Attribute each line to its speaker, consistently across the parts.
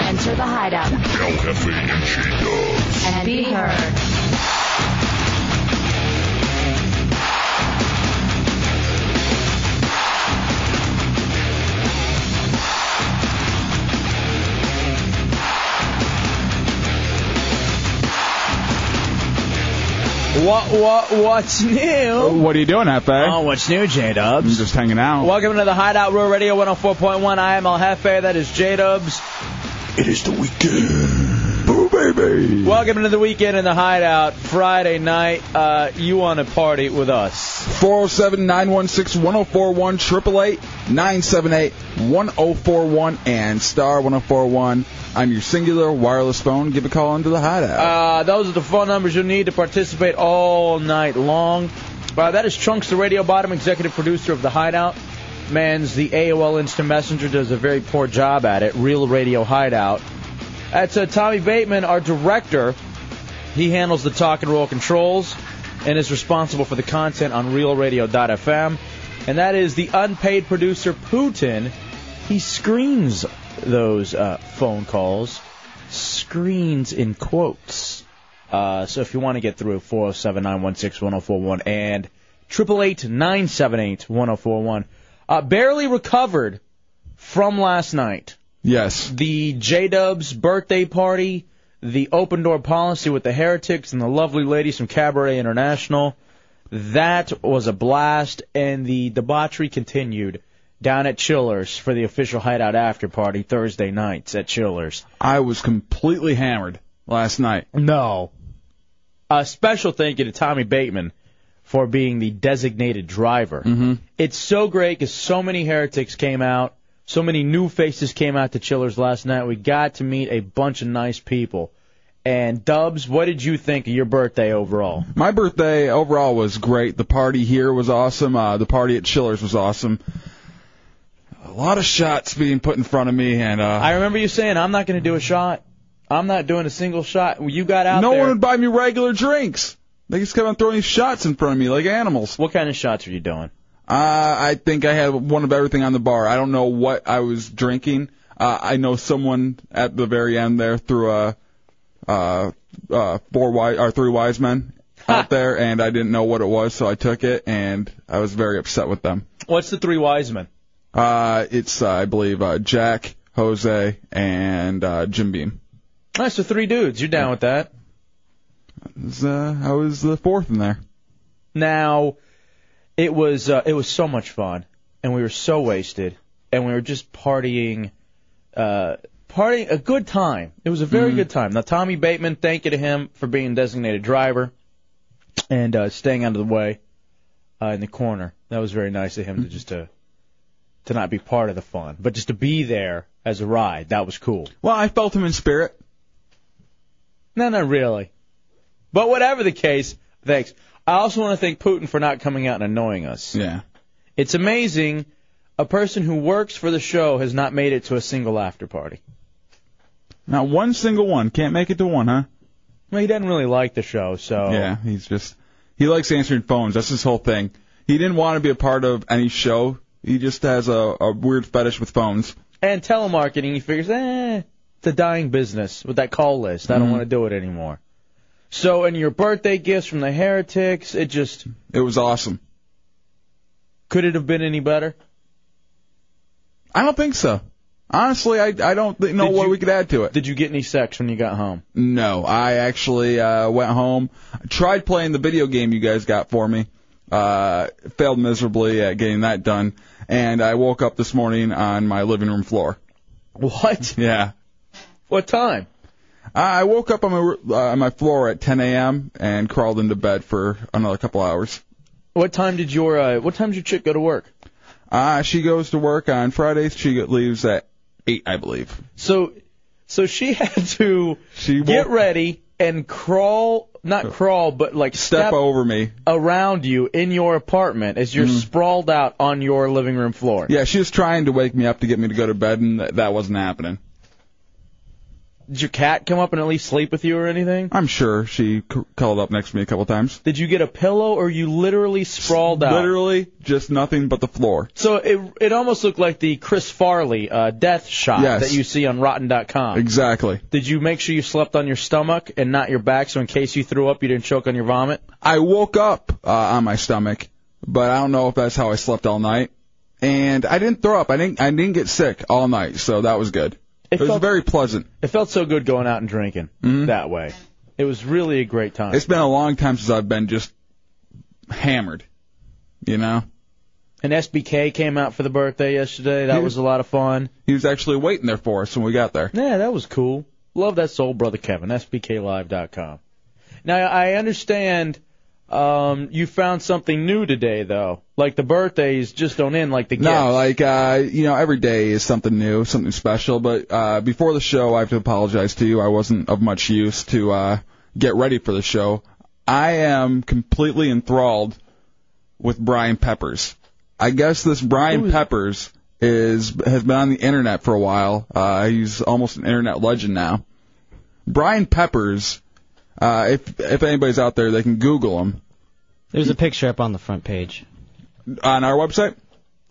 Speaker 1: Enter the hideout
Speaker 2: El Jefe and She Dog.
Speaker 1: and be heard.
Speaker 3: What what what's new?
Speaker 4: What are you doing out there?
Speaker 3: Oh, what's new, J Dubs?
Speaker 4: just hanging out.
Speaker 3: Welcome to the Hideout Row Radio 104.1. I am El Jefe. That is J Dubs.
Speaker 2: It is the weekend. Boo baby.
Speaker 3: Welcome to the weekend in the Hideout. Friday night. Uh, you want to party with us?
Speaker 4: 407 916 1041 888 978 1041 and star 1041 on your singular wireless phone. Give a call into the hideout.
Speaker 3: Uh, those are the phone numbers you need to participate all night long. Uh, that is Trunks, the radio bottom executive producer of the Hideout. Mans the AOL Instant Messenger does a very poor job at it. Real Radio Hideout. That's uh, Tommy Bateman, our director. He handles the talk and roll controls and is responsible for the content on RealRadio.fm. And that is the unpaid producer Putin. He screens those uh, phone calls, screens in quotes. Uh, so if you want to get through, 407 916 1041 and 888 978 1041. Uh, Barely recovered from last night
Speaker 4: yes.
Speaker 3: the J Dubs birthday party, the open door policy with the heretics and the lovely ladies from Cabaret International. That was a blast, and the debauchery continued down at Chillers for the official hideout after party Thursday nights at Chillers.
Speaker 4: I was completely hammered last night.
Speaker 3: No. A special thank you to Tommy Bateman for being the designated driver. Mm-hmm. It's so great because so many heretics came out, so many new faces came out to Chillers last night. We got to meet a bunch of nice people. And Dubs, what did you think of your birthday overall?
Speaker 4: My birthday overall was great. The party here was awesome. Uh, the party at Chiller's was awesome. A lot of shots being put in front of me, and uh,
Speaker 3: I remember you saying, "I'm not going to do a shot. I'm not doing a single shot." You got out
Speaker 4: no
Speaker 3: there.
Speaker 4: one would buy me regular drinks. They just kept on throwing shots in front of me like animals.
Speaker 3: what kind of shots were you doing?
Speaker 4: Uh, I think I had one of everything on the bar. I don't know what I was drinking. Uh, I know someone at the very end there threw a uh, uh, four wise or three wise men out there, and I didn't know what it was, so I took it, and I was very upset with them.
Speaker 3: What's the three wise men?
Speaker 4: Uh, it's uh, I believe uh, Jack, Jose, and uh, Jim Beam.
Speaker 3: That's the three dudes. You're down with that?
Speaker 4: It's, uh, I was the fourth in there.
Speaker 3: Now, it was uh, it was so much fun, and we were so wasted, and we were just partying, uh, partying a good time. It was a very good time. Now, Tommy Bateman, thank you to him for being designated driver and uh, staying out of the way uh, in the corner. That was very nice of him
Speaker 4: Mm-hmm.
Speaker 3: to just to to not be part of the fun, but just to be there as a ride. That was cool.
Speaker 4: Well, I felt him in spirit.
Speaker 3: No, not really. But whatever the case, thanks. I also want to thank Putin for not coming out and annoying us.
Speaker 4: Yeah.
Speaker 3: It's amazing. A person who works for the show has not made it to a single after party.
Speaker 4: Not one single one. Can't make it to one, huh?
Speaker 3: Well, he doesn't really like the show, so
Speaker 4: Yeah, he's just he likes answering phones. That's his whole thing. He didn't want to be a part of any show. He just has a, a weird fetish with phones.
Speaker 3: and telemarketing, he figures, eh, it's a dying business with that call list.
Speaker 4: Mm-hmm.
Speaker 3: I don't want to do it anymore. So, and your birthday gifts from the heretics, it just
Speaker 4: It was awesome.
Speaker 3: could it have been any better?
Speaker 4: I don't think so. Honestly, I I don't think, know
Speaker 3: Did
Speaker 4: what
Speaker 3: you-
Speaker 4: we could add to it.
Speaker 3: Did you get any sex when you got home?
Speaker 4: no, I actually uh, went home, tried playing the video game you guys got for me, uh, failed miserably at getting that done, and I woke up this morning on my living room floor.
Speaker 3: What?
Speaker 4: Yeah,
Speaker 3: What time?
Speaker 4: I I woke up on my uh, on my floor at 10 a.m. and crawled into bed for another couple hours.
Speaker 3: What time did
Speaker 4: Ah,
Speaker 3: your uh, what time did your chick go to work?
Speaker 4: Uh, she goes to work on Fridays. She leaves at eight, I believe.
Speaker 3: So, so she had to get ready and crawl, not crawl, but like
Speaker 4: Step,
Speaker 3: step,
Speaker 4: over me.
Speaker 3: around you in your apartment as you're
Speaker 4: Mm-hmm.
Speaker 3: sprawled out on your living room floor.
Speaker 4: Yeah, she was trying to wake me up to get me to go to bed, and th- that wasn't happening.
Speaker 3: Did your cat come up and at least sleep with you or anything?
Speaker 4: I'm sure she c- cuddled up next to me a couple times.
Speaker 3: Did you get a pillow or you literally sprawled out?
Speaker 4: Literally, just nothing but the floor.
Speaker 3: So it it almost looked like the Chris Farley uh, death shot
Speaker 4: Yes.
Speaker 3: that you see on Rotten.com.
Speaker 4: Exactly.
Speaker 3: Did you make sure you slept on your stomach and not your back, so in case you threw up, you didn't choke on your vomit?
Speaker 4: I woke up uh, on my stomach, but I don't know if that's how I slept all night. And I didn't throw up. I didn't. I didn't get sick all night, so that was good. It, was
Speaker 3: felt-
Speaker 4: very pleasant. Mm-hmm.
Speaker 3: It felt so good going out and drinking that way. It was really a great time.
Speaker 4: It's been a long time since I've been just hammered. You know,
Speaker 3: and SBK came out for the birthday yesterday. That
Speaker 4: Yeah.
Speaker 3: was a lot of fun.
Speaker 4: he was actually waiting there for us when we got there.
Speaker 3: Yeah, that was cool. Love that soul, brother Kevin. SBKLive.com. Now I understand um, you found something new today, though. Like the birthdays just don't end like the gifts.
Speaker 4: No, like uh, you know, every day is something new, something special. But uh, before the show, I have to apologize to you. I wasn't of much use to uh, get ready for the show. I am completely enthralled with Brian Peppers. I guess this Brian Peppers is has been on the internet for a while. Uh, he's almost an internet legend now. Brian Peppers. Uh, if if anybody's out there, they can Google him
Speaker 5: There's a picture up on the front page.
Speaker 4: on our website.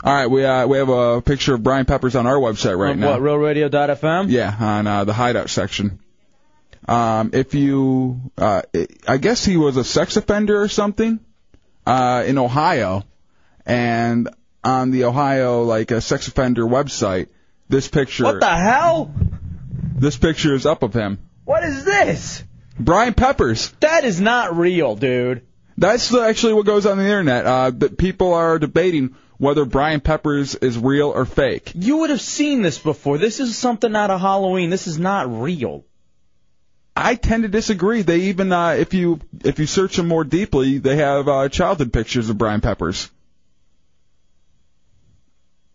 Speaker 4: All right, we uh, we have a picture of Brian Peppers on our website right
Speaker 3: On
Speaker 4: now.
Speaker 3: what, RealRadio.fm?
Speaker 4: Yeah, on uh, the hideout section. Um, if you, uh, I guess he was a sex offender or something uh, in Ohio, and on the Ohio like a sex offender website, this picture,
Speaker 3: What the hell?
Speaker 4: this picture is up of him.
Speaker 3: What is this?
Speaker 4: Brian Peppers.
Speaker 3: That is not real, dude.
Speaker 4: That's the- actually what goes on the internet. Uh, that people are debating whether Brian Peppers is real or fake.
Speaker 3: You would have seen this before. This is something out of Halloween. This is not real.
Speaker 4: I tend to disagree. They even uh, if you if you search them more deeply, they have uh, childhood pictures of Brian Peppers.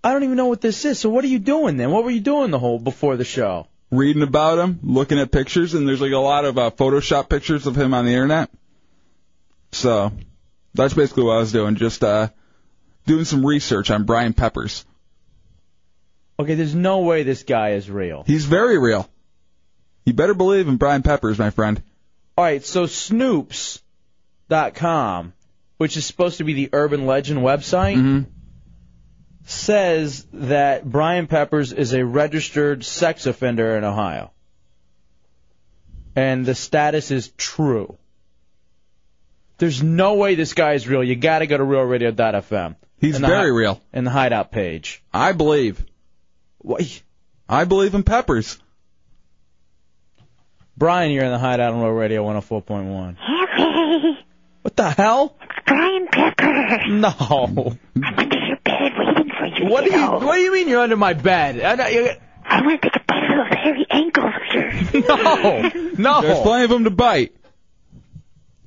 Speaker 3: I don't even know what this is. So what are you doing then? What were you doing the whole before the show?
Speaker 4: Reading about him, looking at pictures, and there's like a lot of uh, Photoshop pictures of him on the internet. So that's basically what I was doing, just uh, doing some research on Brian Peppers.
Speaker 3: Okay, there's no way this guy is real.
Speaker 4: He's very real. You better believe in Brian Peppers, my friend.
Speaker 3: All right, so Snoops.com, which is supposed to be the urban legend website,
Speaker 4: Mm-hmm.
Speaker 3: says that Brian Peppers is a registered sex offender in Ohio. And the status is true. There's no way this guy is real. You got to go to realradio.fm
Speaker 4: He's
Speaker 3: And the
Speaker 4: very
Speaker 3: hi-
Speaker 4: real.
Speaker 3: and the hideout page.
Speaker 4: I believe.
Speaker 3: What?
Speaker 4: I believe in Peppers.
Speaker 3: Brian, you're in the hideout on Real Radio 104.1. What the hell?
Speaker 6: Brian Picker.
Speaker 3: No.
Speaker 6: I'm under your bed waiting for you.
Speaker 3: What do you
Speaker 6: know.
Speaker 3: What do you mean you're under my bed? I, I,
Speaker 6: I want to take a bite of those hairy ankles of yours.
Speaker 3: no, no.
Speaker 4: There's plenty of them to bite.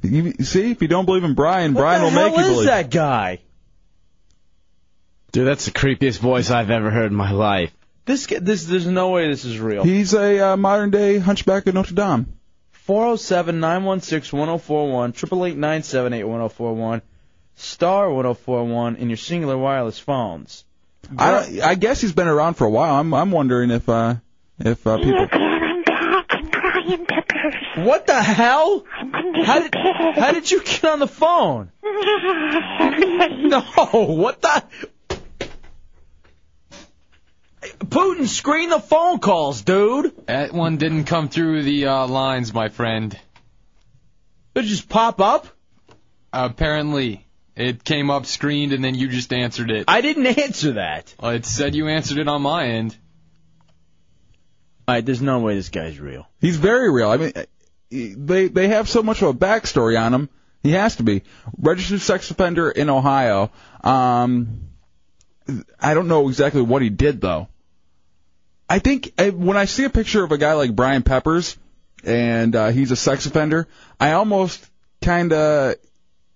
Speaker 4: You, see, if you don't believe in Brian,
Speaker 3: what
Speaker 4: Brian
Speaker 3: the
Speaker 4: will
Speaker 3: hell
Speaker 4: make you
Speaker 3: is
Speaker 4: believe.
Speaker 3: that guy?
Speaker 5: Dude, that's the creepiest voice I've ever heard in my life.
Speaker 3: This guy- this there's no way this is real.
Speaker 4: He's a uh, modern day Hunchback of Notre Dame.
Speaker 3: 407-916-1041, 888-978-1041, star 1041 in your singular wireless phones.
Speaker 4: I don't, I guess he's been around for a while. I'm I'm wondering if uh if uh, people.
Speaker 6: Look, man, I'm back. I'm Brian Pickers.
Speaker 3: What the hell?
Speaker 6: I'm under
Speaker 3: How
Speaker 6: your
Speaker 3: did
Speaker 6: bed.
Speaker 3: how did you get on the phone? No, what the? Putin, screen the phone calls, dude.
Speaker 7: That one didn't come through the uh, lines, my friend.
Speaker 3: They just pop up.
Speaker 7: Apparently, it came up screened and then you just answered it.
Speaker 3: I didn't answer that.
Speaker 7: Uh, it said you answered it on my end.
Speaker 3: All right, there's no way this guy's real.
Speaker 4: He's very real. I mean, uh, they they have so much of a backstory on him. He has to be registered sex offender in Ohio. Um, I don't know exactly what he did though. I think I, when I see a picture of a guy like Brian Peppers, and uh, he's a sex offender, I almost kind of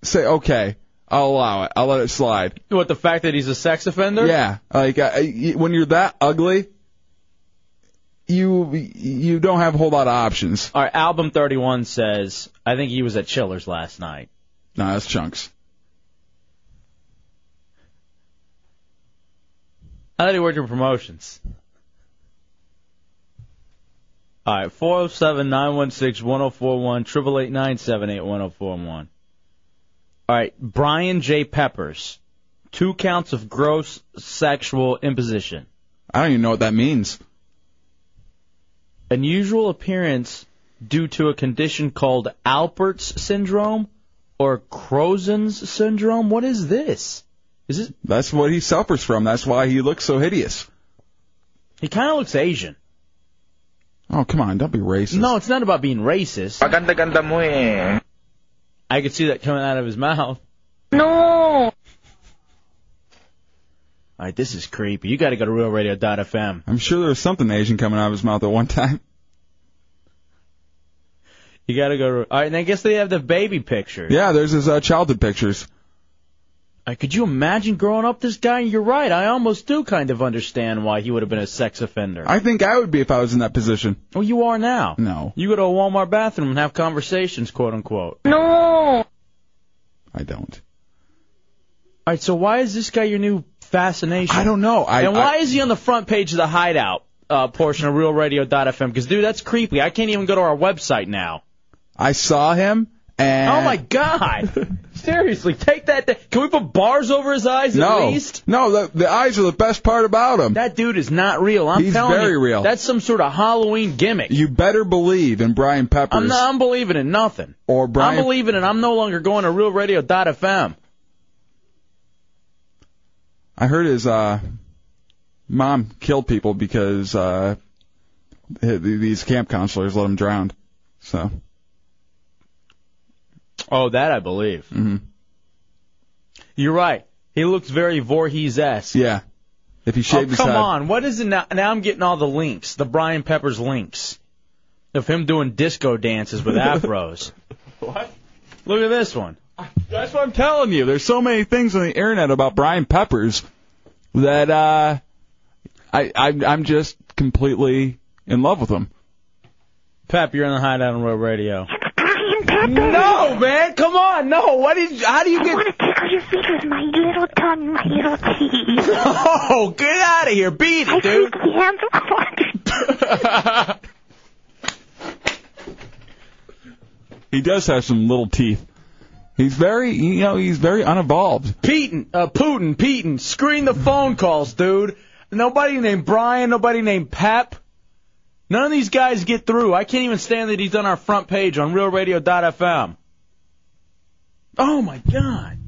Speaker 4: say, okay, I'll allow it. I'll let it slide.
Speaker 3: What the fact that he's a sex offender?
Speaker 4: Yeah, like uh, y- when you're that ugly, you you don't have a whole lot of options.
Speaker 3: All right, album 31 says, I think he was at Chiller's last night.
Speaker 4: Nah, that's chunks.
Speaker 3: I thought he worked in promotions. All right, 407 916 1041, 888 978 1041. All right, Brian J. Peppers, two counts of gross sexual imposition.
Speaker 4: I don't even know what that means.
Speaker 3: Unusual appearance due to a condition called Alpert's syndrome or Crozen's syndrome. What is this? Is it?
Speaker 4: That's what he suffers from. That's why he looks so hideous.
Speaker 3: He kind of looks Asian.
Speaker 4: Oh come on, don't be racist.
Speaker 3: No, it's not about being racist. I could see that coming out of his mouth.
Speaker 6: No.
Speaker 3: All right, this is creepy. You got to go to RealRadio.fm.
Speaker 4: I'm sure there was something Asian coming out of his mouth at one time.
Speaker 3: You got to go to. All right, and I guess they have the baby picture.
Speaker 4: Yeah, there's his uh, childhood pictures.
Speaker 3: Uh, could you imagine growing up this guy? You're right. I almost do kind of understand why he would have been a sex offender.
Speaker 4: I think I would be if I was in that position.
Speaker 3: well, you are now.
Speaker 4: No,
Speaker 3: You go to a Walmart bathroom and have conversations, quote unquote.
Speaker 6: No.
Speaker 4: I don't.
Speaker 3: All right, so why is this guy your new fascination?
Speaker 4: I don't know. I,
Speaker 3: and why
Speaker 4: I-
Speaker 3: is he on the front page of the Hideout uh, portion of RealRadio.fm? Because dude, that's creepy. I can't even go to our website now.
Speaker 4: I saw him and
Speaker 3: Oh my god! Seriously, take that. da- Can we put bars over his eyes
Speaker 4: no,
Speaker 3: at least?
Speaker 4: no, the, the eyes are the best part about him.
Speaker 3: That dude is not real. I'm
Speaker 4: He's
Speaker 3: telling
Speaker 4: very
Speaker 3: you,
Speaker 4: real.
Speaker 3: That's some sort of Halloween gimmick.
Speaker 4: You better believe in Brian Peppers
Speaker 3: I'm not. I'm believing in nothing.
Speaker 4: or
Speaker 3: I'm
Speaker 4: Brian.
Speaker 3: believing in. I'm no longer going to RealRadio.fm.
Speaker 4: I heard his uh, mom killed people because uh, th- these camp counselors let him drown. So
Speaker 3: Oh, that I believe.
Speaker 4: Mhm.
Speaker 3: You're right. He looks very Voorhees-esque.
Speaker 4: yeah, if he
Speaker 3: Oh,
Speaker 4: shaved his
Speaker 3: come
Speaker 4: head,
Speaker 3: on. What is it now? Now I'm getting all the links, the Brian Peppers links of him doing disco dances with afros.
Speaker 4: What?
Speaker 3: Look at this one.
Speaker 4: that's what I'm telling you. There's so many things on the internet about Brian Peppers that uh, I, I I'm just completely in love with him.
Speaker 3: Pep, you're in the hideout on Road Radio.
Speaker 6: Brian Peppers.
Speaker 3: No, man, come on, no. What is? How do you
Speaker 6: I want
Speaker 3: get?
Speaker 6: to tickle your feet with my little tongue, my little teeth.
Speaker 3: Oh, get out of here, beat
Speaker 6: I
Speaker 3: it,
Speaker 6: freak
Speaker 3: dude.
Speaker 6: the hands apart.
Speaker 4: He does have some little teeth. He's very, you know, he's very unevolved.
Speaker 3: Putin, uh, Putin, Putin, screen the phone calls, dude. Nobody named Brian, nobody named Pep. None of these guys get through. I can't even stand that he's on our front page on RealRadio.fm. Oh my God.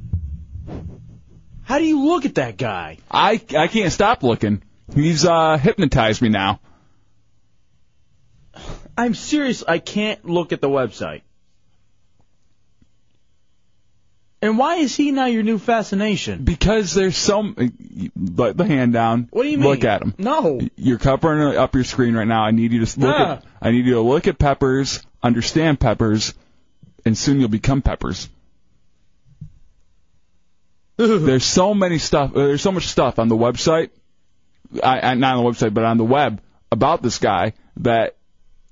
Speaker 3: How do you look at that guy?
Speaker 4: I I can't stop looking. He's uh hypnotized me now.
Speaker 3: I'm serious. I can't look at the website. And why is he now your new fascination?
Speaker 4: Because there's so let the hand down.
Speaker 3: What do you mean?
Speaker 4: Look at him.
Speaker 3: No.
Speaker 4: You're covering up your screen right now. I need you to look
Speaker 3: Ah.
Speaker 4: at I need you to look at peppers, understand peppers, and soon you'll become peppers. There's so many stuff. uh, There's so much stuff on the website, I, I, not on the website, but on the web about this guy that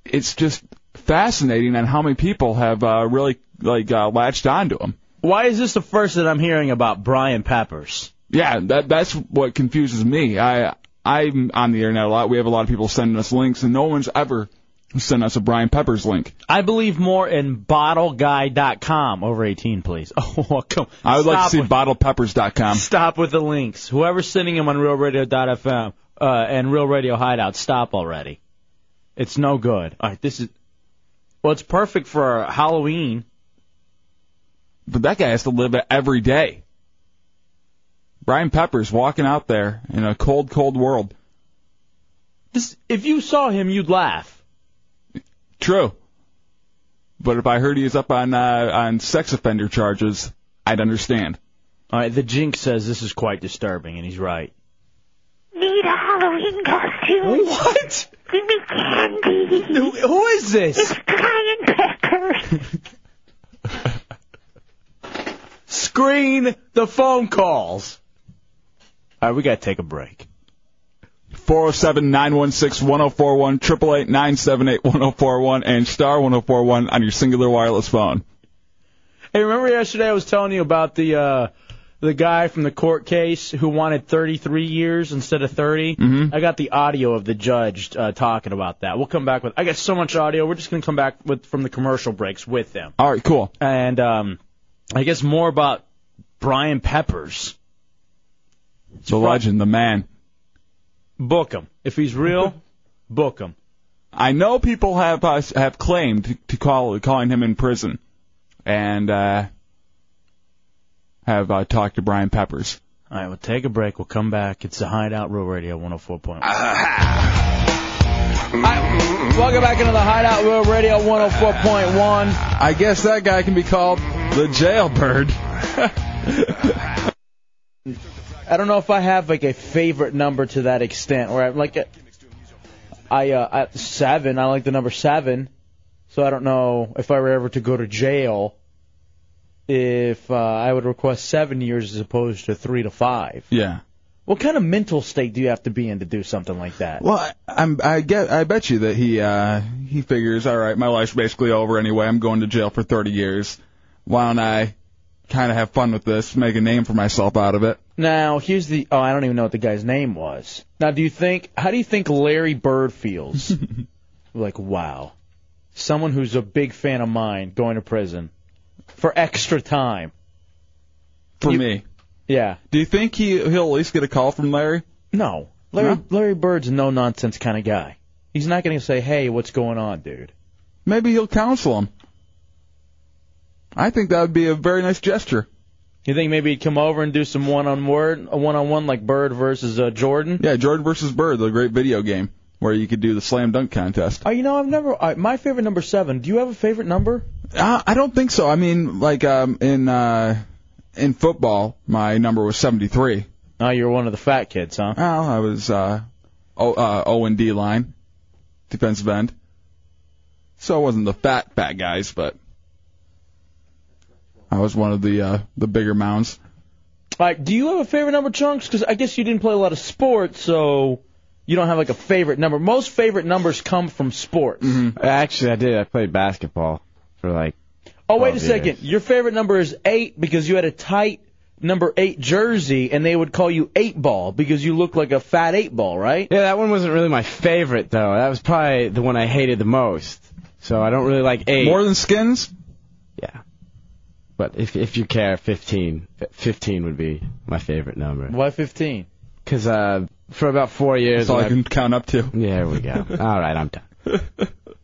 Speaker 4: it's just fascinating on how many people have uh, really like uh, latched onto him.
Speaker 3: Why is this the first that I'm hearing about Brian Peppers?
Speaker 4: Yeah, that that's what confuses me. I I'm on the internet a lot. We have a lot of people sending us links, and no one's ever sent us a Brian Peppers link.
Speaker 3: I believe more in bottleguy.com over 18, please. Oh, come.
Speaker 4: I would like to
Speaker 3: Stop
Speaker 4: see
Speaker 3: with,
Speaker 4: bottlepeppers.com.
Speaker 3: Stop with the links. Whoever's sending them on realradio.fm uh, and Real Radio Hideout, stop already. It's no good. All right, this is. Well, it's perfect for Halloween.
Speaker 4: But that guy has to live it every day. Brian Peppers walking out there in a cold, cold world.
Speaker 3: This, if you saw him, you'd laugh.
Speaker 4: True. But if I heard he was up on uh, on sex offender charges, I'd understand.
Speaker 3: All right, the Jinx says this is quite disturbing, and he's right.
Speaker 6: Need a Halloween costume.
Speaker 3: What?
Speaker 6: Give me candy.
Speaker 3: Who is this?
Speaker 6: Brian Peppers.
Speaker 3: Screen the phone calls. All right, we got to take a break.
Speaker 4: 407 916 1041, 888 978 1041, and star 1041 on your singular wireless phone.
Speaker 3: Hey, remember yesterday I was telling you about the uh, the guy from the court case who wanted 33 years instead of 30? Mm-hmm. I got the audio of the judge uh, talking about that. We'll come back with. I got so much audio. We're just gonna come back with from the commercial breaks with them.
Speaker 4: All right, cool.
Speaker 3: And um, I guess more about Brian Peppers.
Speaker 4: The legend, the man.
Speaker 3: Book him if he's real. book him.
Speaker 4: I know people have uh, have claimed to- to call calling him in prison, and uh, have uh, talked to Brian Peppers.
Speaker 3: All right, we'll take a break. We'll come back. It's the Hideout Real Radio 104.1. Welcome back into the Hideout Real Radio 104.1.
Speaker 4: I guess that guy can be called the jailbird.
Speaker 3: I don't know if I have like a favorite number to that extent, where I'm like, a, I uh, I, seven. I like the number seven, so I don't know if I were ever to go to jail, if uh, I would request seven years as opposed to three to five.
Speaker 4: Yeah.
Speaker 3: What kind of mental state do you have to be in to do something like that?
Speaker 4: Well, I, I'm, I get, I bet you that he uh, he figures, all right, my life's basically over anyway. I'm going to jail for 30 years. Why don't I kind of have fun with this, make a name for myself out of it?
Speaker 3: Now, here's the. Oh, I don't even know what the guy's name was. Now, do you think? How do you think Larry Bird feels? like, wow, someone who's a big fan of mine going to prison for extra time.
Speaker 4: For me.
Speaker 3: Yeah.
Speaker 4: Do you think he he'll at least get a call from Larry?
Speaker 3: No. Larry Larry Bird's a no nonsense kind of guy. He's not going to say, "Hey, what's going on, dude?"
Speaker 4: Maybe he'll counsel him. I think that would be a very nice gesture.
Speaker 3: You think maybe he'd come over and do some one on word, one on one like Bird versus uh, Jordan?
Speaker 4: Yeah, Jordan versus Bird, the great video game where you could do the slam dunk contest.
Speaker 3: Oh, you know, I've never. I, my favorite number seven. Do you have a favorite number?
Speaker 4: Uh, I don't think so. I mean, like um, in uh, in football, my number was 73.
Speaker 3: Oh, you're one of the fat kids, huh?
Speaker 4: Well, I was uh, o, uh, o and D line, defensive end. So I wasn't the fat fat guys, but I was one of the uh, the bigger mounds.
Speaker 3: Like, do you have a favorite number, Chunks? Because I guess you didn't play a lot of sports, so you don't have like a favorite number. Most favorite numbers come from sports.
Speaker 4: Mm-hmm.
Speaker 5: Actually, I did. I played basketball for like.
Speaker 3: Oh, wait a
Speaker 5: Twelve
Speaker 3: second. Your favorite number is eight because you had a tight number eight jersey, and they would call you eight ball because you look like a fat eight ball, right?
Speaker 5: Yeah, that one wasn't really my favorite though. That was probably the one I hated the most. So I don't really like eight.
Speaker 4: More than skins?
Speaker 5: yeah. But if if you care, 15. 15 would be my favorite number.
Speaker 3: Why 15?
Speaker 5: Cause uh, for about four years.
Speaker 4: That's all
Speaker 5: when
Speaker 4: I can count up to.
Speaker 5: I- There we go. all right, I'm done.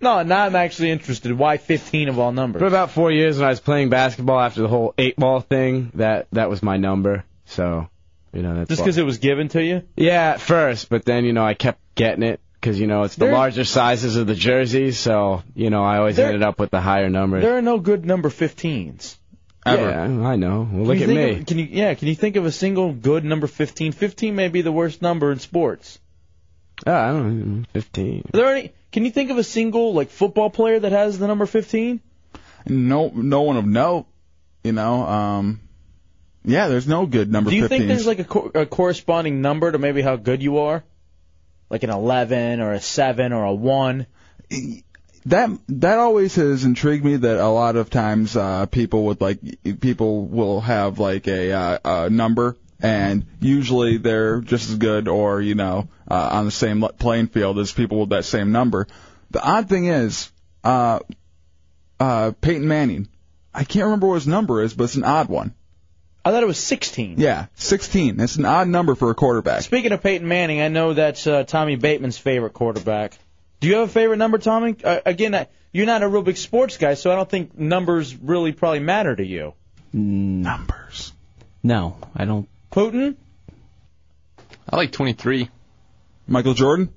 Speaker 3: No, now I'm actually interested. Why 15 of all numbers?
Speaker 5: For about four years, when I was playing basketball after the whole eight ball thing, that that was my number. So, you know, that's
Speaker 3: Just
Speaker 5: why-
Speaker 3: because it was given to you?
Speaker 5: yeah, at first, but then you know I kept getting it because you know it's the
Speaker 3: There-
Speaker 5: larger sizes of the jerseys, so you know I always
Speaker 3: There-
Speaker 5: ended up with the higher number.
Speaker 3: There are no good number 15s.
Speaker 4: Ever.
Speaker 5: Yeah, I know. Well, look
Speaker 3: Can
Speaker 5: at
Speaker 3: you think
Speaker 5: me.
Speaker 3: of- can you yeah? Can you think of a single good number 15? 15 may be the worst number in sports.
Speaker 5: Oh, I don't know, 15.
Speaker 3: Are there any? Can you think of a single like football player that has the number 15?
Speaker 4: No, no one of note. You know, um, yeah. There's no good number.
Speaker 3: Do you
Speaker 4: 15s.
Speaker 3: think there's like a, co- a corresponding number to maybe how good you are? Like an 11 or a 7 or a 1?
Speaker 4: that that always has intrigued me that a lot of times uh people would like people will have like a uh, a number and usually they're just as good or you know uh, on the same le- playing field as people with that same number the odd thing is uh uh Peyton Manning I can't remember what his number is but it's an odd one
Speaker 3: I thought it was 16.
Speaker 4: yeah 16 that's an odd number for a quarterback
Speaker 3: Speaking of Peyton Manning, I know that's uh, Tommy Bateman's favorite quarterback. Do you have a favorite number, Tommy? Uh, again, I, you're not a real big sports guy, so I don't think numbers really probably matter to you.
Speaker 8: Mm.
Speaker 4: numbers
Speaker 9: No, I don't.
Speaker 3: Putin?
Speaker 7: I like 23.
Speaker 4: Michael Jordan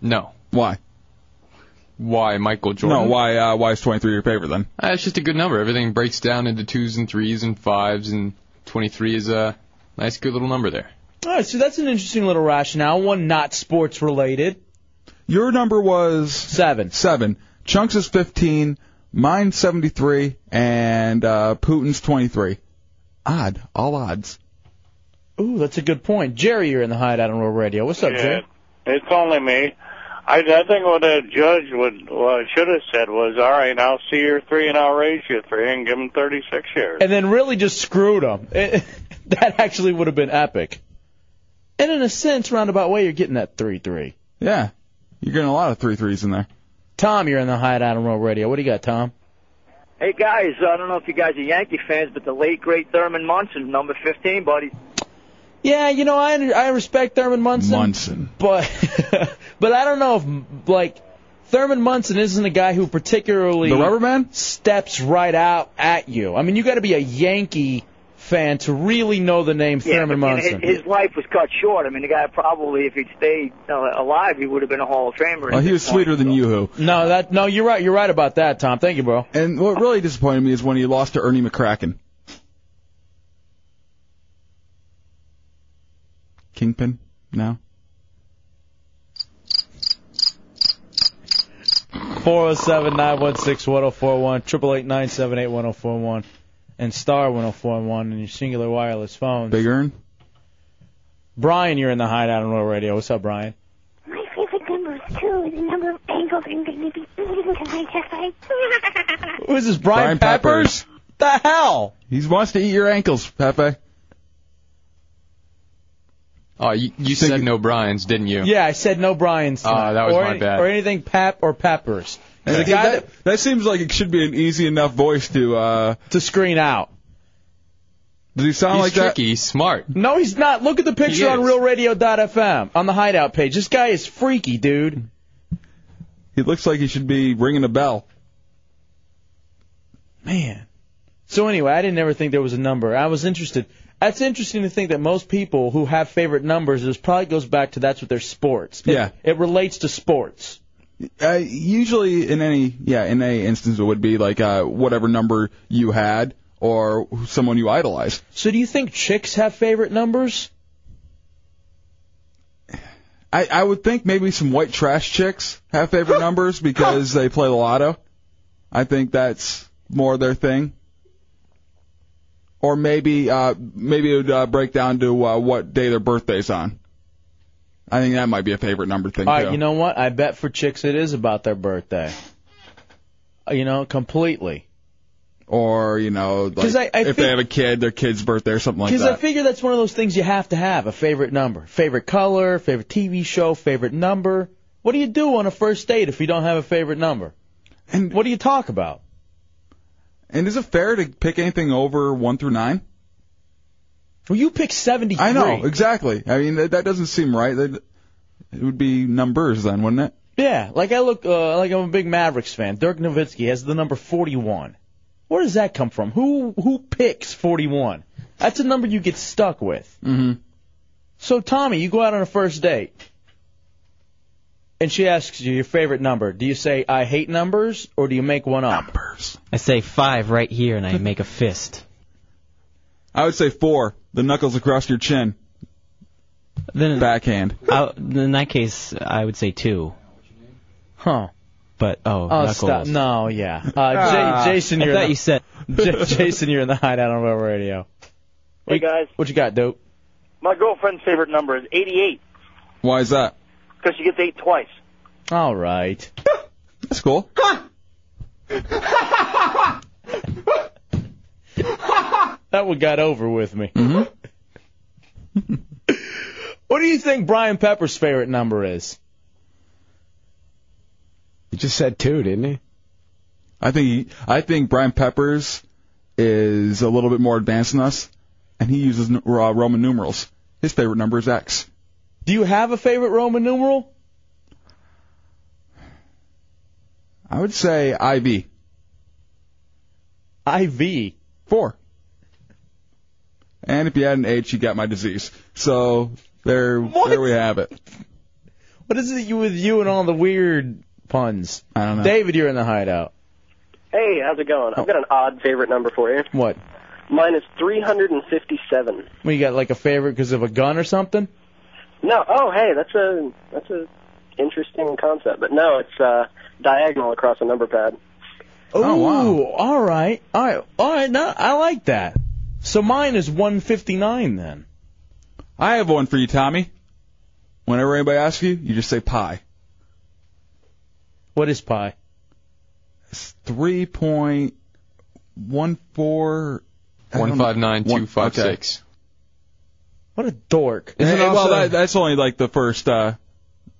Speaker 7: No.
Speaker 4: why
Speaker 7: Why Michael Jordan?
Speaker 4: no why uh why is 23 your favorite then
Speaker 7: Uh, it's just a good number. Everything breaks down into twos and threes and fives, and 23 is a nice, good little number there.
Speaker 3: All right, so that's an interesting little rationale. One not sports related.
Speaker 4: your number was
Speaker 3: Seven.
Speaker 4: seven. Chunks is 15. Mine's 73. And uh, Putin's 23. Odd. All odds.
Speaker 3: Ooh, that's a good point. Jerry, you're in the hideout on Roll Radio. What's up, Jerry?
Speaker 9: It's only me. I, I think what a judge would uh, should have said was, all right, I'll see your three and I'll raise you three and give him 36 years.
Speaker 3: and then really just screwed him. that actually would have been epic. And in a sense, roundabout way, you're getting that three three.
Speaker 4: Yeah, you're getting a lot of three threes in there.
Speaker 3: Tom, you're in the hideout on Roll Radio. What do you got, Tom?
Speaker 10: Hey guys, I don't know if you guys are Yankee fans, but the late great Thurman Munson, number 15, buddy.
Speaker 3: Yeah, you know, I I respect Thurman Munson.
Speaker 4: Munson.
Speaker 3: But but I don't know if like Thurman Munson isn't a guy who particularly
Speaker 4: The rubber man?
Speaker 3: steps right out at you. I mean, you got to be a Yankee fan to really know the name Thurman
Speaker 10: I mean,
Speaker 3: Munson.
Speaker 10: his, his life was cut short. I mean, the guy probably, if he'd stayed uh, alive, he would have been a Hall of Famer.
Speaker 4: Well, Oh, he was sweeter than Yoo-Hoo.
Speaker 3: no, that no, you're right. You're right about that, Tom. Thank you, bro.
Speaker 4: And what really disappointed me is when he lost to Ernie McCracken. Kingpin? No.
Speaker 3: 407 916 1041, 888 978 1041, and star 1041 in your singular wireless phone.
Speaker 4: Big Earn?
Speaker 3: Brian, you're in the hideout on Roll Radio. What's up, Brian?
Speaker 6: My favorite number is two, the number of angles and dignity. Can I just like?
Speaker 3: Who is this, Brian, Peppers? The hell?
Speaker 4: He wants to eat your ankles, Pepe.
Speaker 7: Oh, you, you said no Brian's, didn't you?
Speaker 3: Yeah, I said no Brian's.
Speaker 7: Ah,
Speaker 3: tonight.
Speaker 7: that was
Speaker 3: or
Speaker 7: my
Speaker 3: any-
Speaker 7: bad.
Speaker 3: Or anything Pap or Peppers. The
Speaker 4: Yeah,
Speaker 3: guy
Speaker 4: that, that seems like it should be an easy enough voice to. uh
Speaker 3: To screen out.
Speaker 4: Does he sound
Speaker 7: He's
Speaker 4: like E.
Speaker 7: tricky. He's smart.
Speaker 3: No, he's not. Look at the
Speaker 7: He
Speaker 3: picture on
Speaker 7: is.
Speaker 3: realradio.fm on the hideout page. This guy is freaky, dude.
Speaker 4: that? He looks like he should be ringing a bell.
Speaker 3: Man. So anyway, I didn't ever think there was a number. I was interested. That's interesting to think that most people who have favorite numbers, this probably goes back to that's what their sports. It-
Speaker 4: Yeah.
Speaker 3: It, relates to sports.
Speaker 4: Uh, usually in any yeah in any instance it would be like uh whatever number you had or someone you idolize.
Speaker 3: So do you think chicks have favorite numbers?
Speaker 4: I, I would think maybe some white trash chicks have favorite numbers because they play the lotto. I think that's more their thing. Or maybe uh, maybe it would uh, break down to uh, what day their birthday's on. I think that might be a favorite number thing
Speaker 3: All right,
Speaker 4: too.
Speaker 3: you know what? I bet for chicks it is about their birthday. Uh, You know, completely.
Speaker 4: or you know, like
Speaker 3: 'Cause I- I
Speaker 4: if
Speaker 3: think-
Speaker 4: they have a kid, their kid's birthday or something like
Speaker 3: Because
Speaker 4: that.
Speaker 3: I figure that's one of those things you have to have a favorite number, favorite color, favorite TV show, favorite number. What do you do on a first date if you don't have a favorite number?
Speaker 4: And-
Speaker 3: what do you talk about?
Speaker 4: and is it fair to pick anything over one through nine?
Speaker 3: Well, you pick 73.
Speaker 4: I know exactly. I mean, that, that doesn't seem right. That, it would be numbers then, wouldn't it?
Speaker 3: Yeah, like I look, uh, like I'm a big Mavericks fan. Dirk Nowitzki has the number 41. Where does that come from? Who who picks 41? That's a number you get stuck with.
Speaker 4: Mm-hmm.
Speaker 3: So Tommy, you go out on a first date, and she asks you your favorite number. Do you say I hate numbers, or do you make one up?
Speaker 8: I say five right here, and I make a fist.
Speaker 4: I would say four. The knuckles across your chin.
Speaker 8: Then
Speaker 4: Backhand.
Speaker 8: I, in that case, I would say two.
Speaker 3: Huh?
Speaker 8: But oh,
Speaker 3: Oh,
Speaker 8: knuckles.
Speaker 3: stop! No, yeah. Uh,
Speaker 8: Ah,
Speaker 3: J- Jason,
Speaker 8: I
Speaker 3: you're
Speaker 8: thought
Speaker 3: in
Speaker 8: you said.
Speaker 3: the, J- Jason, you're in the hideout on Rebel Radio.
Speaker 10: Hey guys,
Speaker 3: What you got, dope?
Speaker 10: my girlfriend's favorite number is 88
Speaker 4: Why is that?
Speaker 10: because she gets eight twice.
Speaker 3: All right.
Speaker 4: That's cool.
Speaker 3: That one got over with me.
Speaker 4: Mm-hmm.
Speaker 3: what do you think Brian Pepper's favorite number is?
Speaker 5: He just said two, didn't he?
Speaker 4: I think he, I think Brian Peppers is a little bit more advanced than us, and he uses n- raw Roman numerals. His favorite number is X.
Speaker 3: Do you have a favorite Roman numeral?
Speaker 4: I would say IV.
Speaker 3: IV.
Speaker 4: Four. And if you had an H, you got my disease. So there,
Speaker 3: What?
Speaker 4: there we have it.
Speaker 3: What is it you with you and all the weird puns?
Speaker 4: I don't know.
Speaker 3: David, you're in the hideout.
Speaker 10: Hey, how's it going? I've got an odd favorite number for you.
Speaker 3: What?
Speaker 10: Mine is 357.
Speaker 3: Well, you got like a favorite because of a gun or something?
Speaker 10: No, oh hey, that's a that's a interesting concept, but no, it's uh, diagonal across a number pad.
Speaker 4: Oh, wow.
Speaker 3: Ooh, all right, all right, all right. Now I like that. So mine is 159 then.
Speaker 4: I have one for you, Tommy. Whenever anybody asks you, you just say pi.
Speaker 3: What is pi?
Speaker 4: It's three point one four.
Speaker 7: One five nine two five six.
Speaker 3: What a dork!
Speaker 4: Hey,
Speaker 3: Isn't
Speaker 4: well,
Speaker 3: also-
Speaker 4: that, that's only like the first uh,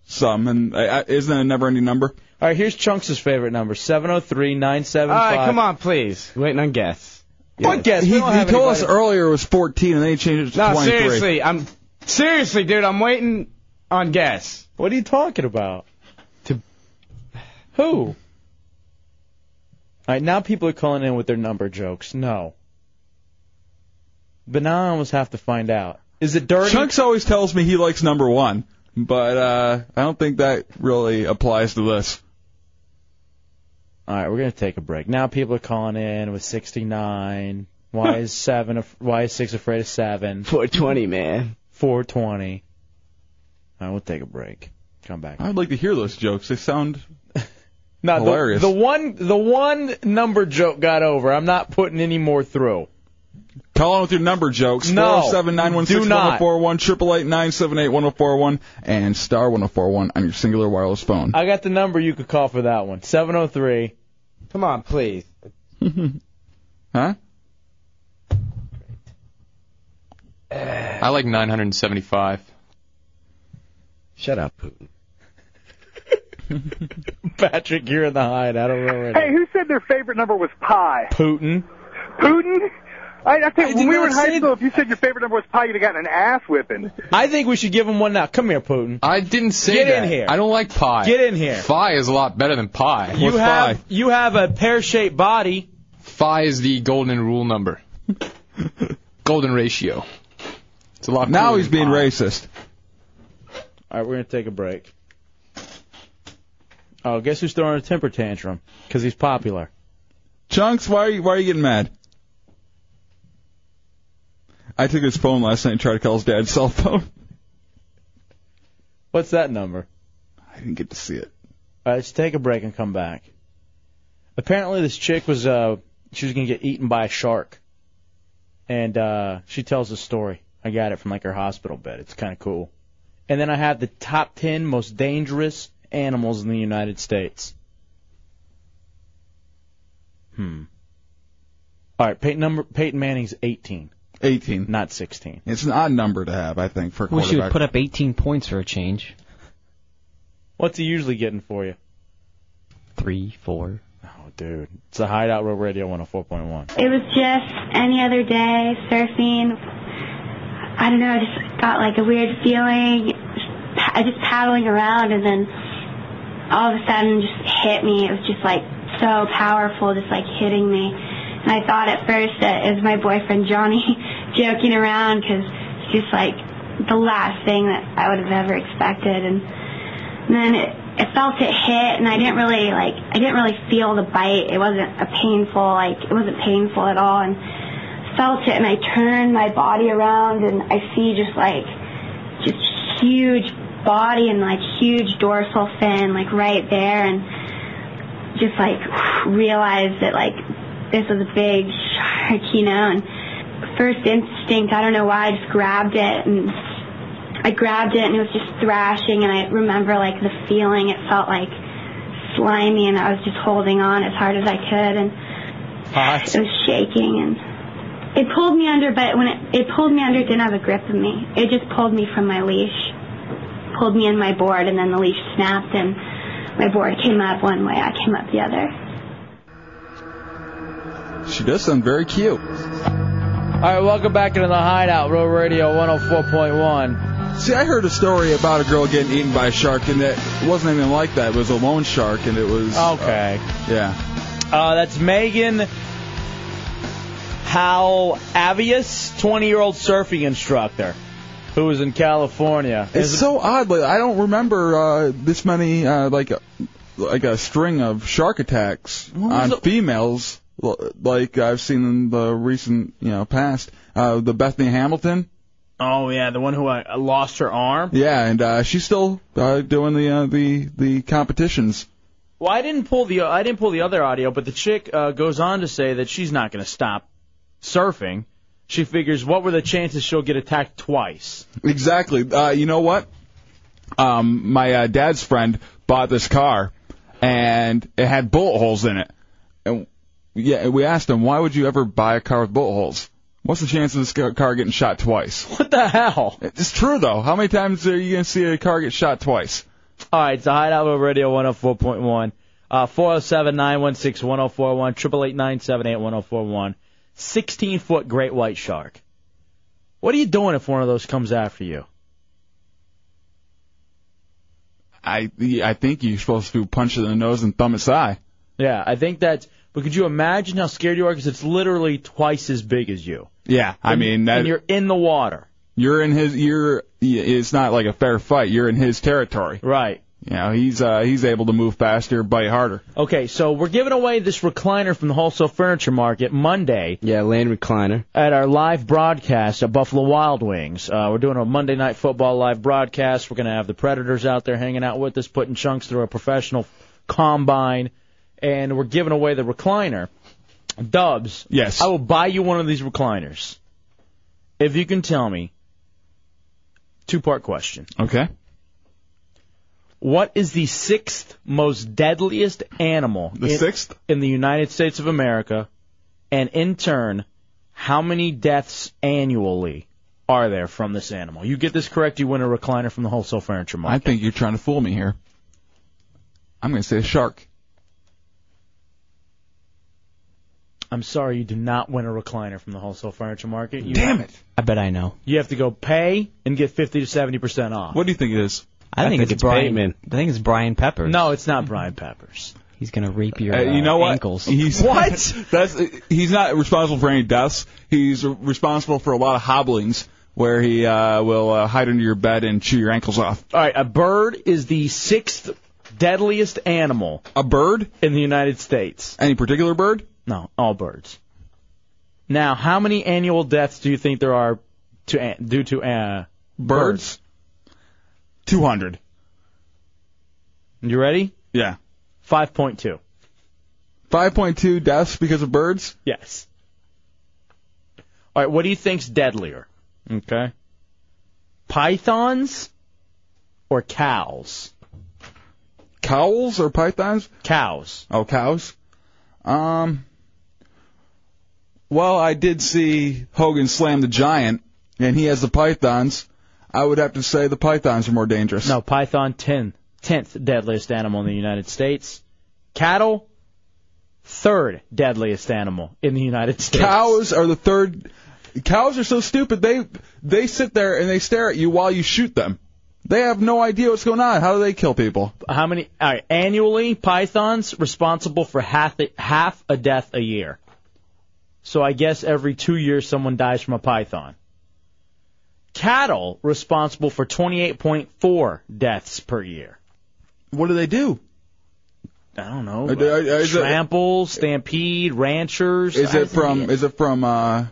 Speaker 4: sum, and I, I, isn't it a never-ending number?
Speaker 3: All right, here's Chunks' favorite number: seven zero three nine seven five.
Speaker 4: All right, come
Speaker 5: on, please. Waiting on guess.
Speaker 3: What guess?
Speaker 4: He,
Speaker 3: We
Speaker 4: he
Speaker 3: don't
Speaker 4: told
Speaker 3: have
Speaker 4: us
Speaker 3: anybody-
Speaker 4: earlier it was 14, and then he changed it to
Speaker 5: No,
Speaker 4: 23.
Speaker 5: seriously, I'm seriously, dude. I'm waiting on guess.
Speaker 3: What are you talking about?
Speaker 5: To
Speaker 3: who? All right, now people are calling in with their number jokes. No. But now I almost have to find out. Is it dirty?
Speaker 4: Chunks always tells me he likes number one, but uh, I don't think that really applies to this.
Speaker 3: All right, we're gonna take a break. Now people are calling in with 69. Why is seven? af- Why is six afraid of seven?
Speaker 5: 420, man.
Speaker 3: 420. All right, we'll take a break. Come back.
Speaker 4: I'd like to hear those jokes. They sound
Speaker 3: Now, the,
Speaker 4: hilarious.
Speaker 3: the one, the one number joke got over. I'm not putting any more through.
Speaker 4: Call on with your number jokes.
Speaker 3: No,
Speaker 4: 407-916-1041,
Speaker 3: do not.
Speaker 4: 888-978-1041, and star 1041 on your singular wireless phone.
Speaker 3: I got the number you could call for that one. 703.
Speaker 5: Come on, please.
Speaker 4: huh?
Speaker 7: I like 975.
Speaker 5: Shut up, Putin.
Speaker 3: Patrick, you're in the hideout. I don't remember.
Speaker 11: Hey, who said their favorite number was pi?
Speaker 3: Putin.
Speaker 11: Putin? I, I think
Speaker 3: did
Speaker 11: when we were
Speaker 3: not
Speaker 11: in
Speaker 3: say
Speaker 11: high school, if you said your favorite number was pi, you'd have gotten an ass whipping.
Speaker 3: I think we should give him one now. Come here, Putin.
Speaker 7: I didn't say
Speaker 3: Get
Speaker 7: that.
Speaker 3: in here.
Speaker 7: I don't like pie.
Speaker 3: Get in here.
Speaker 7: Phi is a lot better than pie.
Speaker 3: You have you have a pear-shaped body.
Speaker 7: Phi is the golden rule number. golden ratio. It's a lot.
Speaker 4: Now
Speaker 7: cooler
Speaker 4: he's
Speaker 7: than
Speaker 4: being
Speaker 7: pi.
Speaker 4: racist.
Speaker 3: All right, we're gonna take a break. Oh, guess who's throwing a temper tantrum? Because he's popular.
Speaker 4: Chunks, why are you, why are you getting mad? I took his phone last night and tried to call his dad's cell phone.
Speaker 3: What's that number?
Speaker 4: I didn't get to see it.
Speaker 3: All right, let's take a break and come back. Apparently, this chick was uh she was gonna get eaten by a shark, and uh she tells a story. I got it from like her hospital bed. It's kind of cool. And then I have the top ten most dangerous animals in the United States. Hmm. All right, Peyton, number, Peyton Manning's 18.
Speaker 4: 18.
Speaker 3: Not 16.
Speaker 4: It's an odd number to have, I think, for a
Speaker 8: Wish you would
Speaker 4: quarterback.
Speaker 8: put up 18 points for a change.
Speaker 3: What's he usually getting for you?
Speaker 8: Three, four.
Speaker 3: Oh, dude, it's a Hideout Road Radio 104.1.
Speaker 12: It was just any other day surfing. I don't know. I just got like a weird feeling. I just paddling around, and then all of a sudden, just hit me. It was just like so powerful, just like hitting me. And I thought at first that it was my boyfriend Johnny joking around because it's just like the last thing that I would have ever expected. And and then it, it felt it hit, and I didn't really like, I didn't really feel the bite. It wasn't a painful, like, it wasn't painful at all. And felt it, and I turned my body around, and I see just like, just huge body and like huge dorsal fin, like right there, and just like realized that like this was a big shark, you know. And first instinct, I don't know why, I just grabbed it and I grabbed it and it was just thrashing and I remember like the feeling it felt like slimy and I was just holding on as hard as I could and it was shaking and it pulled me under but when it, it pulled me under it didn't have a grip of me. It just pulled me from my leash. Pulled me in my board and then the leash snapped and my board came up one way, I came up the other.
Speaker 4: She does sound very cute.
Speaker 3: All right, welcome back into the Hideout Road Radio 104.1.
Speaker 4: See, I heard a story about a girl getting eaten by a shark, and it wasn't even like that. It was a lone shark, and it was.
Speaker 3: Okay.
Speaker 4: uh, yeah.
Speaker 3: Uh, that's Megan Hal Avius, 20 year old surfing instructor who was in California.
Speaker 4: It's so odd. Like, I don't remember uh, this many, uh, like, a, like a string of shark attacks on females l- like I've seen in the recent, you know, past. Uh, the Bethany Hamilton.
Speaker 3: Oh, yeah, the one who I, I lost her arm.
Speaker 4: Yeah, and uh, she's still uh, doing the uh, the the competitions.
Speaker 3: Well, I didn't pull the uh, I didn't pull the other audio, but the chick uh, goes on to say that she's not going to stop surfing. She figures, what were the chances she'll get attacked twice?
Speaker 4: Exactly. Uh, you know what? um, my uh, dad's friend bought this car, and it had bullet holes in it. And yeah, and we asked him, why would you ever buy a car with bullet holes? What's the chance of this ca- car getting shot twice?
Speaker 3: What the hell?
Speaker 4: It's true though. How many times are you gonna see a car get shot twice?
Speaker 3: All right, so Hideout Road Radio 104.1, uh, 407 916 1041, 888 978 1041, 16 foot great white shark. What are you doing if one of those comes after you?
Speaker 4: I I think you're supposed to punch it in the nose and thumb its eye.
Speaker 3: Yeah, I think that's. But could you imagine how scared you are? Because it's literally twice as big as you.
Speaker 4: Yeah, I mean that.
Speaker 3: and you're in the water.
Speaker 4: you're in his you're yeah, it's not like a fair fight you're in his territory
Speaker 3: right
Speaker 4: you know he's uh he's able to move faster bite harder
Speaker 3: Okay, so we're giving away this recliner from the wholesale furniture market Monday.
Speaker 5: Yeah, land recliner.
Speaker 3: At our live broadcast at Buffalo Wild Wings. Uh, we're doing a Monday Night Football live broadcast. We're going to have the Predators out there hanging out with us, putting chunks through a professional combine, and we're giving away the recliner. Dubs. Yes. I will buy you one of these recliners if you can tell me. Two part question.
Speaker 4: okay
Speaker 3: What is the sixth most deadliest animal?
Speaker 4: The sixth?
Speaker 3: in the United States of America, and in turn, how many deaths annually are there from this animal? You get this correct, you win a recliner from the wholesale furniture market.
Speaker 4: i think you're trying to fool me here i'm going to say a shark
Speaker 3: I'm sorry, you do not win a recliner from the wholesale furniture market. You
Speaker 4: Damn it!
Speaker 8: I bet I know.
Speaker 3: You have to go pay and get 50 to 70 percent off.
Speaker 4: What do you think it is?
Speaker 8: I, think, it's, Brian. I think it's Brian Peppers.
Speaker 3: No, it's not Brian Peppers.
Speaker 8: He's gonna rape your
Speaker 4: Uh, you know
Speaker 8: uh,
Speaker 4: what?
Speaker 8: ankles.
Speaker 4: He's, That's he's not responsible for any deaths. He's responsible for a lot of hobblings where he uh, will uh, hide under your bed and chew your ankles off.
Speaker 3: All right, a bird is the sixth deadliest animal.
Speaker 4: A bird
Speaker 3: in the United States.
Speaker 4: Any particular bird?
Speaker 3: No, all birds. Now, how many annual deaths do you think there are to an- due to uh,
Speaker 4: Birds? Two hundred.
Speaker 3: You ready?
Speaker 4: Yeah.
Speaker 3: Five point two.
Speaker 4: Five point two deaths because of birds.
Speaker 3: Yes. All right, what do you think's deadlier? Okay. Pythons or cows?
Speaker 4: Cows or pythons?
Speaker 3: Cows.
Speaker 4: Oh, cows. Um. Well, I did see Hogan slam the giant, and he has the pythons. I would have to say the pythons are more dangerous.
Speaker 3: No, python ten, tenth deadliest animal in the United States. Cattle, third deadliest animal in the United States.
Speaker 4: Cows are the third. Cows are so stupid. They they sit there and they stare at you while you shoot them. They have no idea what's going on. How do they kill people?
Speaker 3: How many all right, annually? Pythons responsible for half a, half a death a year. So I guess every two years someone dies from a python. Cattle responsible for 28.4 deaths per year.
Speaker 4: What do they do?
Speaker 3: I don't know.
Speaker 4: Are they- are- is it-
Speaker 3: Trample, stampede, ranchers.
Speaker 4: Is
Speaker 3: I-
Speaker 4: it from is it from uh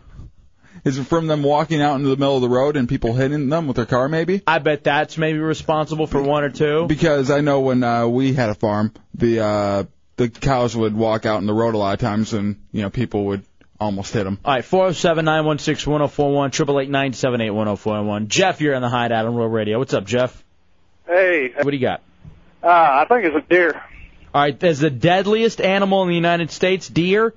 Speaker 4: is it from them walking out into the middle of the road and people hitting them with their car maybe?
Speaker 3: I bet that's maybe responsible for one or two.
Speaker 4: Because I know when uh we had a farm, the uh the cows would walk out in the road a lot of times and you know people would almost hit them.
Speaker 3: All right, 407 916 1041, 888 978 1041. Jeff, you're in the hideout on Real Radio. What's up, Jeff?
Speaker 9: Hey,
Speaker 3: What do you got?
Speaker 9: uh, I think it's a deer.
Speaker 3: All right, as the deadliest animal in the United States, deer.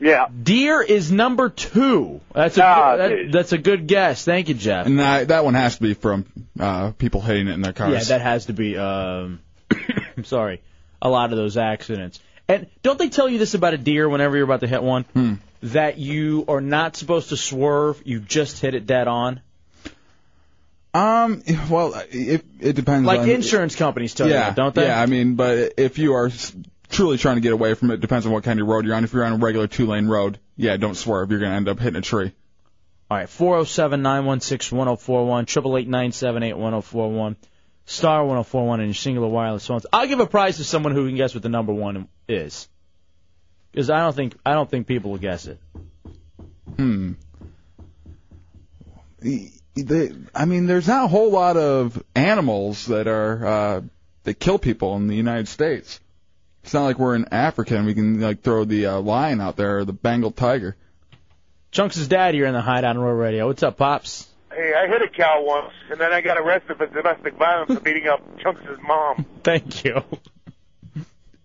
Speaker 9: Yeah.
Speaker 3: Deer is number two. That's a that- that's a good guess. Thank you, Jeff.
Speaker 4: And that that one has to be from uh people hitting it in their cars.
Speaker 3: Yeah, that has to be. Um, I'm sorry, a lot of those accidents. And don't they tell you this about a deer whenever you're about to hit one? That you are not supposed to swerve. You just hit it dead on.
Speaker 4: Um, well, it it depends.
Speaker 3: Like
Speaker 4: on,
Speaker 3: insurance companies tell you
Speaker 4: yeah,
Speaker 3: that, don't they?
Speaker 4: Yeah, I mean, but if you are s- truly trying to get away from it, depends on what kind of road you're on. If you're on a regular two lane road, yeah, don't swerve. You're gonna end up hitting a tree.
Speaker 3: All right, 407 916 1041, 888 978 1041, star 1041 on your singular wireless phones. I'll give a prize to someone who can guess what the number one is. Because I don't think I don't think people will guess it.
Speaker 4: Hmm. E- they- I mean, there's not a whole lot of animals that are uh, that kill people in the United States. It's not like we're in Africa and we can like throw the uh, lion out there or the Bengal tiger.
Speaker 3: Chunks' dad here in the hideout on Road Radio. What's up, Pops?
Speaker 13: Hey, I hit a cow once, and then I got arrested for domestic violence for beating up Chunks' mom.
Speaker 3: Thank you.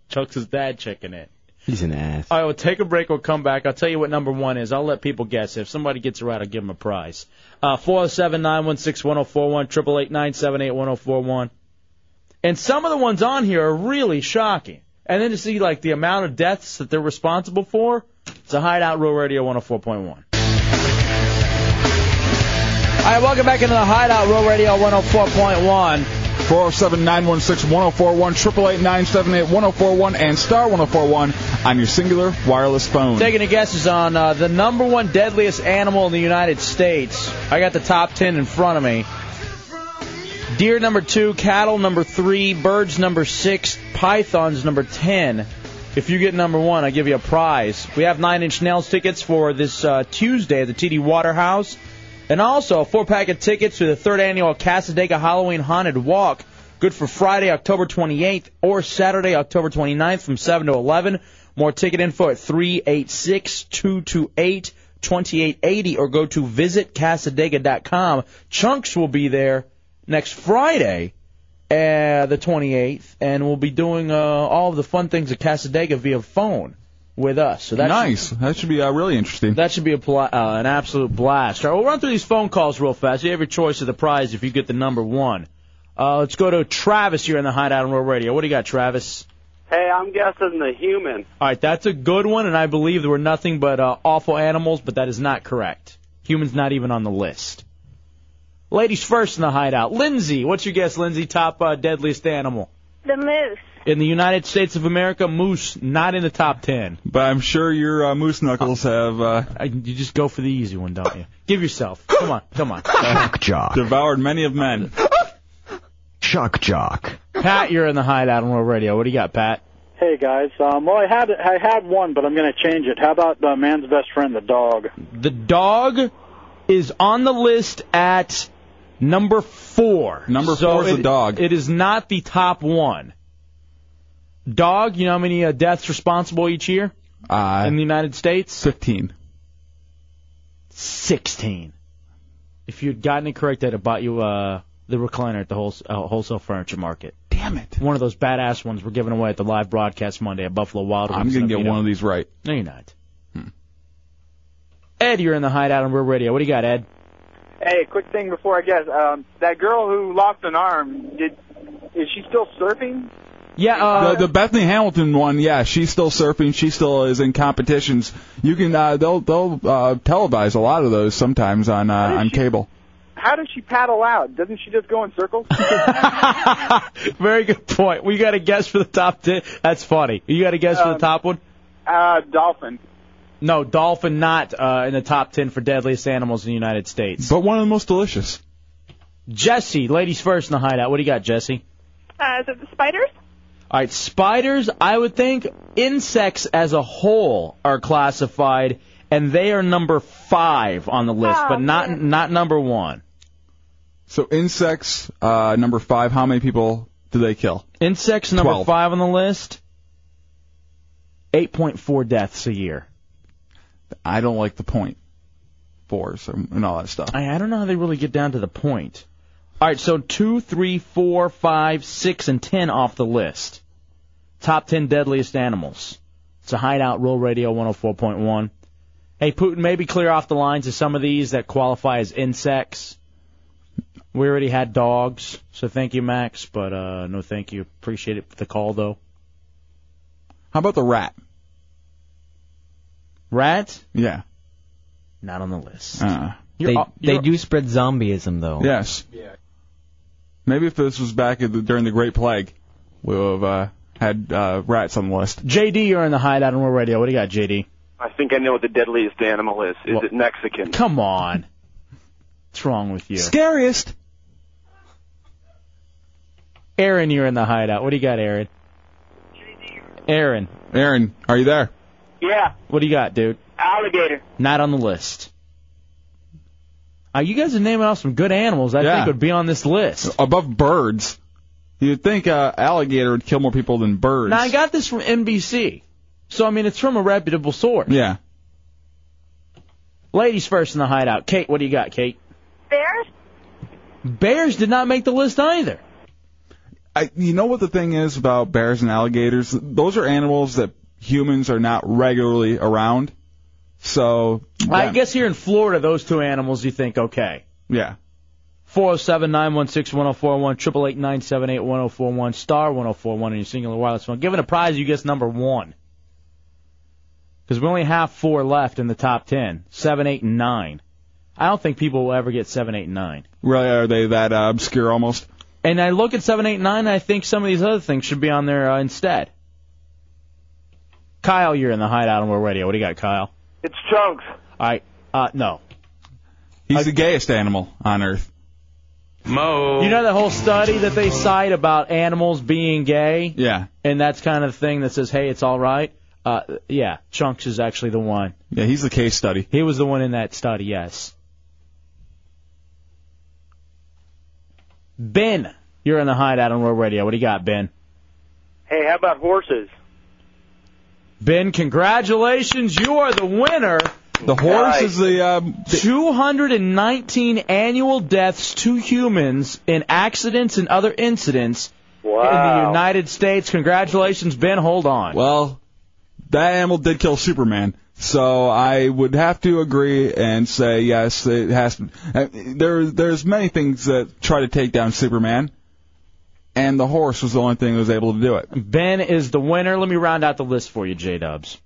Speaker 3: Chuck's his dad checking it.
Speaker 5: He's an ass.
Speaker 3: All right, we'll take a break. We'll come back. I'll tell you what number one is. I'll let people guess. If somebody gets it right, I'll give them a prize. Uh, 407 916 1041, 888 978 1041. And some of the ones on here are really shocking. And then to see like the amount of deaths that they're responsible for, it's a hideout, Real Radio 104.1. All right, welcome back into the Hideout Row Radio 104.1.
Speaker 4: 407 916 1041, 888 978 1041, and star 1041 on your singular wireless phone.
Speaker 3: Taking a guess is on uh, the number one deadliest animal in the United States. I got the top ten in front of me. Deer number two, cattle number three, birds number six, pythons number ten. If you get number one, I give you a prize. We have nine inch nails tickets for this uh, Tuesday at the TD Waterhouse, and also a four pack of tickets to the third annual Casadega Halloween Haunted Walk. Good for Friday, October 28th, or Saturday, October 29th from 7 to 11. More ticket info at 386 228 2880 or go to visitcasadega.com. Chunks will be there next Friday, uh, the 28th, and we'll be doing uh, all of the fun things at Casadega via phone with us. So that's
Speaker 4: nice. that should be uh, really interesting.
Speaker 3: That should be a pl- uh, an absolute blast. All right, we'll run through these phone calls real fast. You have your choice of the prize if you get the number one. Uh, let's go to Travis here in the Hideout on Roll Radio. What do you got, Travis?
Speaker 14: Hey, I'm guessing the human.
Speaker 3: All right, that's a good one, and I believe there were nothing but uh, awful animals, but that is not correct. Humans not even on the list. Ladies first in the Hideout. Lindsay, what's your guess, Lindsay? Top uh, deadliest animal
Speaker 15: The moose.
Speaker 3: in the United States of America? Moose, not in the top ten.
Speaker 4: But I'm sure your uh, moose knuckles have. Uh,
Speaker 3: you just go for the easy one, don't you? Give yourself. Come on, come on.
Speaker 4: jock. Devoured many of men.
Speaker 3: Shock jock. Pat, you're in the Hideout on World Radio. What do you got, Pat?
Speaker 16: Hey guys, um, well I had I had one, but I'm going to change it. How about the man's best friend, the dog?
Speaker 3: The dog is on the list at number four.
Speaker 4: Number
Speaker 3: So
Speaker 4: four is
Speaker 3: it-
Speaker 4: a dog.
Speaker 3: It is not the top one. Dog, you know how many uh, deaths responsible each year
Speaker 4: uh,
Speaker 3: in the United States?
Speaker 4: Fifteen.
Speaker 3: Sixteen. If you'd gotten it correct, I'd have bought you uh, the recliner at the wholes- uh, wholesale furniture market.
Speaker 4: Damn it!
Speaker 3: One of those badass ones we're giving away at the live broadcast Monday at Buffalo Wild Wings.
Speaker 4: I'm gonna
Speaker 3: in
Speaker 4: get
Speaker 3: Oviedo.
Speaker 4: one of these right.
Speaker 3: No, you're not. Hmm. Ed, you're in the hideout on Real Radio. What do you got, Ed?
Speaker 17: Hey, quick thing before I guess. Um, that girl who lost an arm, did is she still surfing?
Speaker 3: Yeah, uh,
Speaker 4: the, the Bethany Hamilton one. Yeah, she's still surfing. She still is in competitions. You can uh, they'll they'll uh, televise a lot of those sometimes on uh, on cable.
Speaker 17: How does she paddle out? Doesn't she just go in circles?
Speaker 3: Very good point. We got a guess for the top ten. That's funny. You got a guess for the top one?
Speaker 17: uh, dolphin.
Speaker 3: No, dolphin not uh, in the top ten for deadliest animals in the United States.
Speaker 4: But one of the most delicious.
Speaker 3: Jesse, ladies first in the hideout. What do you got, Jesse?
Speaker 18: Uh, is it the spiders?
Speaker 3: All right, spiders. I would think insects as a whole are classified, and they are number five on the list, but not not number one.
Speaker 4: So insects, uh, number five. How many people do they kill?
Speaker 3: Insects number
Speaker 4: Twelve.
Speaker 3: five on the list. Eight point four deaths a year.
Speaker 4: I don't like the point fours and all that stuff.
Speaker 3: I, I don't know how they really get down to the point. All right, so two, three, four, five, six, and ten off the list. Top ten deadliest animals. It's a hideout. Roll Radio 104.1. Hey Putin, maybe clear off the lines of some of these that qualify as insects. We already had dogs, so thank you, Max, but uh, no, thank you. Appreciate it for the call, though.
Speaker 4: How about the rat?
Speaker 3: Rat?
Speaker 4: Yeah.
Speaker 3: Not on the list.
Speaker 4: Uh,
Speaker 8: They, they do spread zombieism though.
Speaker 4: Yes. Maybe if this was back at the, during the Great Plague, we would have uh, had uh, rats on the list.
Speaker 3: JD, you're in the hideout on World Radio. What do you got, JD?
Speaker 19: I think I know what the deadliest animal is. Is it Mexican?
Speaker 3: Come on. What's wrong with you?
Speaker 4: Scariest.
Speaker 3: Aaron, you're in the hideout. What do you got, Aaron? Aaron.
Speaker 4: Aaron, are you there?
Speaker 18: Yeah,
Speaker 3: What do you got, dude?
Speaker 18: alligator.
Speaker 3: Not on the list. Uh, you guys are naming off some good animals I think would be on this list.
Speaker 4: Above birds. You'd think uh, alligator would kill more people than birds.
Speaker 3: Now I got this from NBC, so I mean it's from a reputable source.
Speaker 4: Yeah.
Speaker 3: Ladies first in the hideout. Kate, what do you got, Kate?
Speaker 18: bears?
Speaker 3: Bears did not make the list either.
Speaker 4: I, you know what the thing is about bears and alligators? Those are animals that humans are not regularly around. So
Speaker 3: I guess here in Florida, those two animals you think okay.
Speaker 4: yeah,
Speaker 3: 407 916 1041, 888 978 1041, star 1041 on your singular wireless phone. Given a prize, you guess number one. Because we only have four left in the top 10 7, 8, and 9. I don't think people will ever get 7, 8, and 9.
Speaker 4: really, are they that uh, obscure almost?
Speaker 3: And I look at 7, 8, and 9, and I think some of these other things should be on there uh, instead. Kyle, you're in the hideout on World Radio. What do you got, Kyle?
Speaker 13: It's chunks.
Speaker 3: All right. Uh, no.
Speaker 4: He's the gayest animal on earth.
Speaker 3: Mo. You know that whole study that they cite about animals being gay?
Speaker 4: Yeah.
Speaker 3: And that's kind of the thing that says, hey, it's all right. Uh, yeah, Chunks is actually the one.
Speaker 4: Yeah, he's the case study.
Speaker 3: He was the one in that study, yes. Ben, you're in the hideout on World Radio. What do you got, Ben?
Speaker 14: Hey, how about horses?
Speaker 3: Ben, congratulations. You are the winner.
Speaker 4: The horse is the. Um,
Speaker 3: 219 annual deaths to humans in accidents and other incidents in the United States. Congratulations, Ben. Hold on.
Speaker 4: Well, that animal did kill Superman. So I would have to agree and say yes. It has. uh, There, there's many things that try to take down Superman, and the horse was the only thing that was able to do it.
Speaker 3: Ben is the winner. Let me round out the list for you, J Dubs.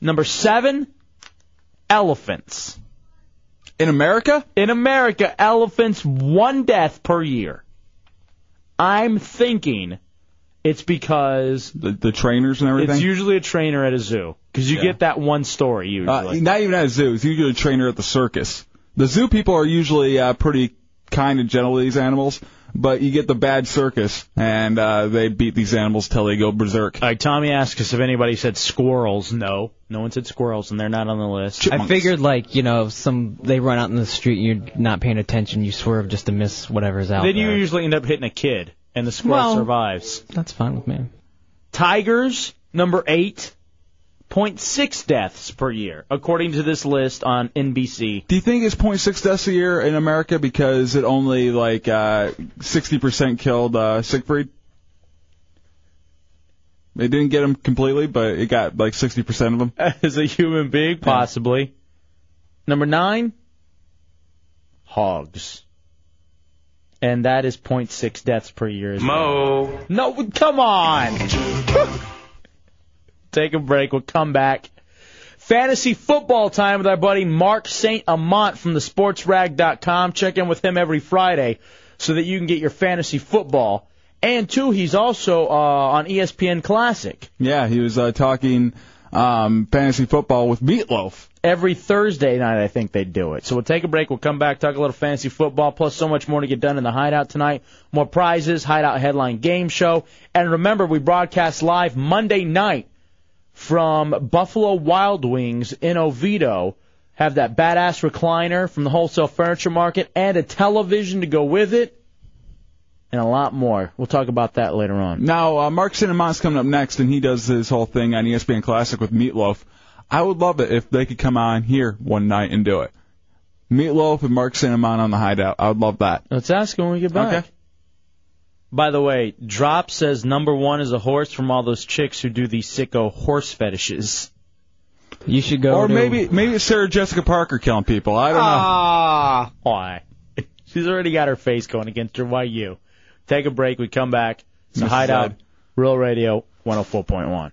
Speaker 3: Number seven, elephants.
Speaker 4: In America?
Speaker 3: In America, elephants, one death per year. I'm thinking it's because
Speaker 4: The, the trainers and everything.
Speaker 3: it's usually a trainer at a zoo. Because you
Speaker 4: Yeah.
Speaker 3: get that one story
Speaker 4: Uh,
Speaker 3: usually.
Speaker 4: not even at a zoo. It's usually a trainer at the circus. The zoo people are usually uh, pretty kind and gentle to these animals, but you get the bad circus, and uh, they beat these animals till they go berserk.
Speaker 3: All right, Tommy asked us if anybody said squirrels. No, no one said squirrels, and they're not on the list.
Speaker 8: I figured like you know some they run out in the street and you're not paying attention you swerve just to miss whatever's out
Speaker 3: Then you
Speaker 8: there.
Speaker 3: usually end up hitting a kid, and the squirrel
Speaker 8: Well-
Speaker 3: survives.
Speaker 8: That's fine with me.
Speaker 3: Tigers, number eight, point six deaths per year, according to this list on NBC.
Speaker 4: Do you think it's 0.6 deaths a year in America because it only like uh, 60% killed uh, Siegfried? They didn't get him completely, but it got like 60% of them.
Speaker 3: As a human being, possibly. Number nine, hogs. And that is 0.6 deaths per year. as well. No, come on. Take a break. We'll come back. Fantasy football time with our buddy Mark St. Amant from the sportsrag.com. Check in with him every Friday so that you can get your fantasy football. And two, he's also uh, on ESPN Classic.
Speaker 4: Yeah, he was uh, talking um, fantasy football with Meatloaf.
Speaker 3: Every Thursday night, I think they do it. So we'll take a break. We'll come back, talk a little fantasy football, plus so much more to get done in the hideout tonight. More prizes, hideout headline game show. And remember, we broadcast live Monday night from Buffalo Wild Wings in Oviedo. Have that badass recliner from the wholesale furniture market and a television to go with it and a lot more. We'll talk about that later on.
Speaker 4: Now, uh, Mark Cinnamont's coming up next, and he does his whole thing on E ESPN Classic with Meatloaf. I would love it if they could come on here one night and do it. Meatloaf and Mark Cinnamon on the hideout. I would love that.
Speaker 3: Let's ask him when we get back.
Speaker 4: Okay.
Speaker 3: By the way, Drop says number one is a horse from all those chicks who do the sicko horse fetishes.
Speaker 8: You should go.
Speaker 4: Or
Speaker 8: to-
Speaker 4: maybe maybe it's Sarah Jessica Parker killing people. I don't
Speaker 3: Ah, why? She's already got her face going against her. Why you? Take a break. We come back. It's a
Speaker 4: Mrs.
Speaker 3: hideout.
Speaker 4: Ed.
Speaker 3: Real Radio 104.1.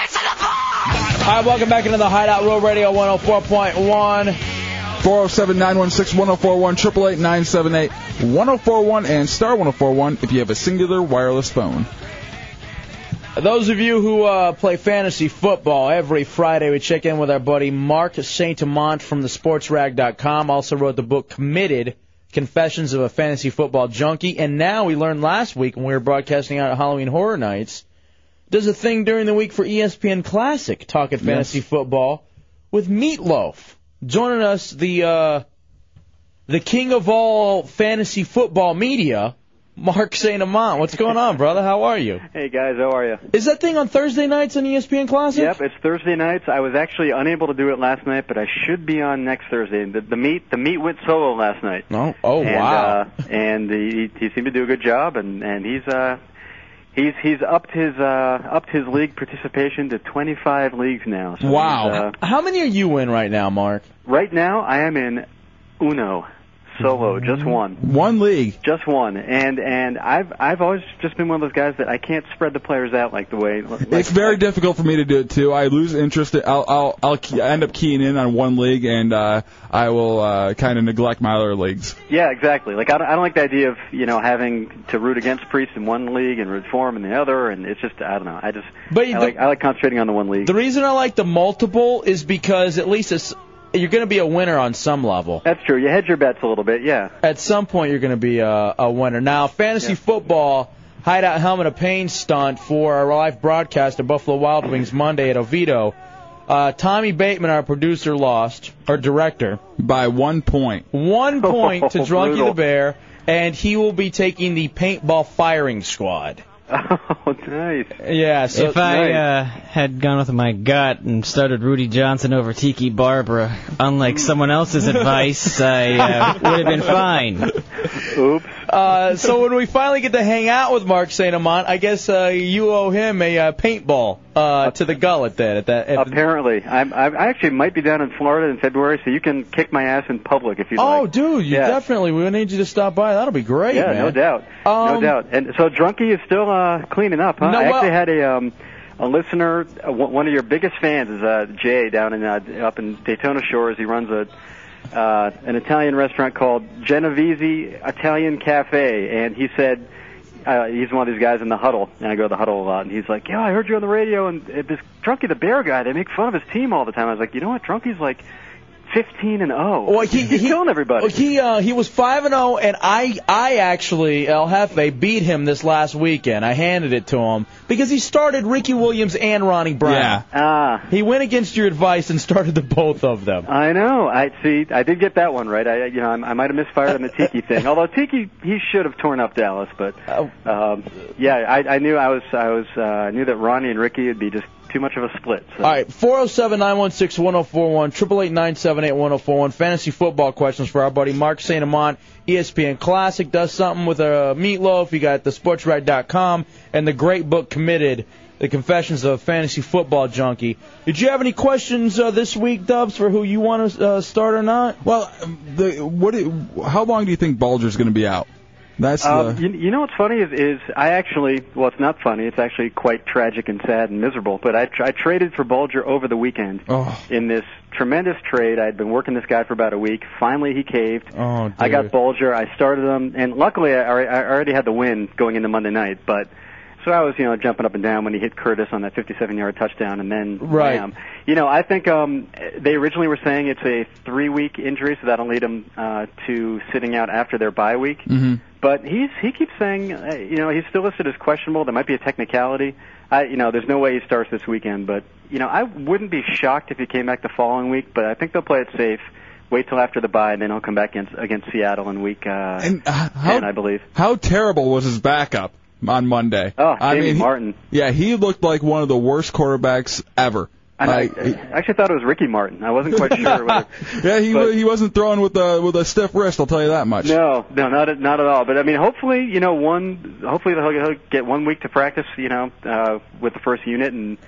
Speaker 3: All right, welcome back into the Hideout Real Radio 104.1.
Speaker 4: 407 916 1041, 888 978 1041, and star 1041 if you have a singular wireless phone.
Speaker 3: Those of you who uh, play fantasy football, every Friday we check in with our buddy Mark Saint Amant from the sportsrag.com. Also wrote the book Committed Confessions of a Fantasy Football Junkie. And now we learned last week when we were broadcasting out at Halloween Horror Nights, does a thing during the week for E ESPN Classic, talking fantasy football with Meatloaf. Joining us, the uh, the king of all fantasy football media, Mark St. Amant. What's going on, brother? How are you?
Speaker 15: Hey guys, how are you?
Speaker 3: Is that thing on Thursday nights E on ESPN Classic?
Speaker 15: Yep, it's Thursday nights. I was actually unable to do it last night, but I should be on next Thursday. The, the meet the meet went solo last night.
Speaker 3: No. Oh
Speaker 15: and,
Speaker 3: wow.
Speaker 15: Uh, and he, he seemed to do a good job, and and he's uh he's he's upped his uh upped his league participation to 25 leagues now. So
Speaker 3: wow.
Speaker 15: he's, uh,
Speaker 3: How many are you in right now, Mark?
Speaker 15: right now I am in Uno solo, just one.
Speaker 3: One league.
Speaker 15: Just one, and and I've I've always just been one of those guys that I can't spread the players out like the way. Like,
Speaker 4: It's very difficult for me to do it too. I lose interest. I'll I'll, I'll key, I end up keying in on one league, and uh, I will uh, kind of neglect my other leagues.
Speaker 15: Yeah, exactly. Like I don't, I don't like the idea of you know having to root against priests in one league and root for him in the other, and it's just I don't know. I just
Speaker 3: But you
Speaker 15: I
Speaker 3: don't-
Speaker 15: like I like concentrating on the one league.
Speaker 3: The reason I like the multiple is because at least it's you're going to be a winner on some level.
Speaker 15: That's true. You hedge your bets a little bit, yeah.
Speaker 3: At some point, you're going to be a, a winner. Now, fantasy football hideout helmet of pain stunt for our live broadcast of Buffalo Wild Wings Monday at Oviedo. Uh, Tommy Bateman, our producer, lost our director
Speaker 4: by one point.
Speaker 3: One point to
Speaker 4: Oh,
Speaker 3: Drunky
Speaker 4: brutal.
Speaker 3: the Bear, and he will be taking the paintball firing squad.
Speaker 15: Oh, nice.
Speaker 3: Yeah. So
Speaker 8: if I uh, had gone with my gut and started Rudy Johnson over Tiki Barbara, unlike someone else's advice, I uh, would have been fine.
Speaker 15: Oops.
Speaker 3: Uh, so when we finally get to hang out with Mark Saint Amant, I guess uh, you owe him a uh, paintball uh, to the gullet then. At that. At
Speaker 15: Apparently, I'm, I'm I actually might be down in Florida in February, so you can kick my ass in public if you
Speaker 3: oh,
Speaker 15: like.
Speaker 3: dude, you
Speaker 15: Yeah.
Speaker 3: definitely. We need you to stop by. That'll be great,
Speaker 15: yeah,
Speaker 3: man.
Speaker 15: no doubt, no
Speaker 3: Um,
Speaker 15: doubt. And so Drunky is still uh, cleaning up. Huh?
Speaker 3: No,
Speaker 15: I actually
Speaker 3: well-
Speaker 15: had a um, a listener, uh, one one of your biggest fans is uh, Jay down in uh, up in Daytona Shores. He runs a uh, an Italian restaurant called Genovese Italian Cafe, and he said. Uh, he's one of these guys in the huddle, and I go to the huddle a lot. And he's like, "Yeah, I heard you on the radio, and uh, this Drunky the Bear guy. They make fun of his team all the time." I was like, "You know what? Drunky's like 15 and 0.
Speaker 3: Well, he,
Speaker 15: he's killing everybody."
Speaker 3: Well, he uh, he was five and zero, and I I actually El Jefe beat him this last weekend. I handed it to him because he started Ricky Williams and Ronnie Brown.
Speaker 15: Yeah. Ah.
Speaker 3: He went against your advice and started the both of them.
Speaker 15: I know. I see. I did get that one right. I, you know, I, I might have misfired on the Tiki thing. Although Tiki, he should have torn up Dallas, but um, yeah, I, I knew I was, I was, uh, I knew that Ronnie and Ricky would be just too much of a split. So.
Speaker 3: All right, 407 916 1041, 888 978 1041. Fantasy football questions for our buddy Mark St. Amant. E ESPN Classic does something with a meatloaf. You got the sportsrite.com and the great book Committed, The Confessions of a Fantasy Football Junkie. Did you have any questions uh, this week, Dubs, for who you want to uh, start or not?
Speaker 4: Well, the what? do- How long do you think Bulger's going to be out? That's
Speaker 15: Um,
Speaker 4: the
Speaker 15: you, you know what's funny is, is I actually, well, it's not funny. It's actually quite tragic and sad and miserable. But I, tr- I traded for Bulger over the weekend
Speaker 4: oh
Speaker 15: in this tremendous trade. I'd been working this guy for about a week. Finally, he caved.
Speaker 4: oh. Dude.
Speaker 15: I got Bulger. I started him, and luckily I, alre- I already had the win going into Monday night. But so I was, you know, jumping up and down when he hit Curtis on that 57-yard touchdown, and then
Speaker 3: Right.
Speaker 15: bam. You know, I think um, they originally were saying it's a three-week injury, so that'll lead him uh, to sitting out after their bye week.
Speaker 4: Mm-hmm.
Speaker 15: But he's he keeps saying, uh, you know, he's still listed as questionable. There might be a technicality. I, you know, there's no way he starts this weekend. But you know, I wouldn't be shocked if he came back the following week. But I think they'll play it safe. Wait till after the bye, and then he'll come back against against Seattle in week uh,
Speaker 4: And uh,
Speaker 15: ten, I
Speaker 4: how
Speaker 15: believe.
Speaker 4: how terrible was his backup on Monday?
Speaker 15: Oh,
Speaker 4: I
Speaker 15: Jamie
Speaker 4: mean, he-
Speaker 15: Martin.
Speaker 4: yeah, he looked like one of the worst quarterbacks ever.
Speaker 15: I,
Speaker 4: Like,
Speaker 15: I actually thought it was Ricky Martin. I wasn't quite sure. Whether,
Speaker 4: yeah, he
Speaker 15: but-
Speaker 4: he wasn't throwing with a with a stiff wrist. I'll tell you that much.
Speaker 15: No, no, not at, not at all. But I mean, hopefully, you know, one, hopefully he'll, he'll get one week to practice, you know, uh, with the first unit, and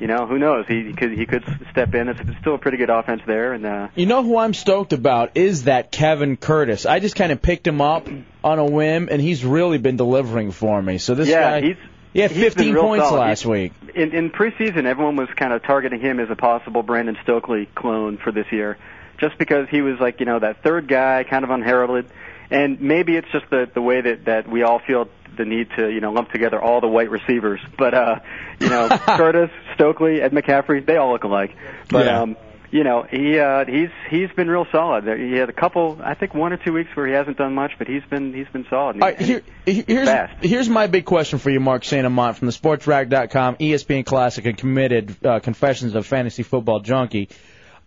Speaker 15: you know, who knows? He could he could step in. It's still a pretty good offense there, and uh,
Speaker 3: You know who I'm stoked about is that Kevin Curtis. I just kind of picked him up on a whim, and he's really been delivering for me. So this
Speaker 15: yeah,
Speaker 3: guy,
Speaker 15: he's
Speaker 3: he had
Speaker 15: he's been
Speaker 3: 15
Speaker 15: real
Speaker 3: points
Speaker 15: solid.
Speaker 3: last week.
Speaker 15: In, in preseason, everyone was kind of targeting him as a possible Brandon Stokely clone for this year, just because he was like you know that third guy, kind of unheralded, and maybe it's just the the way that that we all feel the need to you know lump together all the white receivers, but uh, you know Curtis, Stokely, Ed McCaffrey, they all look alike, but
Speaker 4: Yeah.
Speaker 15: um. You know he uh, he's he's been real solid. There- He had a couple, I think, one or two weeks where he hasn't done much, but he's been he's been solid. And
Speaker 3: All right,
Speaker 15: he-
Speaker 3: here, he- here's here's my big question for you, Mark Santamont from the SportsRack.com, ESPN Classic, and Committed uh, Confessions of Fantasy Football Junkie.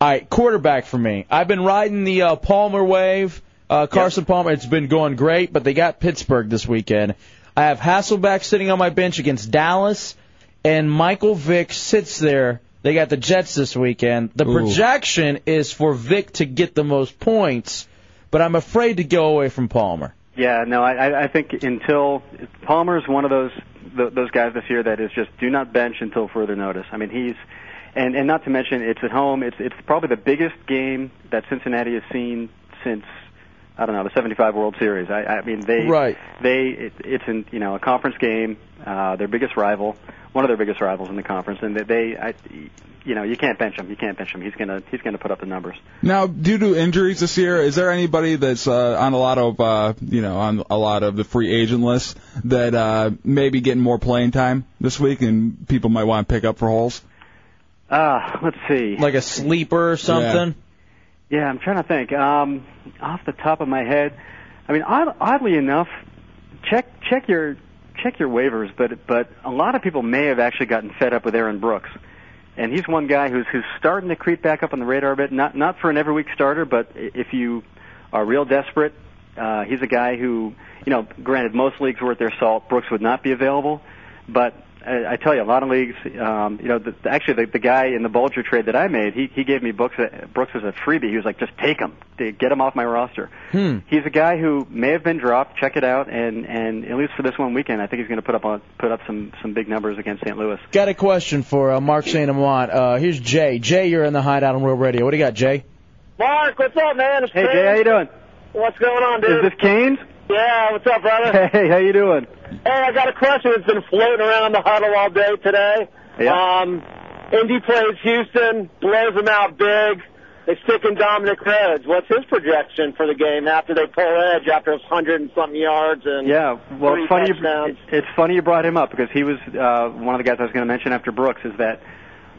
Speaker 3: All right, quarterback for me. I've been riding the uh, Palmer wave. Uh, Carson Palmer, it's been going great, but they got Pittsburgh this weekend. I have Hasselback sitting on my bench against Dallas, and Michael Vick sits there. They got the Jets this weekend. The projection is for Vick to get the most points, but I'm afraid to go away from Palmer.
Speaker 15: Yeah, no, I- I, I think until Palmer's one of those th those guys this year that is just do not bench until further notice. I mean, he's and and not to mention it's at home. It's it's probably the biggest game that Cincinnati has seen since I don't know the '75 World Series. I, I mean, they
Speaker 3: Right.
Speaker 15: they it, it's in you know a conference game, uh, their biggest rival, one of their biggest rivals in the conference, and they, they I, you know you can't bench him. You can't bench him. He's gonna he's gonna put up the numbers.
Speaker 4: Now, due to injuries this year, is there anybody that's uh, on a lot of uh, you know on a lot of the free agent list that uh, maybe getting more playing time this week, and people might want to pick up for holes?
Speaker 15: Uh, let's see.
Speaker 3: Like a sleeper or something?
Speaker 15: Yeah, I'm trying to think. Um, off the top of my head, I mean, odd, oddly enough, check check your check your waivers, but but a lot of people may have actually gotten fed up with Aaron Brooks, and he's one guy who's who's starting to creep back up on the radar a bit. Not not for an every week starter, but i- if you are real desperate, uh, he's a guy who, you know, granted most leagues were at their salt. Brooks would not be available, but I, I tell you, a lot of leagues, um, you know, the, the- actually the, the guy in the Bulger trade that I made, he, he gave me Brooks, Brooks as a freebie. He was like, just take him, to get him off my roster.
Speaker 3: Hmm.
Speaker 15: He's a guy who may have been dropped. Check it out, and and at least for this one weekend, I think he's going to put up on put up some some big numbers against St. Louis.
Speaker 3: Got a question for uh, Mark St. Amant. Uh, here's Jay. Jay, you're in the hideout on Real Radio. What do you got, Jay?
Speaker 14: Mark, what's up, man? It's
Speaker 15: Hey
Speaker 14: Kane.
Speaker 15: Jay, how you doing?
Speaker 14: What's going on, dude?
Speaker 15: Is this Kane?
Speaker 14: Yeah, what's up, brother?
Speaker 15: Hey, how you doing?
Speaker 14: Hey, I got a question that's been floating around the huddle all day today.
Speaker 15: Yeah.
Speaker 14: Um, Indy plays Houston, blows them out big. They stick in Dominic Rhodes. What's his projection for the game after they pull edge after his hundred and something yards and
Speaker 15: Yeah, well,
Speaker 14: three
Speaker 15: it's funny.
Speaker 14: touchdowns?
Speaker 15: You, it's funny you brought him up because he was uh, one of the guys I was going to mention after Brooks. Is that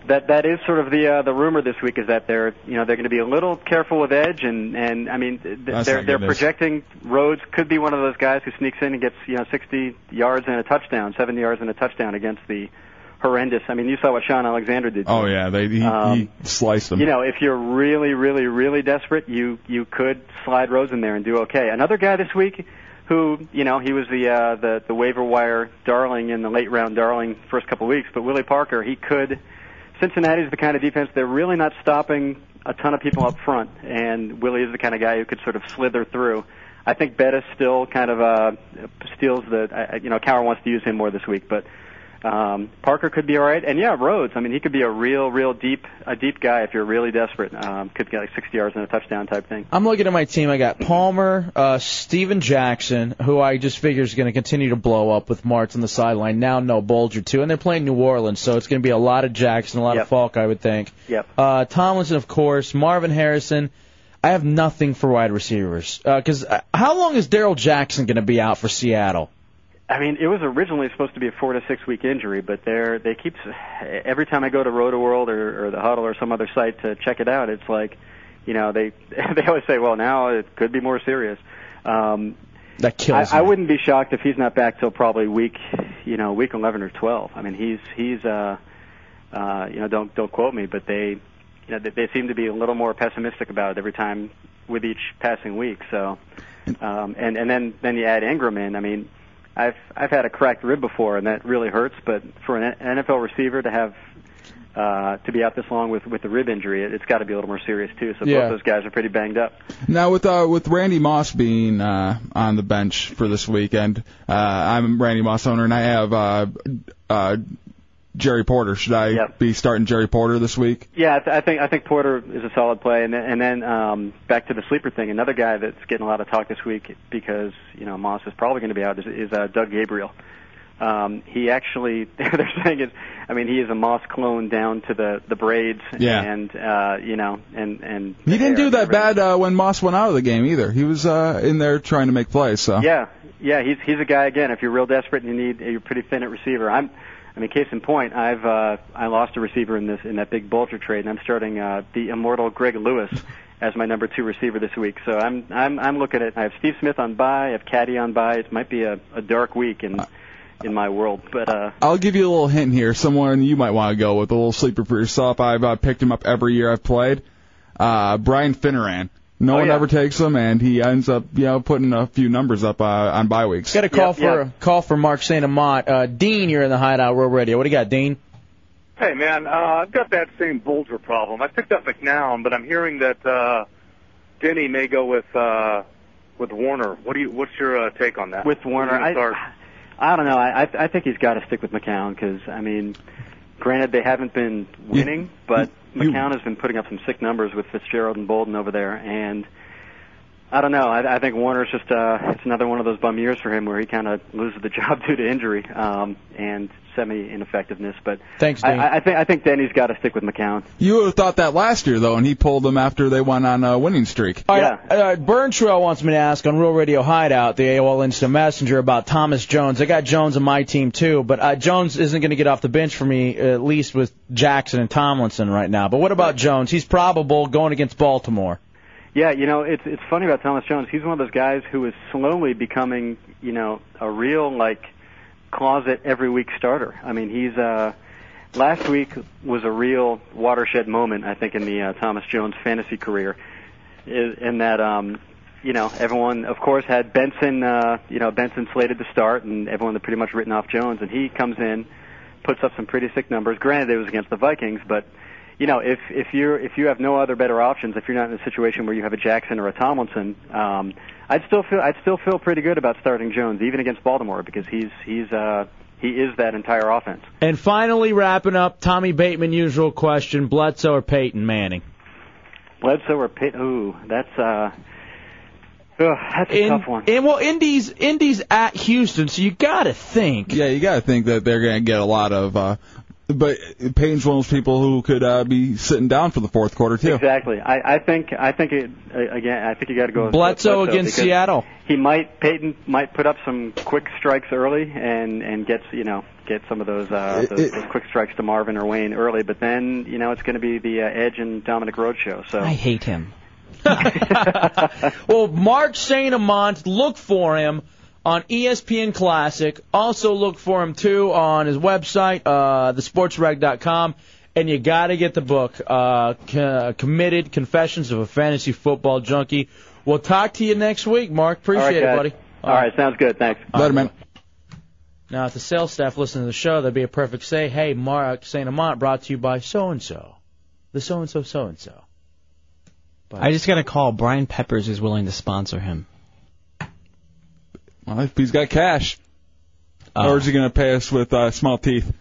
Speaker 15: that that is sort of the uh, the rumor this week is that they're you know they're going to be a little careful with edge and and I mean th-
Speaker 4: That's
Speaker 15: they're
Speaker 4: not
Speaker 15: they're
Speaker 4: good news.
Speaker 15: projecting Rhodes could be one of those guys who sneaks in and gets you know 60 yards and a touchdown, 70 yards and a touchdown against the horrendous. I mean you saw what Sean Alexander did.
Speaker 4: Oh yeah, they he,
Speaker 15: Um,
Speaker 4: he sliced them.
Speaker 15: You know, if you're really, really, really desperate, you you could slide Rose in there and do okay. Another guy this week, who you know he was the uh, the the waiver wire darling in the late round darling first couple weeks, but Willie Parker he could. Cincinnati's the kind of defense they're really not stopping a ton of people up front, and Willie is the kind of guy who could sort of slither through. I think Bettis still kind of uh, steals the. I- I- You know, Cower wants to use him more this week, but um, Parker could be all right, and yeah, Rhodes. I mean, he could be a real, real deep, a deep guy if you're really desperate. Um, could get like 60 yards and a touchdown type thing.
Speaker 3: I'm looking at my team. I got Palmer, uh, Steven Jackson, who I just figure is going to continue to blow up with Martz on the sideline. Now, no Bolger, too. And they're playing New Orleans, so it's going to be a lot of Jackson, a lot of Falk, I would think.
Speaker 15: Yep.
Speaker 3: Uh, Tomlinson, of course. Marvin Harrison. I have nothing for wide receivers. Because uh, how long is Daryl Jackson going to be out for Seattle?
Speaker 15: I mean, it was originally supposed to be a four to six week injury, but they're they keep every time I go to Roto World or, or the Huddle or some other site to check it out, it's like, you know, they they always say, well, now it could be more serious. Um,
Speaker 3: That kills
Speaker 15: I, I
Speaker 3: me.
Speaker 15: wouldn't be shocked if he's not back till probably week, you know, week 11 or 12. I mean, he's he's uh, uh, you know, don't don't quote me, but they, you know, they, they seem to be a little more pessimistic about it every time with each passing week. So, um, and and then then you add Ingram in. I mean, I've I've had a cracked rib before, and that really hurts. But for an NFL receiver to have uh, to be out this long with with the rib injury, it, it's got to be a little more serious too. So
Speaker 4: Yeah.
Speaker 15: both those guys are pretty banged up.
Speaker 4: Now with uh, with Randy Moss being uh, on the bench for this weekend, uh, I'm Randy Moss owner, and I have uh, uh, Jerry Porter. Should I be starting Jerry Porter this week?
Speaker 15: Yeah, I, th- I think I think Porter is a solid play, and then, and then um, back to the sleeper thing. Another guy that's getting a lot of talk this week because you know Moss is probably going to be out is, is uh, Doug Gabriel. Um, he actually they're saying is, I mean he is a Moss clone down to the the braids
Speaker 4: Yeah.
Speaker 15: and uh, you know and and
Speaker 4: He didn't do that bad uh, when Moss went out of the game either. He was uh, in there trying to make plays. So
Speaker 15: Yeah, yeah, he's he's a guy again. If you're real desperate and you need, you're pretty thin at receiver. I'm, I mean, case in point, I've uh, I lost a receiver in this in that big Bulger trade, and I'm starting uh, the immortal Greg Lewis as my number two receiver this week. So I'm I'm I'm looking at I have Steve Smith on bye, I have Caddy on bye. It might be a, a dark week in in my world, but uh,
Speaker 4: I'll give you a little hint here. Someone you might want to go with a little sleeper for yourself. I've uh, picked him up every year I've played. Uh, Brian Finneran. No one ever takes him, and he ends up, you know, putting a few numbers up uh, on bye weeks.
Speaker 3: Got a call for call for Mark St. Amant. Uh, Dean, you're in the Hideout Real Radio. What do you got, Dean?
Speaker 13: Hey man, uh, I've got that same Bulger problem. I picked up McNown, but I'm hearing that uh, Denny may go with uh, with Warner. What do you? What's your uh, take on that?
Speaker 15: With Warner,
Speaker 13: Who's gonna
Speaker 15: I-
Speaker 13: start?
Speaker 15: I don't know. I I, I think he's got to stick with McCown because I mean, granted they haven't been winning, but McCown has been putting up some sick numbers with Fitzgerald and Bolden over there, and I don't know. I, I think Warner's just uh, it's another one of those bum years for him where he kind of loses the job due to injury um, and semi ineffectiveness. But
Speaker 3: Thanks,
Speaker 15: I,
Speaker 4: Dean.
Speaker 15: I, I think I think Denny's got to stick with McCown.
Speaker 4: You would have thought that last year, though, and he pulled them after they went on a winning streak.
Speaker 3: All right, uh, Burn Trail wants me to ask on Real Radio Hideout, the AOL Instant Messenger, about Thomas Jones. I got Jones on my team too, but uh, Jones isn't going to get off the bench for me, at least with Jackson and Tomlinson right now. But what about Jones? He's probable going against Baltimore.
Speaker 15: Yeah, you know, it's it's funny about Thomas Jones. He's one of those guys who is slowly becoming, you know, a real like closet every week starter. I mean, he's uh last week was a real watershed moment I think in the uh, Thomas Jones fantasy career in in that um you know, everyone of course had Benson uh you know, Benson slated to start and everyone had pretty much written off Jones and he comes in, puts up some pretty sick numbers. Granted it was against the Vikings, but you know, if if you're if you have no other better options, if you're not in a situation where you have a Jackson or a Tomlinson, um, I'd still feel I'd still feel pretty good about starting Jones even against Baltimore because he's he's uh he is that entire offense.
Speaker 3: And finally, wrapping up, Tommy Bateman, usual question: Bledsoe or Peyton Manning?
Speaker 15: Bledsoe or Pitt? Ooh, that's uh, ugh, that's a
Speaker 3: In-
Speaker 15: tough one.
Speaker 3: And well, Indy's Indy's at Houston, so you got to think.
Speaker 4: Yeah, you got to think that they're going to get a lot of. Uh, but Payne's one of those people who could uh, be sitting down for the fourth quarter too.
Speaker 15: Exactly. I, I think I think it uh, again. I think you got to go with
Speaker 4: Bledsoe against
Speaker 15: because
Speaker 4: Seattle.
Speaker 15: He might Peyton might put up some quick strikes early and and gets you know get some of those uh, those, those quick strikes to Marvin or Wayne early, but then you know it's going to be the uh, Edge and Dominic Roadshow. So
Speaker 8: I hate him.
Speaker 3: Well, Oh, Mark St. Amant, look for him on E ESPN Classic. Also look for him too on his website, uh, thesportsreg.com. And you got to get the book, uh, C- Committed Confessions of a Fantasy Football Junkie. We'll talk to you next week, Mark.
Speaker 15: All right,
Speaker 3: Appreciate
Speaker 15: guys.
Speaker 3: it, buddy.
Speaker 15: All right, sounds good. Thanks.
Speaker 4: Later, man.
Speaker 3: Now, if the sales staff listened to the show, that'd be a perfect say, hey, Mark St. Amant brought to you by so and so, the so and so, so and so.
Speaker 8: I just got a call. Brian Peppers is willing to sponsor him.
Speaker 4: Well, if he's got cash,
Speaker 3: Uh.
Speaker 4: or is he going to pay us with uh, small teeth?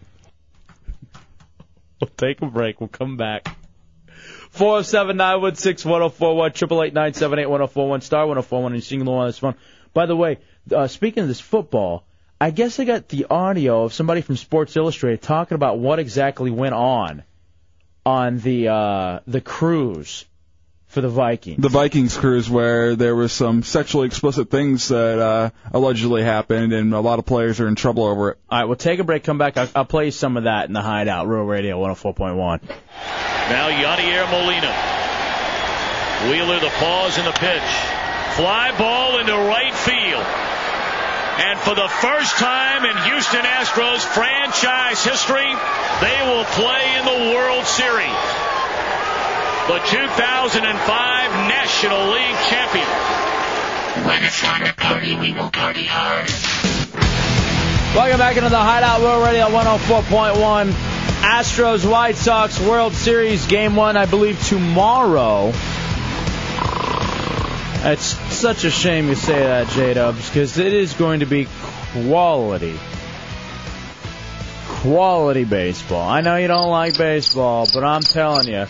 Speaker 3: We'll take a break. We'll come back. 407 916 1041, 888 978 1041, star 1041, and single on this phone. By the way, uh, speaking of this football, I guess I got the audio of somebody from Sports Illustrated talking about what exactly went on on the uh, the cruise for the Vikings.
Speaker 4: The Vikings cruise where there was some sexually explicit things that uh, allegedly happened, and a lot of players are in trouble over it.
Speaker 3: All right, we'll take a break, come back. I'll, I'll play you some of that in the hideout, Real Radio 104.1.
Speaker 20: Now Yadier Molina. Wheeler the pause in the pitch. Fly ball into right field. And for the first time in Houston Astros franchise history, they will play in the World Series. The 2005 National League champion. When it's time to party, we will party hard.
Speaker 3: Welcome back into the Hideout World Radio 104.1. Astros White Sox World Series Game 1, I believe, tomorrow. It's such a shame you say that, J Dubs, because it is going to be quality. Quality baseball. I know you don't like baseball, but I'm telling you.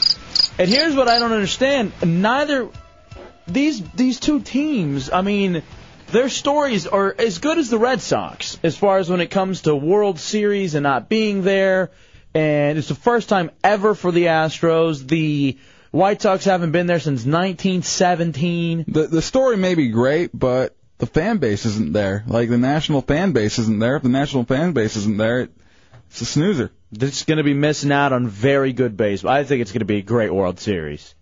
Speaker 3: And here's what I don't understand. Neither these these two teams, I mean, their stories are as good as the Red Sox as far as when it comes to World Series and not being there. And it's the first time ever for the Astros. The White Sox haven't been there since 1917.
Speaker 4: The the story may be great, but the fan base isn't there. Like the national fan base isn't there. If the national fan base isn't there, it's a snoozer.
Speaker 3: It's going to be missing out on very good baseball. I think it's going to be a great World Series.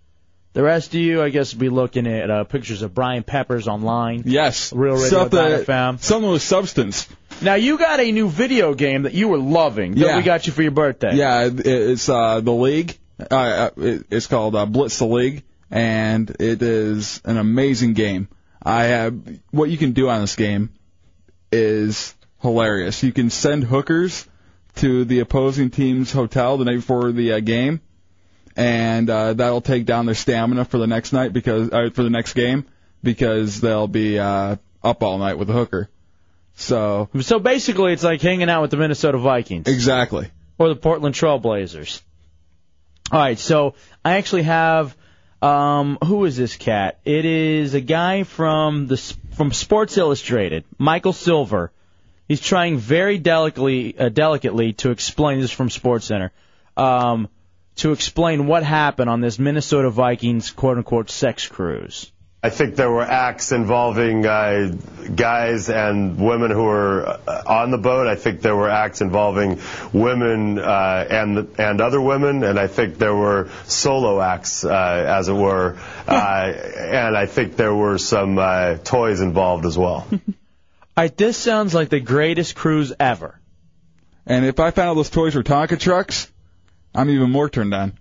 Speaker 3: The rest of you, I guess, will be looking at uh, pictures of Brian Peppers online.
Speaker 4: Yes.
Speaker 3: Real Radio
Speaker 4: Stuff that-
Speaker 3: FM.
Speaker 4: Someone with substance.
Speaker 3: Now, you got a new video game that you were loving that
Speaker 4: Yeah.
Speaker 3: we got you for your birthday.
Speaker 4: Yeah, it, it's uh, the league. Uh, Uh, it, it's called uh, Blitz the League. and it is an amazing game. I have what you can do on this game is hilarious. You can send hookers to the opposing team's hotel the night before the uh, game, and uh, that'll take down their stamina for the next night because uh, for the next game because they'll be uh, up all night with a hooker. So
Speaker 3: So basically, it's like hanging out with the Minnesota Vikings.
Speaker 4: Exactly.
Speaker 3: Or the Portland Trail Blazers. All right, so I actually have. Um, who is this cat? It is a guy from the s- from Sports Illustrated, Michael Silver. He's trying very delicately uh, delicately to explain this is from Sports Center. Um, to explain what happened on this Minnesota Vikings quote unquote sex cruise.
Speaker 21: I think there were acts involving uh, guys and women who were uh, on the boat. I think there were acts involving women uh, and and other women, and I think there were solo acts, uh, as it were, uh, and I think there were some uh, toys involved as well.
Speaker 3: All right, this sounds like the greatest cruise ever.
Speaker 4: And if I found out those toys were Tonka trucks, I'm even more turned on.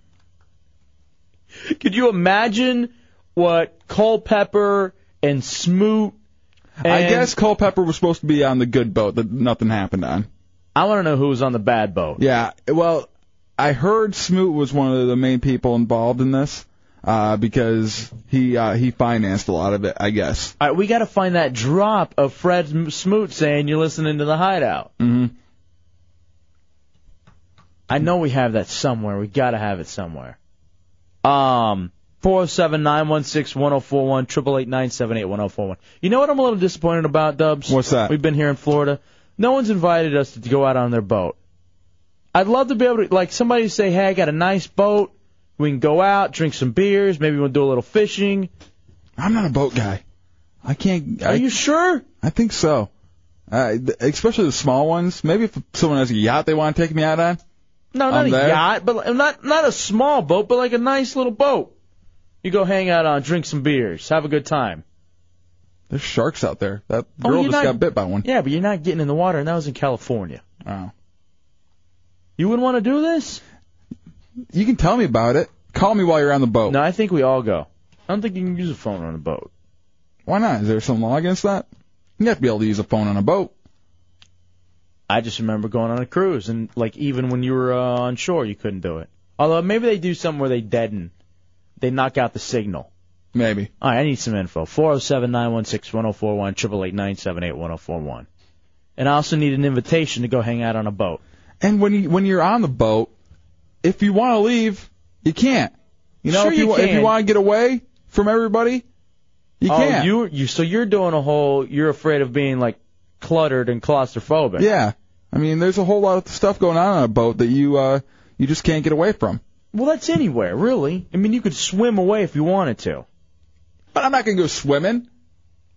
Speaker 3: Could you imagine what Culpepper and Smoot? And
Speaker 4: I guess Culpepper was supposed to be on the good boat that nothing happened on.
Speaker 3: I want to know who was on the bad boat.
Speaker 4: Yeah, well, I heard Smoot was one of the main people involved in this uh, because he uh, he financed a lot of it, I guess.
Speaker 3: All right, we got to find that drop of Fred M- Smoot saying you're listening to the Hideout.
Speaker 4: Mm-hmm.
Speaker 3: I know we have that somewhere. We got to have it somewhere. Um, four zero seven nine one six one zero four one triple eight nine seven eight one zero four one. You know what I'm a little disappointed about, Dubs?
Speaker 4: What's that?
Speaker 3: We've been here in Florida. No one's invited us to go out on their boat. I'd love to be able to, like, somebody say, hey, I got a nice boat. We can go out, drink some beers, maybe we'll do a little fishing.
Speaker 4: I'm not a boat guy. I can't.
Speaker 3: Are
Speaker 4: I,
Speaker 3: you sure?
Speaker 4: I think so. Uh, th- especially the small ones. Maybe if someone has a yacht they want to take me out on.
Speaker 3: No, not
Speaker 4: I'm
Speaker 3: a
Speaker 4: there.
Speaker 3: yacht, but like- not not a small boat, but like a nice little boat. You go hang out on, drink some beers, have a good time.
Speaker 4: There's sharks out there. That
Speaker 3: Oh,
Speaker 4: girl
Speaker 3: you're not-
Speaker 4: just got bit by one.
Speaker 3: Yeah, but you're not getting in the water, and that was in California.
Speaker 4: Oh.
Speaker 3: You wouldn't want to do this?
Speaker 4: You can tell me about it. Call me while you're on the boat.
Speaker 3: No, I think we all go. I don't think you can use a phone on a boat.
Speaker 4: Why not? Is there some law against that? You have to be able to use a phone on a boat.
Speaker 3: I just remember going on a cruise, and like even when you were uh, on shore, you couldn't do it. Although maybe they do something where they deaden, they knock out the signal.
Speaker 4: Maybe.
Speaker 3: All right, I need some info. Four zero seven nine one six one zero four one triple eight nine seven eight one zero four one. And I also need an invitation to go hang out on a boat.
Speaker 4: And when you when you're on the boat, if you want to leave, you can't. You know,
Speaker 3: Sure
Speaker 4: if you,
Speaker 3: you
Speaker 4: wa- if you
Speaker 3: can.
Speaker 4: want to get away from everybody, you
Speaker 3: oh,
Speaker 4: can't.
Speaker 3: you you so you're doing a whole you're afraid of being like cluttered and claustrophobic.
Speaker 4: Yeah. I mean, there's a whole lot of stuff going on on a boat that you uh you just can't get away from.
Speaker 3: Well, that's anywhere, really. I mean, you could swim away if you wanted to.
Speaker 4: But I'm not gonna go swimming.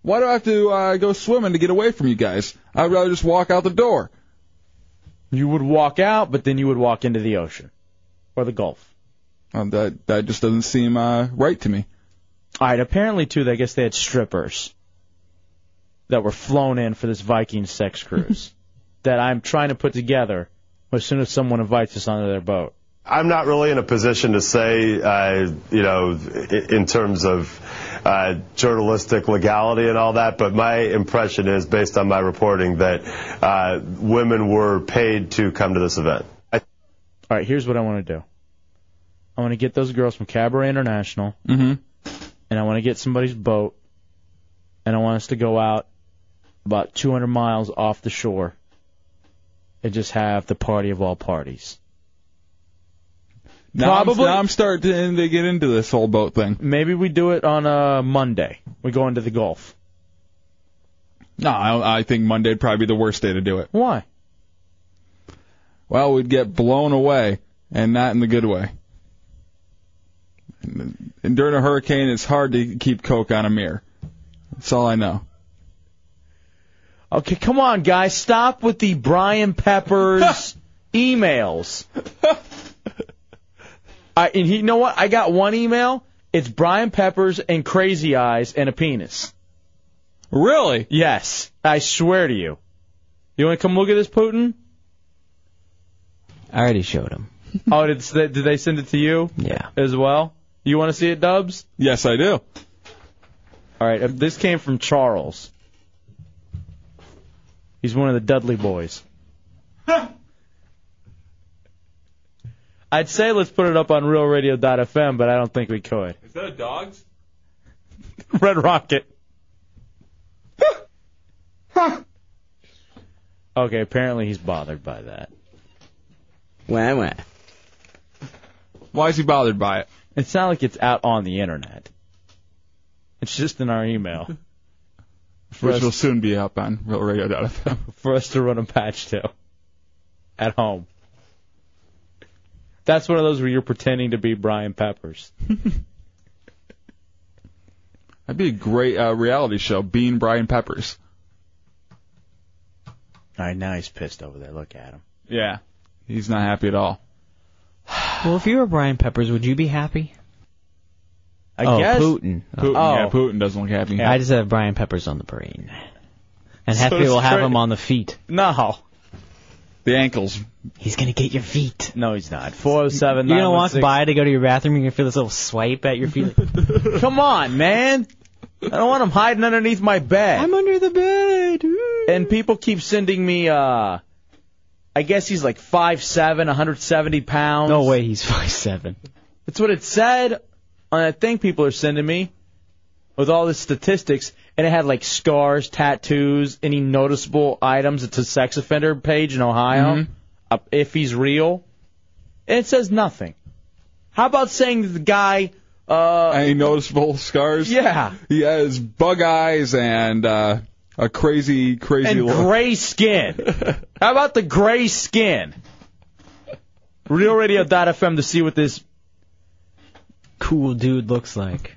Speaker 4: Why do I have to uh, go swimming to get away from you guys? I'd rather just walk out the door.
Speaker 3: You would walk out, but then you would walk into the ocean or the Gulf.
Speaker 4: Um, that that just doesn't seem uh, right to me.
Speaker 3: All right. Apparently, too, I guess they had strippers that were flown in for this Viking sex cruise that I'm trying to put together as soon as someone invites us onto their boat.
Speaker 21: I'm not really in a position to say, uh, you know, i- in terms of uh, journalistic legality and all that, but my impression is, based on my reporting, that uh, women were paid to come to this event. I-
Speaker 3: All right. Here's what I want to do. I want to get those girls from Cabaret International.
Speaker 4: Mm-hmm.
Speaker 3: and I want to get somebody's boat, and I want us to go out about 200 miles off the shore and just have the party of all parties.
Speaker 4: Now I'm-
Speaker 3: Probably.
Speaker 4: now I'm starting to get into this whole boat thing.
Speaker 3: Maybe we do it on a Monday. We go into the Gulf.
Speaker 4: No, I, I think Monday'd probably be the worst day to do it.
Speaker 3: Why?
Speaker 4: Well, we'd get blown away, and not in the good way. And, and during a hurricane, it's hard to keep coke on a mirror. That's all I know.
Speaker 3: Okay, come on, guys. Stop with the Brian Peppers emails. I, and he, you know what? I got one email. It's Brian Peppers and crazy eyes and a penis.
Speaker 4: Really?
Speaker 3: Yes. I swear to you. You want to come look at this, Putin?
Speaker 8: I already showed him.
Speaker 3: oh, did, did they send it to you?
Speaker 8: Yeah.
Speaker 3: As well? You want to see it, Dubs?
Speaker 4: Yes, I do.
Speaker 3: All right, uh, this came from Charles. He's one of the Dudley boys. I'd say let's put it up on RealRadio.fm, but I don't think we could.
Speaker 4: Is that dogs?
Speaker 3: Red Rocket. okay, apparently he's bothered by that. Wah, wah.
Speaker 4: Why is he bothered by it?
Speaker 3: It's not like it's out on the internet. It's just in our email For
Speaker 4: Which
Speaker 3: us-
Speaker 4: will soon be up on RealRadio.fm.
Speaker 3: for us to run a patch to at home. That's one of those where you're pretending to be Brian Peppers.
Speaker 4: That'd be a great uh, reality show, Bean Brian Peppers.
Speaker 3: All right, now he's pissed over there. Look at him.
Speaker 4: Yeah. He's not happy at all.
Speaker 8: Well, if you were Brian Peppers, would you be happy?
Speaker 3: I
Speaker 8: oh,
Speaker 3: guess-
Speaker 8: Putin.
Speaker 4: Putin,
Speaker 8: oh.
Speaker 4: yeah, Putin doesn't look happy.
Speaker 8: I just have Brian Peppers on the brain. And
Speaker 4: So
Speaker 8: Heffy will
Speaker 4: does
Speaker 8: have
Speaker 4: Trey.
Speaker 8: him on the feet.
Speaker 3: No.
Speaker 4: The ankles.
Speaker 8: He's going to get your feet.
Speaker 3: No, he's not. 407
Speaker 8: You're going to walk
Speaker 3: 916.
Speaker 8: by to go to your bathroom. You're going to feel this little swipe at your feet.
Speaker 3: Come on, man. I don't want him hiding underneath my bed. I'm
Speaker 8: under the bed.
Speaker 3: And people keep sending me, uh, I guess he's like 5'7", 170 pounds.
Speaker 8: No way he's five seven.
Speaker 3: That's what it said on that thing people are sending me with all the statistics. And it had like scars, tattoos, any noticeable items. It's a sex offender page in Ohio.
Speaker 8: Mm-hmm.
Speaker 3: Uh, if he's real. And it says nothing. How about saying that the guy, uh.
Speaker 4: Any noticeable scars?
Speaker 3: Yeah.
Speaker 4: He has bug eyes and uh, a crazy, crazy
Speaker 3: and
Speaker 4: look.
Speaker 3: gray skin. How about the gray skin? RealRadio.fm to see what this
Speaker 8: cool dude looks like.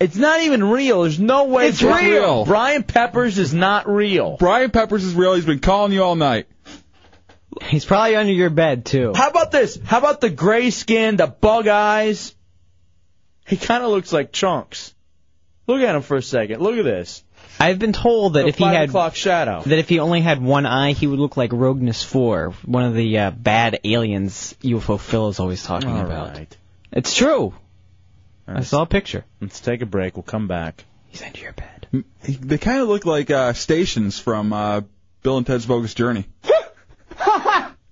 Speaker 3: It's not even real. There's no way.
Speaker 4: It's
Speaker 3: Brian-
Speaker 4: real.
Speaker 3: Brian Peppers is not real.
Speaker 4: Brian Peppers is real. He's been calling you all night.
Speaker 8: He's probably under your bed too.
Speaker 3: How about this? How about the gray skin, the bug eyes? He kind of looks like Chunks. Look at him for a second. Look at this.
Speaker 8: I've been told that
Speaker 3: The
Speaker 8: if he
Speaker 3: five
Speaker 8: had
Speaker 3: o'clock shadow.
Speaker 8: that if he only had one eye, he would look like Rognus Four, one of the uh, bad aliens UFO Phil is always talking
Speaker 3: All
Speaker 8: about.
Speaker 3: right.
Speaker 8: It's true. I
Speaker 3: Nice.
Speaker 8: saw a picture.
Speaker 3: Let's take a break. We'll come back.
Speaker 8: He's under your bed.
Speaker 4: He- They kind of look like uh, stations from uh, Bill and Ted's Bogus Journey.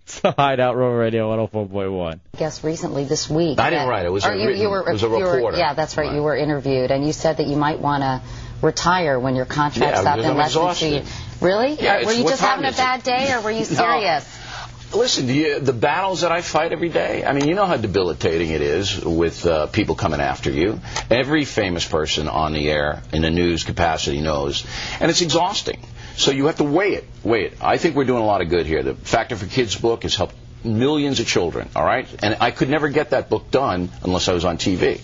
Speaker 3: It's the Hideout Road Radio 104.1.
Speaker 1: I guess recently this week.
Speaker 3: I didn't
Speaker 1: that-
Speaker 3: write it. It was
Speaker 1: or
Speaker 3: a
Speaker 1: you,
Speaker 3: written-
Speaker 1: you were,
Speaker 3: it was a
Speaker 1: you were-
Speaker 3: reporter.
Speaker 1: yeah, that's right. You were interviewed, and you said that you might want to retire when your contract's
Speaker 22: Yeah,
Speaker 1: up
Speaker 22: because
Speaker 1: in
Speaker 22: I'm
Speaker 1: less than two
Speaker 22: exhausted.
Speaker 1: years. Really?
Speaker 22: Yeah,
Speaker 1: were
Speaker 22: it's-
Speaker 1: you
Speaker 22: what
Speaker 1: just
Speaker 22: time
Speaker 1: having a
Speaker 22: is it?
Speaker 1: bad day, or were you
Speaker 22: No.
Speaker 1: serious?
Speaker 22: Listen, the, uh, the battles that I fight every day, I mean, you know how debilitating it is with uh, people coming after you. Every famous person on the air in a news capacity knows. And it's exhausting. So you have to weigh it. Weigh it. I think we're doing a lot of good here. The Factor for Kids book has helped millions of children, all right? And I could never get that book done unless I was on TV.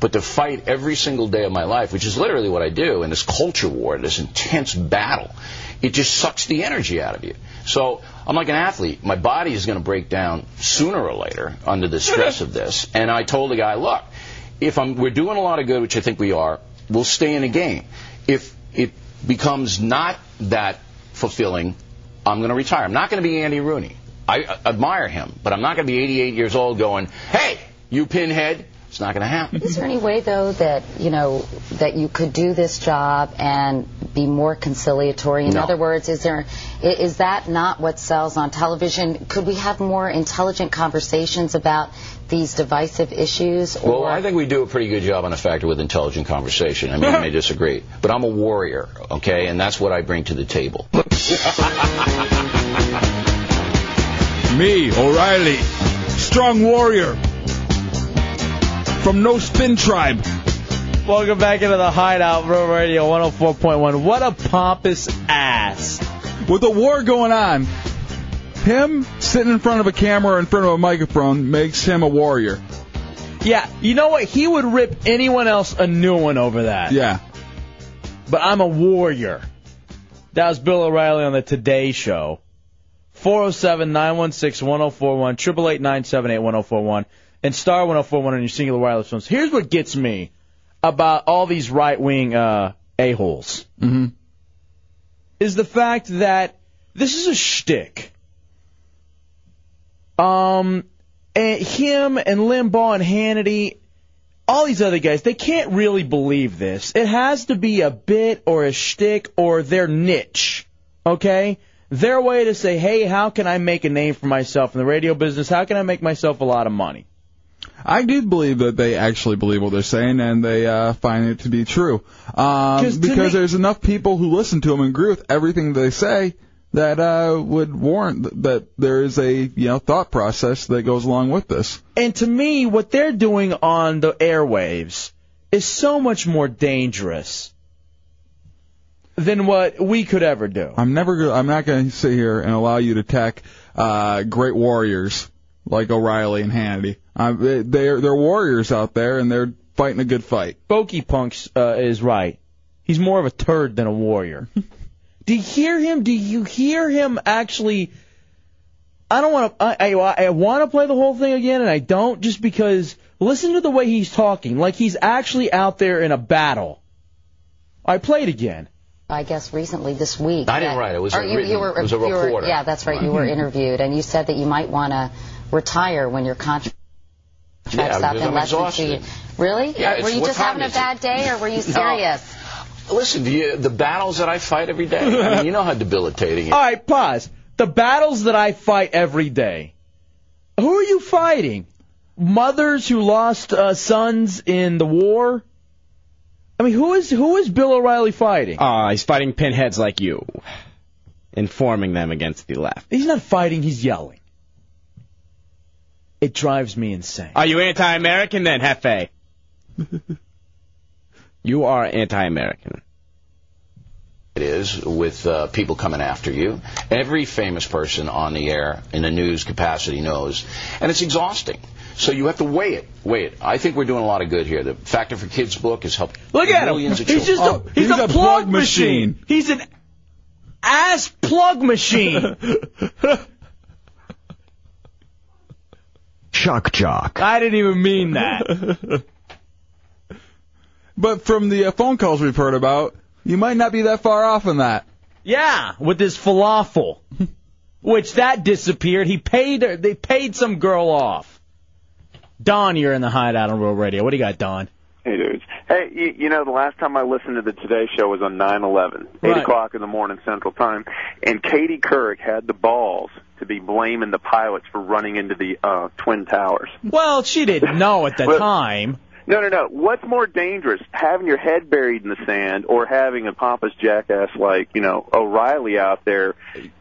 Speaker 22: But to fight every single day of my life, which is literally what I do in this culture war, this intense battle, it just sucks the energy out of you. So I'm like an athlete. My body is going to break down sooner or later under the stress of this. And I told the guy, look, if I'm, we're doing a lot of good, which I think we are, we'll stay in the game. If it becomes not that fulfilling, I'm going to retire. I'm not going to be Andy Rooney. I uh, admire him, but I'm not going to be 88 years old going, hey, you pinhead. It's not going to happen.
Speaker 1: Is there any way, though, that you know that you could do this job and be more conciliatory? In
Speaker 22: No.
Speaker 1: other words, is there i- is that not what sells on television? Could we have more intelligent conversations about these divisive issues? Or
Speaker 22: Well, I think we do a pretty good job on the factor with intelligent conversation. I mean, you may disagree, but I'm a warrior, okay, and that's what I bring to the table.
Speaker 4: Me, O'Reilly, strong warrior from No Spin Tribe.
Speaker 3: Welcome back into the Hideout Road Radio 104.1. What a pompous ass.
Speaker 4: With the war going on, him sitting in front of a camera or in front of a microphone makes him a warrior.
Speaker 3: Yeah, you know what? He would rip anyone else a new one over that.
Speaker 4: Yeah.
Speaker 3: But I'm a warrior. That was Bill O'Reilly on the Today Show. 407 916 1041, 888 978 1041, and star 1041 on your singular wireless phones. Here's what gets me about all these right wing uh, a-holes
Speaker 4: Mm-hmm.
Speaker 3: is the fact that this is a shtick. Um, and him and Limbaugh and Hannity all these other guys, they can't really believe this. It has to be a bit or a shtick or their niche, okay? Their way to say, hey, how can I make a name for myself in the radio business? How can I make myself a lot of money?
Speaker 4: I do believe that they actually believe what they're saying and they uh, find it to be true. Um, because
Speaker 3: to me-
Speaker 4: there's enough people who listen to them and agree with everything they say that uh, would warrant th- that there is a you know thought process that goes along with this.
Speaker 3: And to me, what they're doing on the airwaves is so much more dangerous than what we could ever do.
Speaker 4: I'm never. Go- I'm not going to sit here and allow you to attack uh, great warriors like O'Reilly and Hannity. Uh, they- they're they're warriors out there and they're fighting a good fight.
Speaker 3: Bokey Punks uh, is right. He's more of a turd than a warrior. do you hear him? Do you hear him actually? I don't want to. I, I, I want to play the whole thing again, and I don't just because. Listen to the way he's talking, like he's actually out there in a battle. I played again.
Speaker 1: I guess recently this week.
Speaker 3: I didn't
Speaker 1: that-
Speaker 3: write it. It was
Speaker 1: or
Speaker 3: a
Speaker 1: you,
Speaker 3: written-
Speaker 1: you were,
Speaker 3: it was a
Speaker 1: you were-
Speaker 3: reporter. Mm-hmm.
Speaker 1: yeah, that's right. You were
Speaker 3: Right.
Speaker 1: interviewed, and you said that you might want to retire when your contract's
Speaker 22: Yeah,
Speaker 1: up in
Speaker 22: because I'm
Speaker 1: less than two
Speaker 22: exhausted.
Speaker 1: years. Really?
Speaker 22: Yeah,
Speaker 1: Or were
Speaker 22: it's-
Speaker 1: you
Speaker 22: what
Speaker 1: just
Speaker 22: time
Speaker 1: having a
Speaker 22: is it?
Speaker 1: bad day, or were you
Speaker 22: No.
Speaker 1: serious?
Speaker 22: Listen, do you, the battles that I fight every day, I mean, you know how debilitating it is.
Speaker 3: All right, pause. The battles that I fight every day. Who are you fighting? Mothers who lost uh, sons in the war. I mean, who is who is Bill O'Reilly fighting?
Speaker 5: Ah, he's fighting pinheads like you, informing them against the left.
Speaker 3: He's not fighting. He's yelling. It drives me insane.
Speaker 5: Are you anti-American then, Hefe? you are anti-American.
Speaker 22: it is with uh, people coming after you. Every famous person on the air in a news capacity knows, and it's exhausting. So you have to weigh it. Weigh it. I think we're doing a lot of good here. The Factor for Kids book has helped
Speaker 3: Look at him.
Speaker 22: millions
Speaker 3: He's
Speaker 22: of children.
Speaker 3: just a, Oh, he's, a, plug machine. He's an ass plug machine.
Speaker 2: Shock jock.
Speaker 3: I didn't even mean that.
Speaker 4: But from the uh, phone calls we've heard about, you might not be that far off on that.
Speaker 3: yeah, with his falafel, which that disappeared. He paid. her- They paid some girl off. Don, you're in the hideout on Real Radio. What do you got, Don?
Speaker 19: Hey, dudes. Hey, you, you know, the last time I listened to the Today Show was on 9-11, 8
Speaker 3: Right.
Speaker 19: o'clock in the morning Central Time, and Katie Couric had the balls to be blaming the pilots for running into the uh, Twin Towers.
Speaker 3: Well, she didn't know at the
Speaker 19: Well-
Speaker 3: time.
Speaker 19: No, no, no. What's more dangerous, having your head buried in the sand or having a pompous jackass like, you know, O'Reilly out there?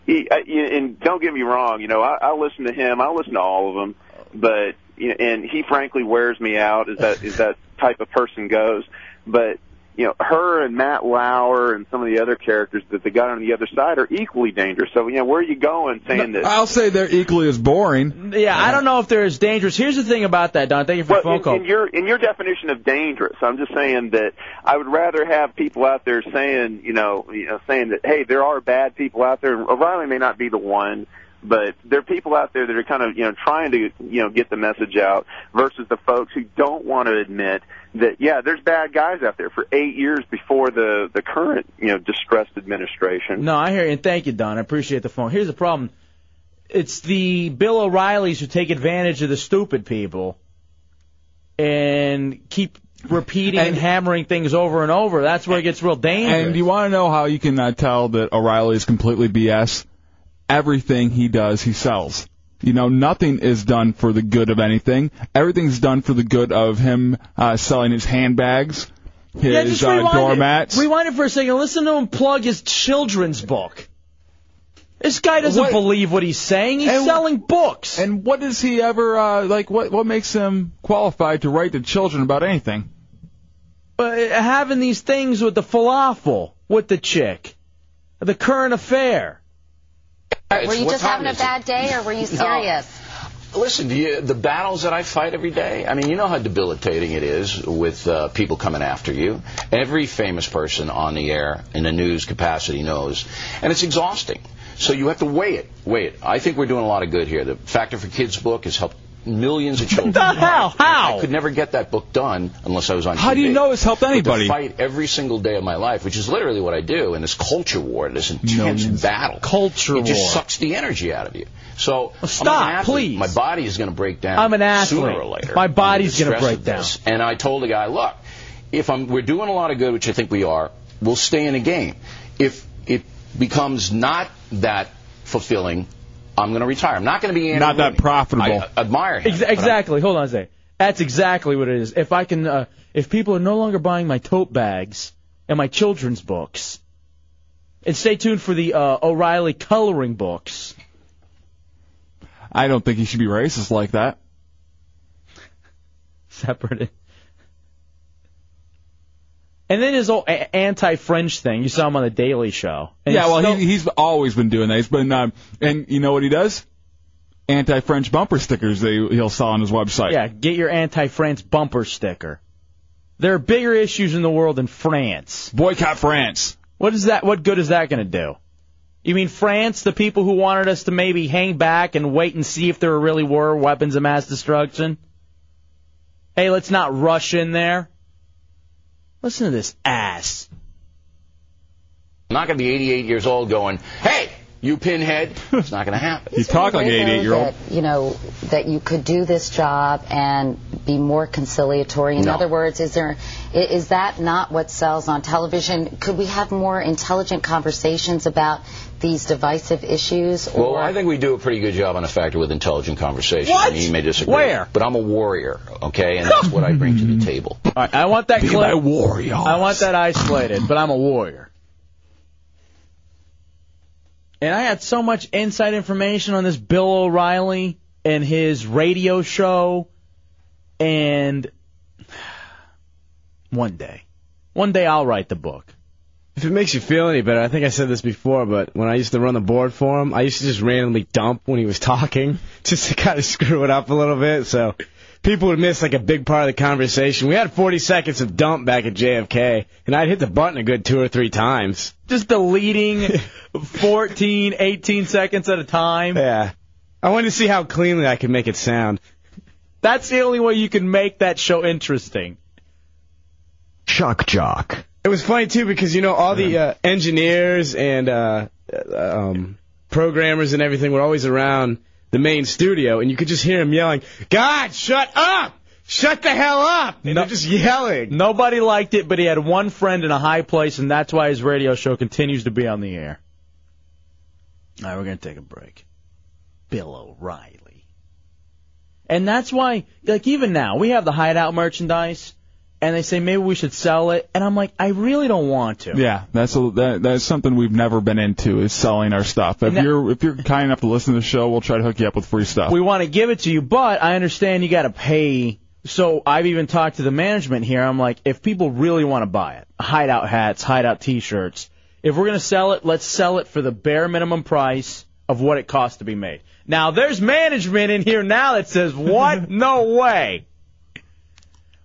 Speaker 19: He, I, you- and don't get me wrong, you know, I, I listen to him. I listen to all of them. But, you know, and he frankly wears me out as that, as that type of person goes. But, you know, her and Matt Lauer and some of the other characters that they got on the other side are equally dangerous. So, you know, where are you going saying this?
Speaker 4: I'll say they're equally as boring.
Speaker 3: Yeah, I don't know if they're as dangerous. Here's the thing about that, Don. Thank you for the phone
Speaker 19: in,
Speaker 3: call.
Speaker 19: in your in your definition of dangerous, I'm just saying that I would rather have people out there saying, you know, you know, saying that hey, there are bad people out there. O'Reilly may not be the one, but there are people out there that are kind of you know trying to you know get the message out versus the folks who don't want to admit that yeah, there's bad guys out there for eight years before the the current you know distressed administration.
Speaker 3: No, I hear you, and thank you, Don. I appreciate the phone. Here's the problem: it's the Bill O'Reillys who take advantage of the stupid people and keep repeating and, hammering things over and over. That's where it gets real dangerous.
Speaker 4: And you want to know how you can uh, tell that O'Reilly is completely BS? Everything he does, he sells. You know, nothing is done for the good of anything. Everything's done for the good of him uh, selling his handbags, his
Speaker 3: yeah, just
Speaker 4: uh,
Speaker 3: rewind
Speaker 4: doormats.
Speaker 3: it. Rewind it for a second. Listen to him plug his children's book. This guy doesn't
Speaker 4: What-
Speaker 3: believe what he's saying. He's selling books.
Speaker 4: And what does he ever uh, like? What what makes him qualified to write to children about anything?
Speaker 3: uh, having these things with the falafel, with the chick, the current affair.
Speaker 1: Were you just having a bad day, or were you serious?
Speaker 22: Listen, do you, the battles that I fight every day, I mean, you know how debilitating it is with uh, people coming after you. Every famous person on the air in a news capacity knows, and it's exhausting. So you have to weigh it. Weigh it. I think we're doing a lot of good here. The Factor for Kids book has helped millions of children.
Speaker 4: The hell?
Speaker 22: How? I could never get that book done unless I was on.
Speaker 4: How do you
Speaker 22: TV.
Speaker 4: know it's helped
Speaker 22: But to
Speaker 4: anybody?
Speaker 22: fight every single day of my life, which is literally what I do in this culture war, this intense battle. Culture it
Speaker 3: war.
Speaker 22: just sucks the energy out of you. So
Speaker 3: stop,
Speaker 22: I'm an athlete.
Speaker 3: please.
Speaker 22: My body is going to break down.
Speaker 3: I'm an athlete.
Speaker 22: Sooner or later,
Speaker 3: My body's
Speaker 22: under the
Speaker 3: gonna
Speaker 22: stress
Speaker 3: break
Speaker 22: of this. And I told the guy, look, if I'm, we're doing a lot of good, which I think we are, we'll stay in a game. If it becomes not that fulfilling, I'm going to retire. I'm not going to be Andy
Speaker 4: Not that
Speaker 22: Rooney.
Speaker 4: profitable.
Speaker 22: I admire him.
Speaker 3: Ex-
Speaker 22: but I'm
Speaker 3: exactly. Hold on a second. That's exactly what it is. If I can, uh, if people are no longer buying my tote bags and my children's books, and stay tuned for the uh, O'Reilly coloring books.
Speaker 4: I don't think you should be racist like that.
Speaker 3: Separate. And then his old a- anti-French thing. You saw him on the Daily Show. And
Speaker 4: yeah,
Speaker 3: it's
Speaker 4: well,
Speaker 3: still-
Speaker 4: he, he's always been doing that. He's been, um, and you know what he does? Anti-French bumper stickers they he'll sell on his website.
Speaker 3: Yeah, get your anti-France bumper sticker. There are bigger issues in the world than France.
Speaker 4: Boycott France.
Speaker 3: What is that? What good is that going to do? You mean France, the people who wanted us to maybe hang back and wait and see if there really were weapons of mass destruction? Hey, let's not rush in there. Listen to this ass.
Speaker 22: not going to be 88 years old going, hey, you pinhead. It's not going to happen.
Speaker 4: You talk like an 88 year old.
Speaker 1: you know that you could do this job and be more conciliatory. In
Speaker 22: No.
Speaker 1: other words, is there i- is that not what sells on television? Could we have more intelligent conversations about these divisive issues?
Speaker 22: Well, I think we do a pretty good job on a factor with intelligent conversation. I mean, you may disagree.
Speaker 3: Where?
Speaker 22: But I'm a warrior, okay? And that's what I bring to the table.
Speaker 3: All right, I want that
Speaker 22: Be
Speaker 3: clip.
Speaker 22: my warriors.
Speaker 3: I want that isolated, but I'm a warrior. And I had so much inside information on this Bill O'Reilly and his radio show, and one day, one day I'll write the book.
Speaker 5: If it makes you feel any better, I think I said this before, but when I used to run the board for him, I used to just randomly dump when he was talking, just to kind of screw it up a little bit. So people would miss like a big part of the conversation. We had 40 seconds of dump back at JFK, and I'd hit the button a good two or three times.
Speaker 3: Just deleting 14, 18 seconds at a time.
Speaker 5: Yeah. I wanted to see how cleanly I could make it sound.
Speaker 3: That's the only way you can make that show interesting.
Speaker 5: Shock Jock. It was funny too because you know all the uh, engineers and uh, uh, um, programmers and everything were always around the main studio, and you could just hear him yelling, "God, shut up! Shut the hell up!" And they're just yelling.
Speaker 3: Nobody liked it, but he had one friend in a high place, and that's why his radio show continues to be on the air. All right, we're going to take a break. Bill O'Reilly. And that's why, like, even now, we have the hideout merchandise, and they say maybe we should sell it, and I'm like, I really don't want to.
Speaker 4: Yeah, that's a, that, that's something we've never been into is selling our stuff. If
Speaker 3: No.
Speaker 4: you're if you're kind enough to listen to the show, we'll try to hook you up with free stuff.
Speaker 3: We want to give it to you, but I understand you got to pay. So I've even talked to the management here. I'm like, if people really want to buy it, hideout hats, hideout t-shirts, if we're going to sell it, let's sell it for the bare minimum price of what it costs to be made. Now there's management in here now that says, what? no way.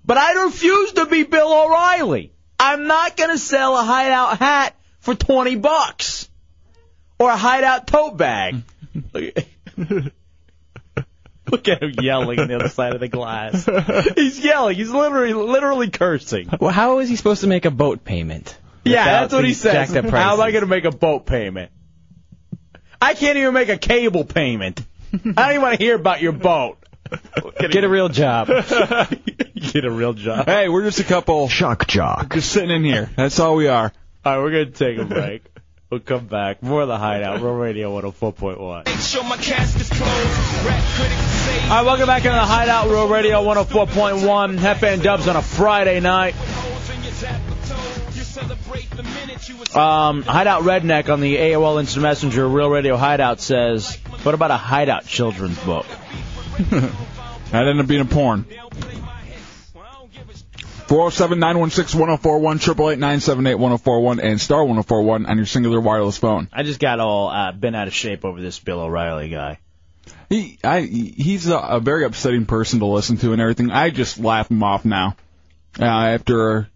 Speaker 3: But I refuse to be Bill O'Reilly. I'm not going to sell a hideout hat for 20 bucks or a hideout tote bag. Look at him yelling on the other side of the glass. He's yelling. He's literally, literally cursing.
Speaker 8: Well, how is he supposed to make a boat payment?
Speaker 3: Yeah,
Speaker 8: without
Speaker 3: that's what he
Speaker 8: these
Speaker 3: says.
Speaker 8: jacked up
Speaker 3: How am I
Speaker 8: prices?
Speaker 3: going to make a boat payment? I can't even make a cable payment. I don't even want to hear about your boat.
Speaker 8: Get a real job.
Speaker 3: Get a real job.
Speaker 4: Hey, we're just a couple
Speaker 5: shock jock
Speaker 4: just sitting in here. That's all we are.
Speaker 3: All right, we're going to take a break. We'll come back. More of the Hideout. Real Radio 104.1. All right, welcome back into the Hideout Real Radio 104.1. Hefe and Dubs on a Friday night. Um, Hideout Redneck on the AOL Instant Messenger Real Radio Hideout says, "What about a Hideout children's book?"
Speaker 4: That ended up being a porn. 407 916 1041, 888 978 1041, and star 1041 on your singular wireless phone.
Speaker 3: I just got all uh, been out of shape over this Bill O'Reilly guy.
Speaker 4: He, I, he's a, a very upsetting person to listen to and everything. I just laugh him off now. Uh, after,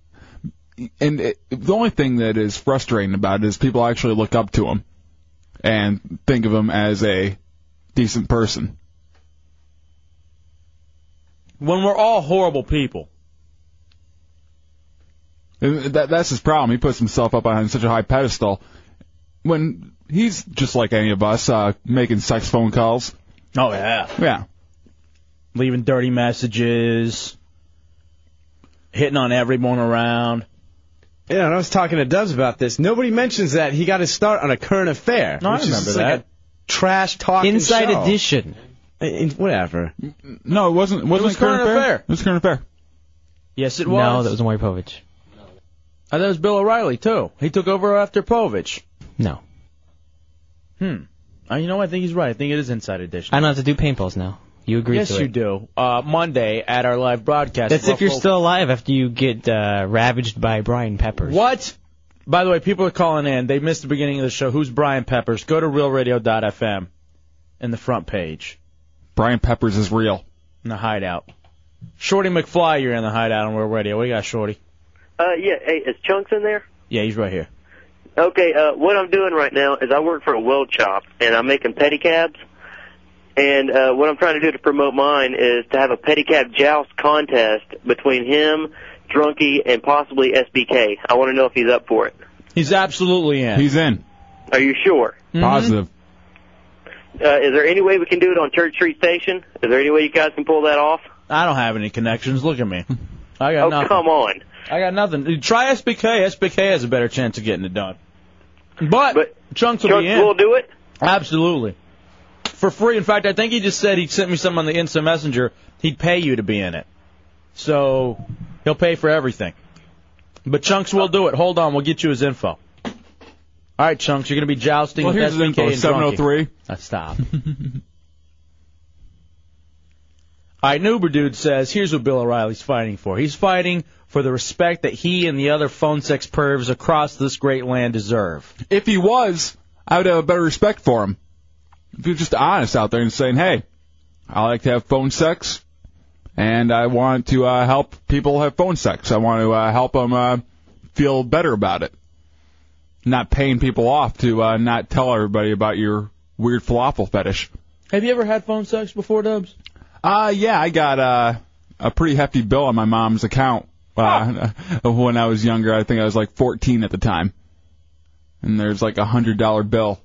Speaker 4: and it, the only thing that is frustrating about it is people actually look up to him and think of him as a decent person.
Speaker 3: when we're all horrible people.
Speaker 4: And That, that's his problem. He puts himself up on such a high pedestal when he's just like any of us, uh, making sex phone calls.
Speaker 3: Oh yeah.
Speaker 4: Yeah.
Speaker 3: Leaving dirty messages, hitting on everyone around.
Speaker 5: Yeah, and I was talking to Dubs about this. Nobody mentions that he got his start on a current affair.
Speaker 3: No, I
Speaker 5: which is
Speaker 3: remember
Speaker 5: just like
Speaker 3: that.
Speaker 5: a trash talking
Speaker 4: Inside
Speaker 5: show.
Speaker 4: Edition.
Speaker 5: In- in- whatever.
Speaker 4: No, it wasn't. It wasn't
Speaker 3: was Current Affair.
Speaker 4: It was current affair.
Speaker 3: Yes, it was.
Speaker 8: No, that was Maury Povich.
Speaker 3: I thought it was Bill O'Reilly too. He took over after Povich.
Speaker 8: No.
Speaker 3: Hmm. Uh, you know, I think he's right. I think it is Inside Edition.
Speaker 8: I don't have to do paintballs now. You agree
Speaker 3: yes,
Speaker 8: to it.
Speaker 3: you do. Uh, Monday at our live broadcast.
Speaker 8: That's if you're
Speaker 3: Ruffalo-
Speaker 8: still alive after you get uh, ravaged by Brian Peppers.
Speaker 3: What? By the way, people are calling in. They missed the beginning of the show. Who's Brian Peppers? Go to realradio.fm in the front page.
Speaker 4: Brian Peppers is real.
Speaker 3: In the hideout. Shorty McFly, you're in the hideout on Real Radio. What do you got, Shorty?
Speaker 2: Uh, yeah. Hey, is Chunks in there?
Speaker 3: Yeah, he's right here.
Speaker 2: Okay. Uh, what I'm doing right now is I work for a weld shop and I'm making pedicabs. And uh, what I'm trying to do to promote mine is to have a pedicab joust contest between him, Drunky, and possibly SBK. I want to know if he's up for it.
Speaker 3: He's absolutely in.
Speaker 4: He's in.
Speaker 2: Are you sure?
Speaker 3: Mm-hmm.
Speaker 4: Positive.
Speaker 2: Uh, is there any way we can do it on Church Street Station? Is there any way you guys can pull that off?
Speaker 3: I don't have any connections. Look at me. I got
Speaker 2: oh,
Speaker 3: nothing.
Speaker 2: come on.
Speaker 3: I got nothing. Try SBK. SBK has a better chance of getting it done. But, Chunks will
Speaker 2: Chunks
Speaker 3: be in.
Speaker 2: will do it?
Speaker 3: Absolutely. For free. In fact, I think he just said he sent me something on the Insta Messenger. He'd pay you to be in it. So he'll pay for everything. But Chunks will do it. Hold on. We'll get you his info. All right, Chunks. You're going to be jousting
Speaker 4: Well,
Speaker 3: with
Speaker 4: here's his
Speaker 3: SBK
Speaker 4: info,
Speaker 3: and
Speaker 7: oh
Speaker 3: Drunky.
Speaker 4: 703.
Speaker 3: Uh, stop. All right, Nuber Dude says, here's what Bill O'Reilly's fighting for. He's fighting for the respect that he and the other phone sex pervs across this great land deserve.
Speaker 4: If he was, I would have a better respect for him. If you're just honest out there and saying, hey, I like to have phone sex, and I want to uh, help people have phone sex. I want to uh, help them uh, feel better about it. Not paying people off to uh, not tell everybody about your weird falafel fetish.
Speaker 3: Have you ever had phone sex before, Dubs?
Speaker 4: Uh, yeah, I got uh, a pretty hefty bill on my mom's account uh, when I was younger. I think I was like 14 at the time. And there's like a hundred dollar bill.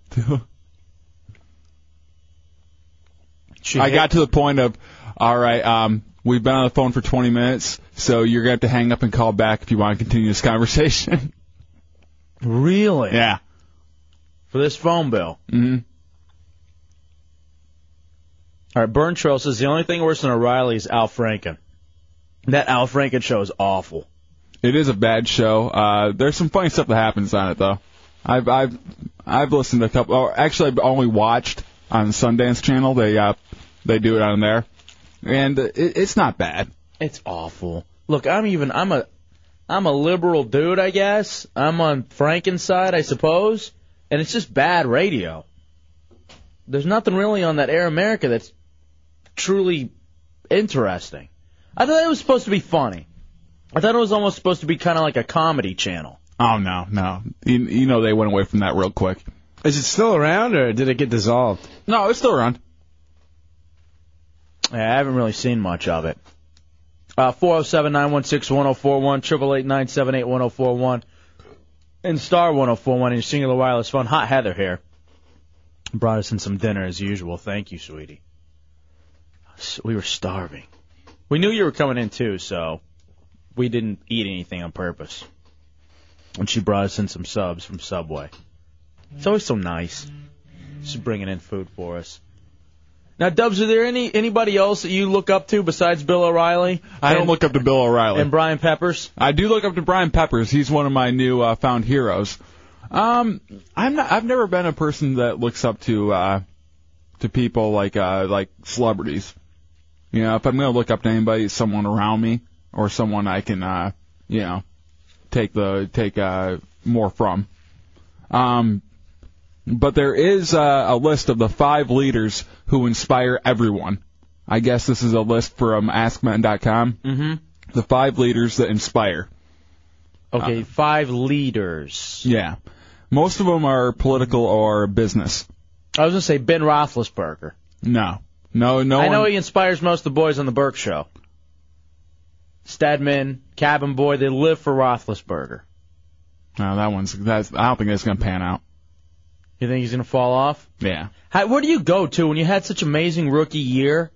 Speaker 4: I got to the point of, all right, um, we've been on the phone for 20 minutes, so you're gonna have to hang up and call back if you want to continue this conversation.
Speaker 3: Really?
Speaker 4: Yeah.
Speaker 3: For this phone bill.
Speaker 4: Mm-hmm.
Speaker 3: All right, Burn Trail says the only thing worse than O'Reilly is Al Franken. That Al Franken show is awful.
Speaker 4: It is a bad show. Uh, there's some funny stuff that happens on it though. I've I've I've listened to a couple. Or actually, I've only watched on Sundance Channel. They uh they do it on there, and it, it's not bad.
Speaker 3: It's awful. Look, I'm even I'm a I'm a liberal dude, I guess. I'm on Franken's side, I suppose, and it's just bad radio. There's nothing really on that Air America that's truly interesting. I thought it was supposed to be funny. I thought it was almost supposed to be kind of like a comedy channel.
Speaker 4: Oh no no, you, you know they went away from that real quick.
Speaker 5: Is it still around or did it get dissolved?
Speaker 4: No, it's still around.
Speaker 3: Yeah, I haven't really seen much of it. Uh, 407-916-1041, 888-978-1041, and star 1041 in your singular wireless phone. Hot Heather here. Brought us in some dinner as usual. Thank you, sweetie. S- We were starving. We knew you were coming in too, so we didn't eat anything on purpose. And she brought us in some subs from Subway. It's always so nice. She's bringing in food for us. Now, Dubs, are there any anybody else that you look up to besides Bill O'Reilly?
Speaker 4: I don't look up to Bill O'Reilly.
Speaker 3: And Brian Peppers.
Speaker 4: I do look up to Brian Peppers. He's one of my new uh, found heroes. Um, I'm not. I've never been a person that looks up to uh, to people like uh, like celebrities. You know, if I'm gonna look up to anybody, it's someone around me or someone I can, uh, you know, take the take uh, more from. Um, but there is uh, a list of the five leaders who inspire everyone. I guess this is a list from AskMen.com.
Speaker 3: Mm-hmm.
Speaker 4: The five leaders that inspire. Uh,
Speaker 3: Okay, five leaders.
Speaker 4: Yeah. Most of them are political or business.
Speaker 3: I was gonna say Ben Roethlisberger.
Speaker 4: No. No, no
Speaker 3: I know
Speaker 4: one-
Speaker 3: he inspires most of the boys on the Burke Show. Stedman, Cabin Boy, they live for Roethlisberger.
Speaker 4: No, that one's that's. I don't think that's gonna pan out.
Speaker 3: You think he's going to fall off?
Speaker 4: Yeah.
Speaker 3: How, where do you go to when you had such amazing rookie year?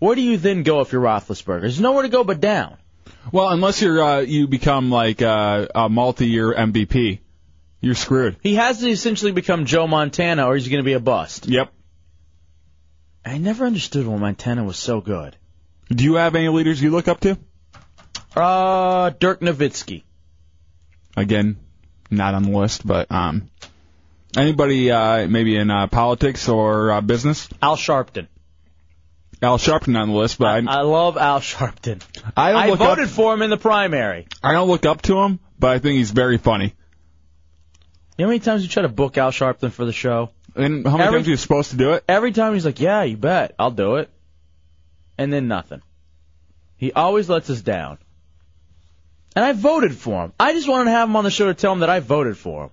Speaker 3: Where do you then go if you're Roethlisberger? There's nowhere to go but down.
Speaker 4: Well, unless you're uh, you become like uh, a multi-year MVP, you're screwed.
Speaker 3: He has to essentially become Joe Montana, or he's going to be a bust.
Speaker 4: Yep.
Speaker 3: I never understood why Montana was so good.
Speaker 4: Do you have any leaders you look up to?
Speaker 3: Uh, Dirk Nowitzki.
Speaker 4: Again, not on the list, but um, anybody uh, maybe in uh, politics or uh, business?
Speaker 3: Al Sharpton.
Speaker 4: Al Sharpton on the list, but I,
Speaker 3: I love Al Sharpton.
Speaker 4: I don't
Speaker 3: I
Speaker 4: look
Speaker 3: voted
Speaker 4: up.
Speaker 3: for him in the primary.
Speaker 4: I don't look up to him, but I think he's very funny.
Speaker 3: You know how many times you try to book Al Sharpton for the show?
Speaker 4: And how many times you're supposed to do it?
Speaker 3: Every time he's like, "Yeah, you bet, I'll do it," and then nothing. He always lets us down. And I voted for him. I just wanted to have him on the show to tell him that I voted for him,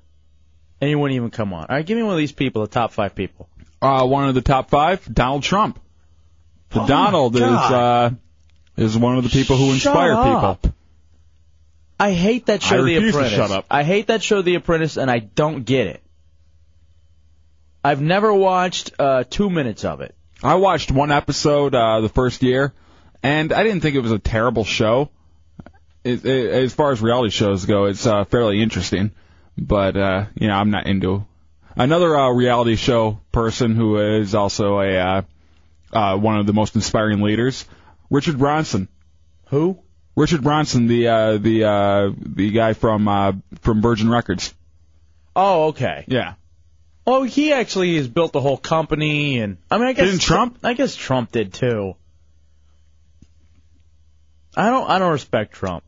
Speaker 3: and he wouldn't even come on. All right, give me one of these people, the top five people.
Speaker 4: Uh, one of the top five, Donald Trump. The
Speaker 3: Oh
Speaker 4: Donald
Speaker 3: my
Speaker 4: is uh,
Speaker 3: God.
Speaker 4: is one of the people who inspire
Speaker 3: Shut
Speaker 4: people.
Speaker 3: up. I hate that show,
Speaker 4: I
Speaker 3: The
Speaker 4: refuse to
Speaker 3: Apprentice.
Speaker 4: shut up.
Speaker 3: I hate that show, The Apprentice, and I don't get it. I've never watched uh, two minutes of it.
Speaker 4: I watched one episode uh, the first year, and I didn't think it was a terrible show. It, it, as far as reality shows go, it's uh, fairly interesting, but uh, you know I'm not into. Another uh, reality show person who is also a uh, uh, one of the most inspiring leaders, Richard Bronson.
Speaker 3: Who?
Speaker 4: Richard Bronson, the uh, the uh, the guy from uh, from Virgin Records.
Speaker 3: Oh, okay.
Speaker 4: Yeah.
Speaker 3: Oh, he actually has built the whole company, and I mean, I guess
Speaker 4: Didn't Trump?
Speaker 3: I guess Trump did too. I don't. I don't respect Trump.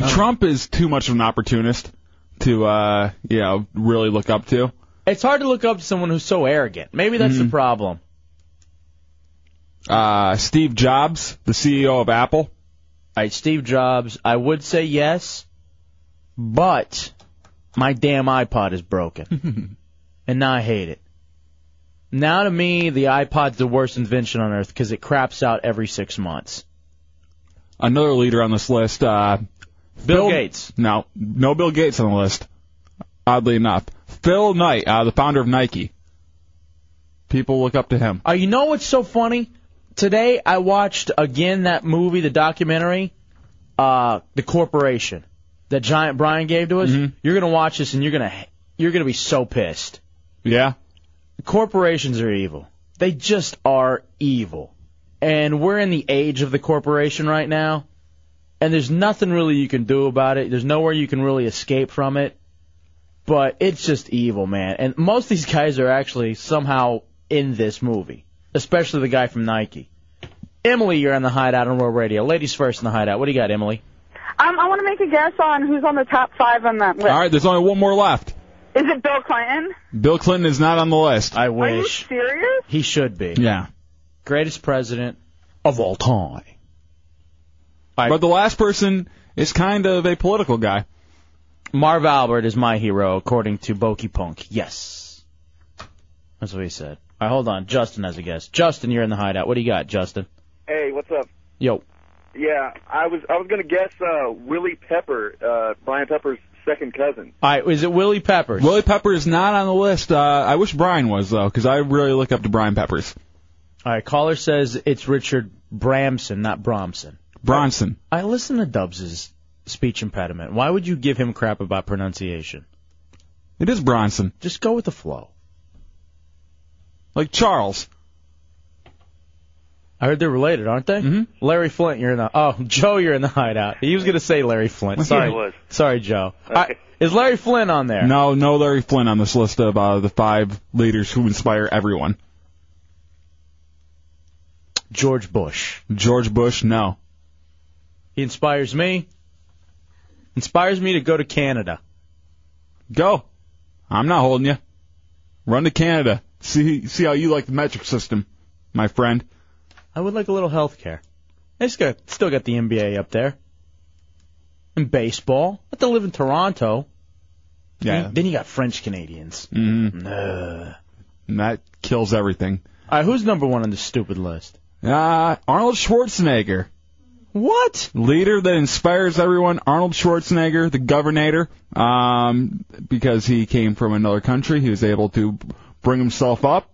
Speaker 4: Um, Trump is too much of an opportunist to uh, you know really look up to.
Speaker 3: It's hard to look up to someone who's so arrogant. Maybe that's the problem.
Speaker 4: uh, Steve Jobs, the E CEO of Apple.
Speaker 3: All right, Steve Jobs. I would say yes, but my damn iPod is broken, and now I hate it. Now to me, the iPod's the worst invention on earth because it craps out every six months.
Speaker 4: Another leader on this list. Uh,
Speaker 3: Bill Gates.
Speaker 4: No, no Bill Gates on the list. Oddly enough, Phil Knight, uh, the founder of Nike. People look up to him.
Speaker 3: Uh, you know what's so funny? Today I watched again that movie, the documentary, uh, The Corporation, that Giant Brian gave to us. You're gonna watch this and you're gonna you're gonna be so pissed.
Speaker 4: Yeah.
Speaker 3: Corporations are evil. They just are evil. And we're in the age of the corporation right now. And there's nothing really you can do about it. There's nowhere you can really escape from it. But it's just evil, man. And most of these guys are actually somehow in this movie, especially the guy from Nike. Emily, you're on the hideout on Royal Radio. Ladies first in the hideout. What do you got, Emily?
Speaker 6: Um, I want to make a guess on who's on the top five on that list.
Speaker 4: All right, there's only one more left.
Speaker 6: Is it Bill Clinton?
Speaker 4: Bill Clinton is not on the list.
Speaker 3: I
Speaker 6: Are you
Speaker 3: wish.
Speaker 6: serious?
Speaker 3: He should be.
Speaker 4: Yeah.
Speaker 3: Greatest president of all time.
Speaker 4: But the last person is kind of a political guy.
Speaker 3: Marv Albert is my hero, according to Bokey Punk. Yes. That's what he said. All right, hold on. Justin has a guess. Justin, you're in the hideout. What do you got, Justin?
Speaker 10: Hey, what's up?
Speaker 3: Yo.
Speaker 10: Yeah, I was I was gonna guess uh, Willie Pepper, uh, Brian Pepper's second cousin.
Speaker 3: All right, is it Willie Peppers?
Speaker 4: Willie Pepper is not on the list. Uh, I wish Brian was though, because I really look up to Brian Peppers.
Speaker 3: All right, caller says it's Richard Bramson, not Bromson.
Speaker 4: Bronson.
Speaker 3: I listen to Dubs' speech impediment. Why would you give him crap about pronunciation?
Speaker 4: It is Bronson.
Speaker 3: Just go with the flow.
Speaker 4: Like Charles.
Speaker 3: I heard they're related, aren't they? Mm-hmm. Larry Flint, you're in the. Oh, Joe, you're in the hideout. He was going to say Larry Flint. Sorry,
Speaker 4: Yeah, he was.
Speaker 3: sorry, Joe. All right, is Larry Flint on there?
Speaker 4: No, no Larry Flynn on this list of uh, the five leaders who inspire everyone.
Speaker 3: George Bush.
Speaker 4: George Bush, no.
Speaker 3: He inspires me. Inspires me to go to Canada.
Speaker 4: Go. I'm not holding you. Run to Canada. See see how you like the metric system, my friend.
Speaker 3: I would like a little health care. They still got, still got the NBA up there. And baseball. I have to live in Toronto.
Speaker 4: Yeah.
Speaker 3: Then- Then you got French Canadians.
Speaker 4: Mm-hmm. And that kills everything.
Speaker 3: All right, who's number one on this stupid list?
Speaker 4: Uh, Arnold Schwarzenegger. What? Leader that inspires everyone, Arnold Schwarzenegger, the governor, um, because he came from another country. He was able to bring himself up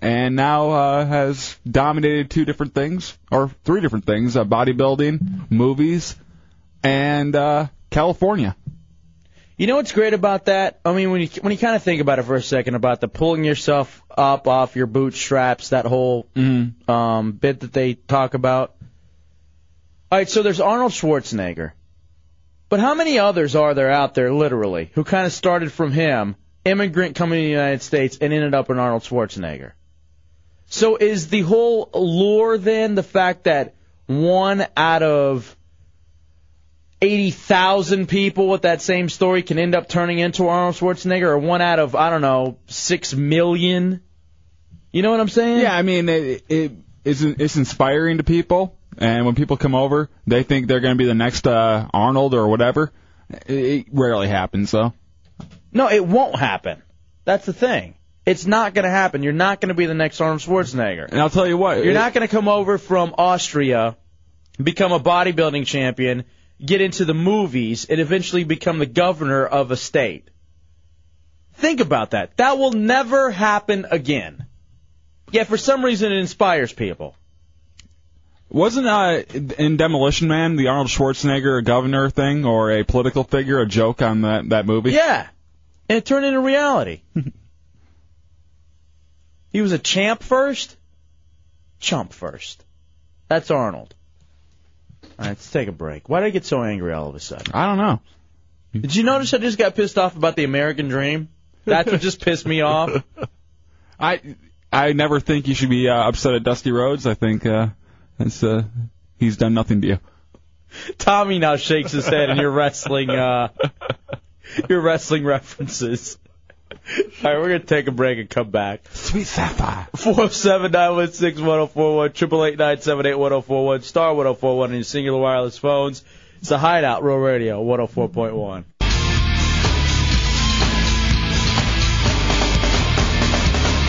Speaker 4: and now uh, has dominated two different things, or three different things uh, bodybuilding, movies, and uh, California.
Speaker 3: You know what's great about that? I mean, when you when you kind of think about it for a second, about the pulling yourself up off your bootstraps, that whole um, bit that they talk about. All right, so there's Arnold Schwarzenegger, but how many others are there out there, literally, who kind of started from him, immigrant coming to the United States, and ended up in Arnold Schwarzenegger? So is the whole lure then the fact that one out of 80,000 people with that same story can end up turning into Arnold Schwarzenegger, or one out of, I don't know, 6 million. You know what I'm saying?
Speaker 4: Yeah, I mean, it, it it's, it's inspiring to people, and when people come over, they think they're going to be the next uh, Arnold or whatever. It, it rarely happens, though.
Speaker 3: No, it won't happen. That's the thing. It's not going to happen. You're not going to be the next Arnold Schwarzenegger.
Speaker 4: And I'll tell you what.
Speaker 3: You're
Speaker 8: uh,
Speaker 4: it-
Speaker 3: not going to come over from Austria, become a bodybuilding champion, get into the movies, and eventually become the governor of a state. Think about that. That will never happen again. Yet for some reason it inspires people.
Speaker 4: Wasn't uh, in Demolition Man the Arnold Schwarzenegger governor thing or a political figure a joke on that that movie?
Speaker 3: Yeah, and it turned into reality. He was a champ first, chump first. That's Arnold. All right, let's take a break. Why did I get so angry all of a sudden?
Speaker 4: I don't know.
Speaker 3: Did you notice I just got pissed off about the American dream? That's what just pissed me off.
Speaker 4: I I never think you should be uh, upset at Dusty Rhodes. I think uh, it's uh, he's done nothing to you.
Speaker 3: Tommy now shakes his head in your wrestling, uh, your wrestling references. All right, we're gonna take a break and come back.
Speaker 4: Sweet Sapphire.
Speaker 3: Four zero seven nine one six one zero four one triple eight nine seven eight one zero four one star one zero four one on your singular wireless phones. It's the Hideout Real Radio one zero four point one.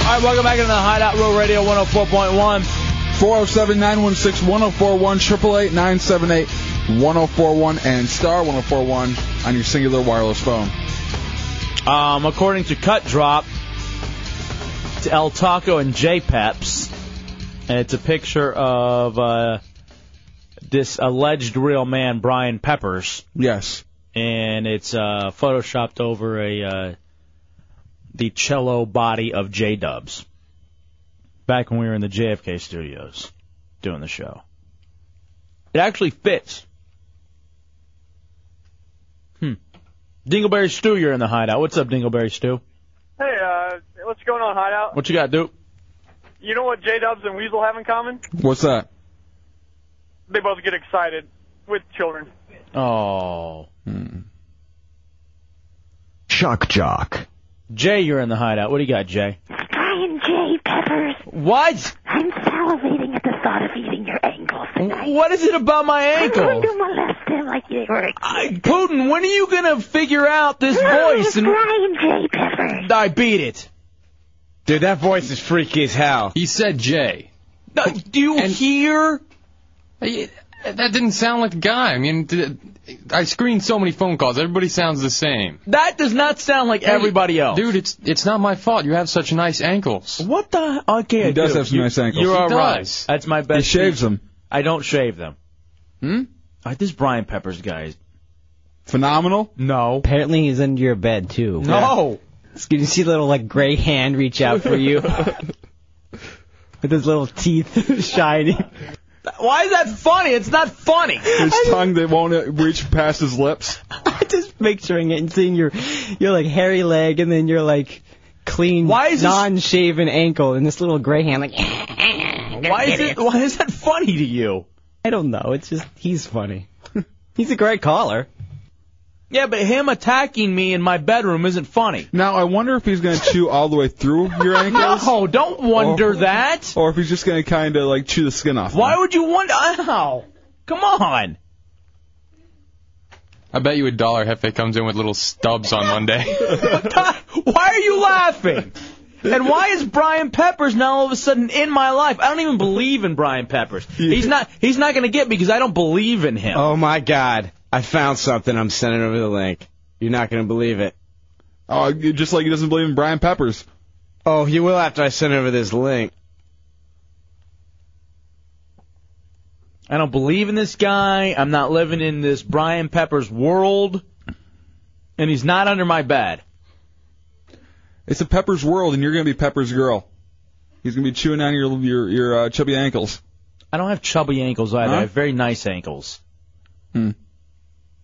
Speaker 3: All right, welcome back into the Hideout Real Radio 104.1.
Speaker 4: 407 916 1041, 888 978 1041, and star 1041 on your singular wireless phone.
Speaker 3: Um, according to Cut Drop, it's El Taco and J Peps. And it's a picture of uh, this alleged real man, Brian Peppers.
Speaker 4: Yes.
Speaker 3: And it's uh, photoshopped over a uh, the cello body of J Dubs. Back when we were in the JFK studios doing the show, it actually fits. Hmm. Dingleberry Stew, you're in the hideout. What's up, Dingleberry Stew?
Speaker 17: Hey, uh, what's going on, Hideout?
Speaker 3: What you got, Duke?
Speaker 17: You know what J Dubs and Weasel have in common?
Speaker 4: What's that?
Speaker 17: They both get excited with children.
Speaker 3: Oh. Hmm.
Speaker 7: Shock jock.
Speaker 3: Jay, you're in the hideout. What do you got, Jay?
Speaker 11: Brian J. Peppers.
Speaker 3: What?
Speaker 11: I'm salivating at the thought of eating your ankles.
Speaker 3: What is it about my
Speaker 11: I'm going
Speaker 3: ankle?
Speaker 11: to molest him like you were.
Speaker 3: I, Putin, when are you gonna figure out this voice? And
Speaker 11: Brian J.
Speaker 3: I beat it.
Speaker 5: Dude, that voice is freaky as hell.
Speaker 23: He said Jay.
Speaker 3: No, do you hear?
Speaker 23: That didn't sound like the guy. I mean, d- I screened so many phone calls. Everybody sounds the same.
Speaker 3: That does not sound like everybody else.
Speaker 23: Dude, it's it's not my fault. You have such nice ankles.
Speaker 3: What the? Okay,
Speaker 4: He does
Speaker 3: Duke,
Speaker 4: have some
Speaker 3: you-
Speaker 4: nice ankles.
Speaker 3: You
Speaker 4: He
Speaker 3: are
Speaker 4: does.
Speaker 3: right. That's my best.
Speaker 4: He shaves
Speaker 3: feature.
Speaker 4: them.
Speaker 3: I don't shave them.
Speaker 4: Hmm?
Speaker 3: All right, this Brian Peppers guy. Is...
Speaker 4: Phenomenal?
Speaker 3: No.
Speaker 8: Apparently he's under your bed too.
Speaker 3: No.
Speaker 8: Can you see a little like gray hand reach out for you? With his little teeth shining.
Speaker 3: Why is that funny? It's not funny.
Speaker 4: His tongue that won't uh, reach past his lips.
Speaker 8: Just picturing it and seeing your your like hairy leg and then your like clean
Speaker 3: Why is this-
Speaker 8: non-shaven ankle and this little gray hand like
Speaker 3: Why is it? Why is that funny to you?
Speaker 8: I don't know. It's just he's funny. he's a great caller.
Speaker 3: Yeah, but him attacking me in my bedroom isn't funny.
Speaker 4: Now, I wonder if he's going to chew all the way through your ankles.
Speaker 3: No, don't wonder that.
Speaker 4: Or if he's just going to kind of like chew the skin off.
Speaker 3: Why would you wonder? Ow! Come on.
Speaker 23: I bet you a dollar Hefe comes in with little stubs on Monday.
Speaker 3: Why are you laughing? And why is Brian Peppers now all of a sudden in my life? I don't even believe in Brian Peppers. He's not. He's not going to get me because I don't believe in him.
Speaker 5: Oh my God! I found something. I'm sending over the link. You're not gonna believe it.
Speaker 4: Oh, just like he doesn't believe in Brian Peppers.
Speaker 5: Oh, he will after I send over this link.
Speaker 3: I don't believe in this guy. I'm not living in this Brian Peppers world, and he's not under my bed.
Speaker 4: It's a Pepper's world, and you're gonna be Pepper's girl. He's gonna be chewing on your your your uh, chubby ankles.
Speaker 3: I don't have chubby ankles either. I have very nice ankles.
Speaker 4: Hmm.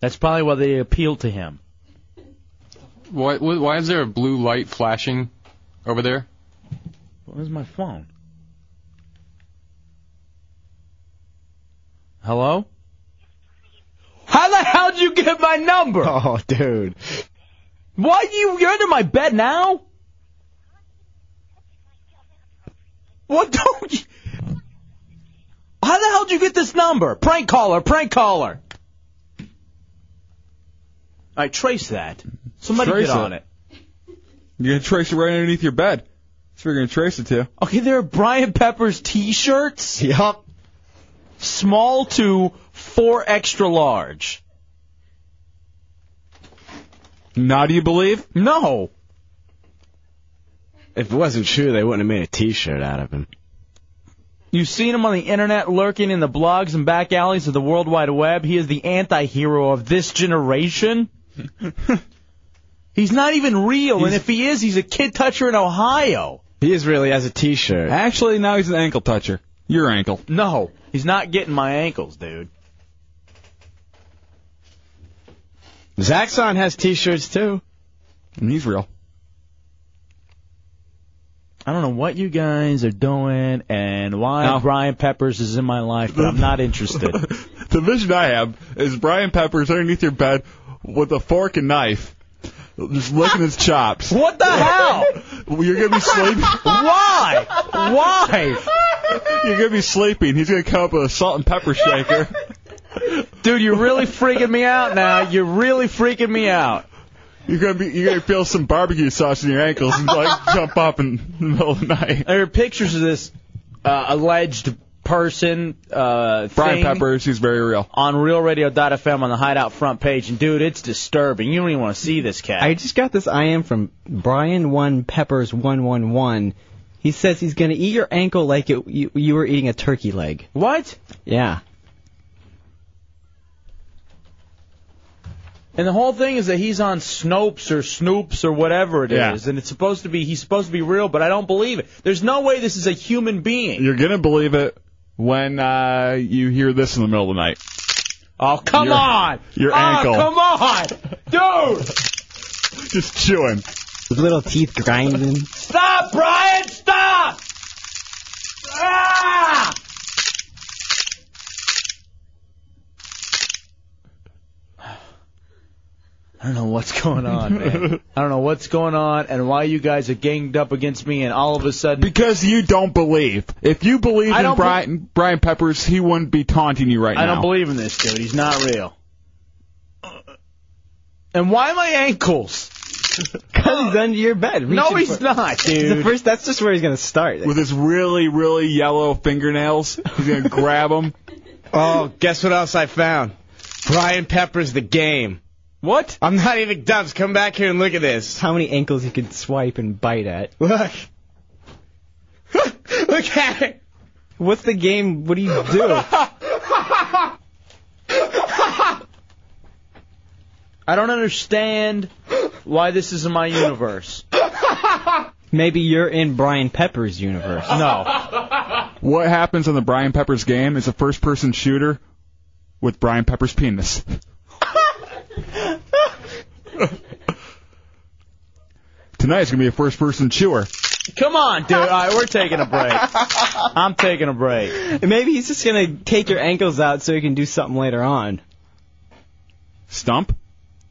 Speaker 3: That's probably why they appeal to him.
Speaker 23: Why, wh- why is there a blue light flashing over there?
Speaker 3: Where's my phone? Hello? How the hell did you get my number?
Speaker 5: Oh, dude.
Speaker 3: Why you? You're under my bed now. What don't you? How the hell did you get this number? Prank caller, prank caller. I trace that. Somebody
Speaker 4: Trace
Speaker 3: get on it.
Speaker 4: You're gonna trace it right underneath your bed. That's where you're gonna trace it to.
Speaker 3: Okay, there are Brian Peppers T-shirts. Yup. Small to four extra large.
Speaker 4: Now do you believe?
Speaker 3: No.
Speaker 5: If it wasn't true, they wouldn't have made a T-shirt out of him.
Speaker 3: You've seen him on the internet lurking in the blogs and back alleys of the World Wide Web. He is the anti hero of this generation. he's not even real, and if he is, he's a kid toucher in Ohio.
Speaker 5: He is really as a T-shirt.
Speaker 4: Actually, now he's an ankle toucher. Your ankle.
Speaker 3: No, he's not getting my ankles, dude.
Speaker 5: Zaxxon has T-shirts too.
Speaker 4: And he's real.
Speaker 3: I don't know what you guys are doing and why Brian Peppers is in my life, but I'm not interested.
Speaker 4: The vision I have is Brian Peppers underneath your bed with a fork and knife, just licking his chops.
Speaker 3: What the hell?
Speaker 4: You're gonna be sleeping.
Speaker 3: Why? Why?
Speaker 4: You're gonna be sleeping. He's gonna come up with a salt and pepper shaker.
Speaker 3: Dude, you're really freaking me out now. You're really freaking me out.
Speaker 4: You're gonna be. You're gonna feel some barbecue sauce in your ankles and like jump up in the middle of the night.
Speaker 3: There are pictures of this uh, alleged person. Uh,
Speaker 4: Brian
Speaker 3: thing
Speaker 4: Peppers, he's very real.
Speaker 3: On RealRadio.fm on the Hideout front page, and dude, it's disturbing. You don't even want to see this cat.
Speaker 8: I just got this IM from Brian One Peppers One One One. He says he's gonna eat your ankle like it, you, you were eating a turkey leg.
Speaker 3: What?
Speaker 8: Yeah.
Speaker 3: And the whole thing is that he's on Snopes or Snoops or whatever it is,
Speaker 4: Yeah.
Speaker 3: and it's supposed to be he's supposed to be real, but I don't believe it. There's no way this is a human being.
Speaker 4: You're gonna believe it when uh, you hear this in the middle of the night.
Speaker 3: Oh come
Speaker 4: Your-
Speaker 3: on!
Speaker 4: your
Speaker 3: Oh,
Speaker 4: ankle.
Speaker 3: Come on, dude!
Speaker 4: Just chewing.
Speaker 8: His little teeth grinding.
Speaker 3: Stop, Brian! Stop! Ah! I don't know what's going on, man. I don't know what's going on and why you guys are ganged up against me and all of a sudden
Speaker 4: Because you don't believe. If you believe
Speaker 3: I
Speaker 4: in
Speaker 3: don't
Speaker 4: Brian Brian Peppers, he wouldn't be taunting you right
Speaker 3: I
Speaker 4: now.
Speaker 3: don't believe in this dude. He's not real. And why my ankles?
Speaker 8: Cause he's under your bed.
Speaker 3: No,
Speaker 8: reaching
Speaker 3: he's
Speaker 8: for-
Speaker 3: not, dude.
Speaker 8: The first, that's just where he's gonna start.
Speaker 4: With his really really yellow fingernails, he's gonna grab them.
Speaker 5: Oh, guess what else I found? Brian Peppers the game.
Speaker 4: What?
Speaker 5: I'm not even dumb. Come back here and look at this.
Speaker 8: How many ankles you can swipe and bite at?
Speaker 5: Look. look at it.
Speaker 8: What's the game? What do you do?
Speaker 3: I don't understand why this is in my universe.
Speaker 8: Maybe you're in Brian Pepper's universe.
Speaker 3: No.
Speaker 4: What happens on the Brian Peppers game is a first person shooter with Brian Peppers penis. Tonight's gonna be a first person chewer.
Speaker 3: Come on, dude. All right, we're taking a break. I'm taking a break.
Speaker 8: Maybe he's just gonna take your ankles out so he can do something later on.
Speaker 4: Stump?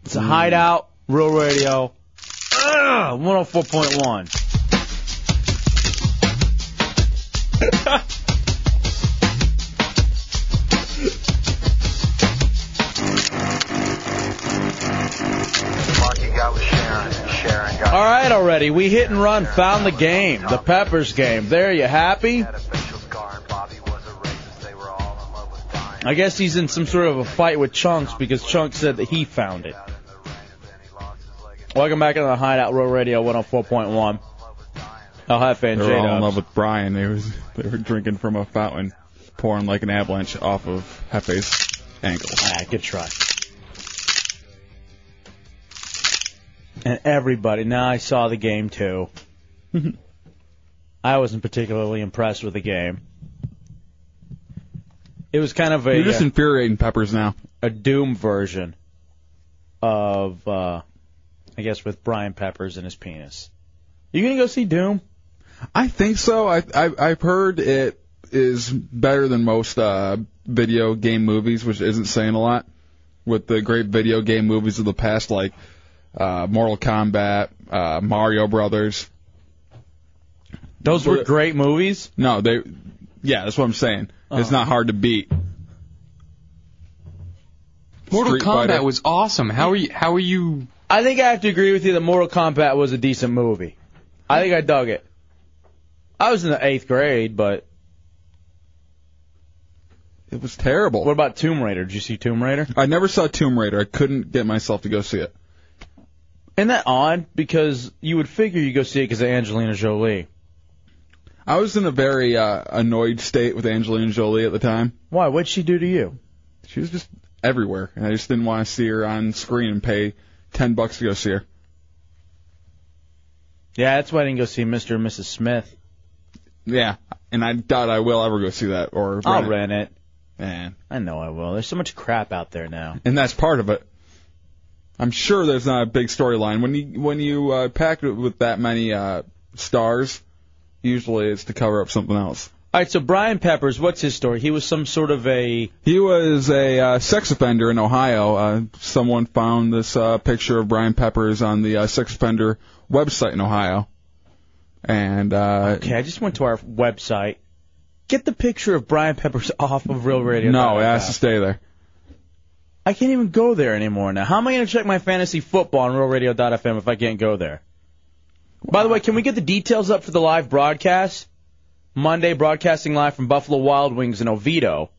Speaker 3: It's a hideout, real radio. Ugh, 104.1.
Speaker 7: Marky got with Sharon, and Sharon got
Speaker 3: All right, already. We hit and run. Found the game. The Peppers game. There, you happy? I guess he's in some sort of a fight with Chunks because Chunks said that he found it. Welcome back into the Hideout Row Radio 104.1. El Jefe
Speaker 4: They
Speaker 3: and
Speaker 4: were
Speaker 3: J
Speaker 4: all in
Speaker 3: Dubs.
Speaker 4: love with Brian. They was they were drinking from a fountain, pouring like an avalanche off of Hefe's ankle.
Speaker 3: Ah, good try. And everybody. Now I saw the game too. I wasn't particularly impressed with the game. It was kind of a
Speaker 4: You're just
Speaker 3: uh,
Speaker 4: infuriating Peppers now.
Speaker 3: a Doom version of, uh, I guess, with Brian Peppers and his penis. You gonna go see Doom?
Speaker 4: I think so. I, I I've heard it is better than most uh, video game movies, which isn't saying a lot. With the great video game movies of the past, like uh, Mortal Kombat, uh, Mario Brothers.
Speaker 3: Those were great movies. Uh-huh.
Speaker 4: No, they. Yeah, that's what I'm saying. It's not hard to beat.
Speaker 23: Mortal
Speaker 4: Street
Speaker 23: Kombat
Speaker 4: Fighter.
Speaker 23: was awesome. How are you? How are you?
Speaker 3: I think I have to agree with you that Mortal Kombat was a decent movie. I think I dug it. I was in the eighth grade, but
Speaker 4: it was terrible. What
Speaker 3: about Tomb Raider? Did you see Tomb Raider?
Speaker 4: I never saw Tomb Raider. I couldn't get myself to go see it.
Speaker 3: Isn't that odd? Because you would figure you go see it because of Angelina Jolie.
Speaker 4: I was in a very uh, annoyed state with Angelina Jolie at the time.
Speaker 3: Why? What'd she do to you?
Speaker 4: She was just everywhere, and I just didn't want to see her on screen and pay ten bucks to go see her.
Speaker 3: Yeah, that's why I didn't go see Mr. and Mrs. Smith.
Speaker 4: Yeah, and I doubt I will ever go see that or rent
Speaker 3: I'll
Speaker 4: it.
Speaker 3: rent it.
Speaker 4: Man,
Speaker 3: I know I will. There's so much crap out there now.
Speaker 4: and that's part of it. I'm sure there's not a big storyline when you when you uh, pack it with that many uh, stars. Usually, it's to cover up something else.
Speaker 3: All right, so Brian Peppers, what's his story? He was some sort of a
Speaker 4: He was a uh, sex offender in Ohio. Uh, someone found this uh, picture of Brian Peppers on the uh, sex offender website in Ohio, and uh,
Speaker 3: Okay, I just went to our website. Get the picture of Brian Peppers off of Real Radio.
Speaker 4: no, it has to stay there.
Speaker 3: I can't even go there anymore now. How am I going to check my fantasy football on RealRadio.fm if I can't go there? By the way, can we get the details up for the live broadcast? Monday, broadcasting live from Buffalo Wild Wings in Oviedo.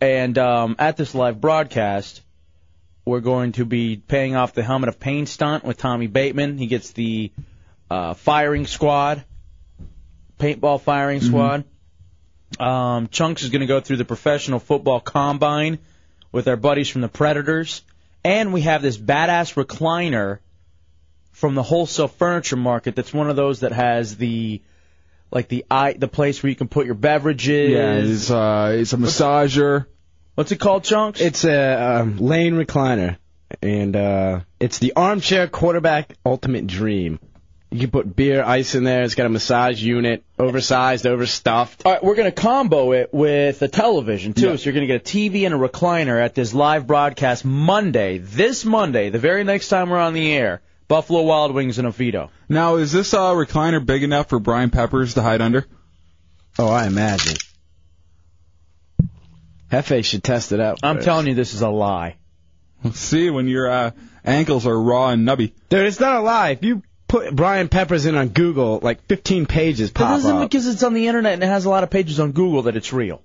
Speaker 3: And um, at this live broadcast, we're going to be paying off the helmet of pain stunt with Tommy Bateman. He gets the uh, firing squad, paintball firing squad. Um, Chunks is going to go through the professional football combine with our buddies from the Predators. And we have this badass recliner from the wholesale furniture market that's one of those that has the like the i the place where you can put your beverages.
Speaker 4: Yeah, it's, uh, it's a massager.
Speaker 3: What's it called, Chunks?
Speaker 5: It's a um, lane recliner, and uh, it's the armchair quarterback ultimate dream. You can put beer, ice in there. It's got a massage unit, oversized, overstuffed.
Speaker 3: All right, we're going to combo it with a television too. So you're going to get a TV and a recliner at this live broadcast Monday, this Monday, the very next time we're on the air. Buffalo Wild Wings in Oviedo.
Speaker 4: Now, is this uh, recliner big enough for Brian Peppers to hide under?
Speaker 5: Oh, I imagine. Hefe should test it out.
Speaker 3: I'm telling you, this is a lie.
Speaker 4: Let's see when your uh, ankles are raw and nubby.
Speaker 5: Dude, it's not a lie. If you put Brian Peppers in on Google, like 15 pages
Speaker 3: But
Speaker 5: pop
Speaker 3: this isn't
Speaker 5: up.
Speaker 3: because it's on the internet and it has a lot of pages on Google that it's real.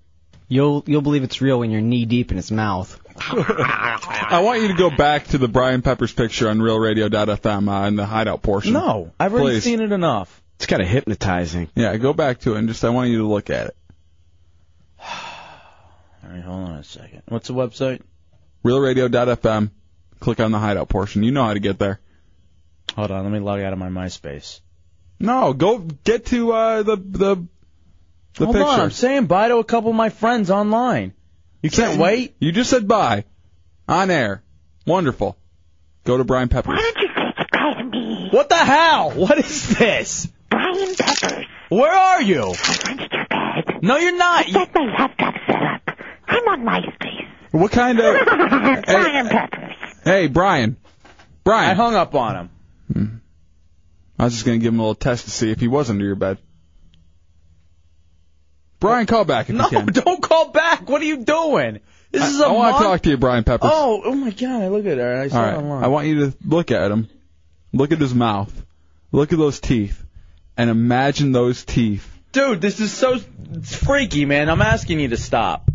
Speaker 8: You'll you'll believe it's real when you're knee deep in its mouth.
Speaker 4: I want you to go back to the Brian Peppers picture on RealRadio.fm uh, in the hideout portion.
Speaker 3: No, I've already
Speaker 4: Please.
Speaker 3: seen it enough.
Speaker 5: It's kind of hypnotizing.
Speaker 4: Yeah, go back to it and just I want you to look at it.
Speaker 3: All right, hold on a second. What's the website?
Speaker 4: RealRadio.fm. Click on the hideout portion. You know how to get there.
Speaker 3: Hold on, let me log out of my MySpace.
Speaker 4: No, go get to uh, the the the
Speaker 3: hold
Speaker 4: picture.
Speaker 3: on, I'm saying bye to a couple of my friends online. You can't wait.
Speaker 4: You just said bye on air. Wonderful. Go to Brian Peppers.
Speaker 3: What the hell? What is this?
Speaker 11: Brian Peppers.
Speaker 3: Where are you? No, you're not.
Speaker 11: Get my laptop set up. I'm on MySpace.
Speaker 4: What kind of?
Speaker 11: Brian Peppers.
Speaker 4: Hey, Brian. Brian. I
Speaker 3: hung up on him.
Speaker 4: I was just gonna give him a little test to see if he was under your bed. Brian, call back if
Speaker 3: No,
Speaker 4: you can.
Speaker 3: don't call back. What are you doing? This is a
Speaker 4: I want
Speaker 3: mon-
Speaker 4: to talk to you, Brian Peppers.
Speaker 3: Oh, oh my God! I look at her. And I saw
Speaker 4: All
Speaker 3: it
Speaker 4: right.
Speaker 3: online.
Speaker 4: I want you to look at him. Look at his mouth. Look at those teeth. And imagine those teeth.
Speaker 3: Dude, this is so it's freaky, man. I'm asking you to stop.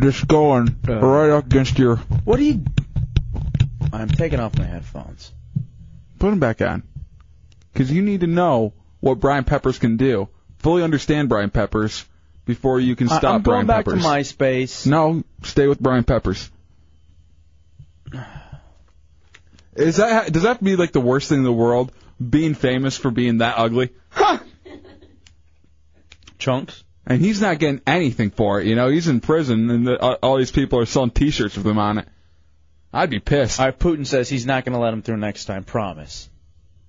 Speaker 4: Just going right up against your.
Speaker 3: Uh, What are you. I'm taking off my headphones.
Speaker 4: Put them back on. Because you need to know what Brian Peppers can do. Fully understand Brian Peppers before you can
Speaker 3: I-
Speaker 4: stop
Speaker 3: I'm going
Speaker 4: Brian
Speaker 3: back to
Speaker 4: Peppers.
Speaker 3: MySpace.
Speaker 4: No, stay with Brian Peppers. Is that does that be like the worst thing in the world? Being famous for being that ugly?
Speaker 3: Chunks.
Speaker 4: And he's not getting anything for it, you know. He's in prison, and the, uh, all these people are selling T-shirts with him on it. I'd be pissed.
Speaker 3: All right, Putin says he's not going to let him through next time. Promise.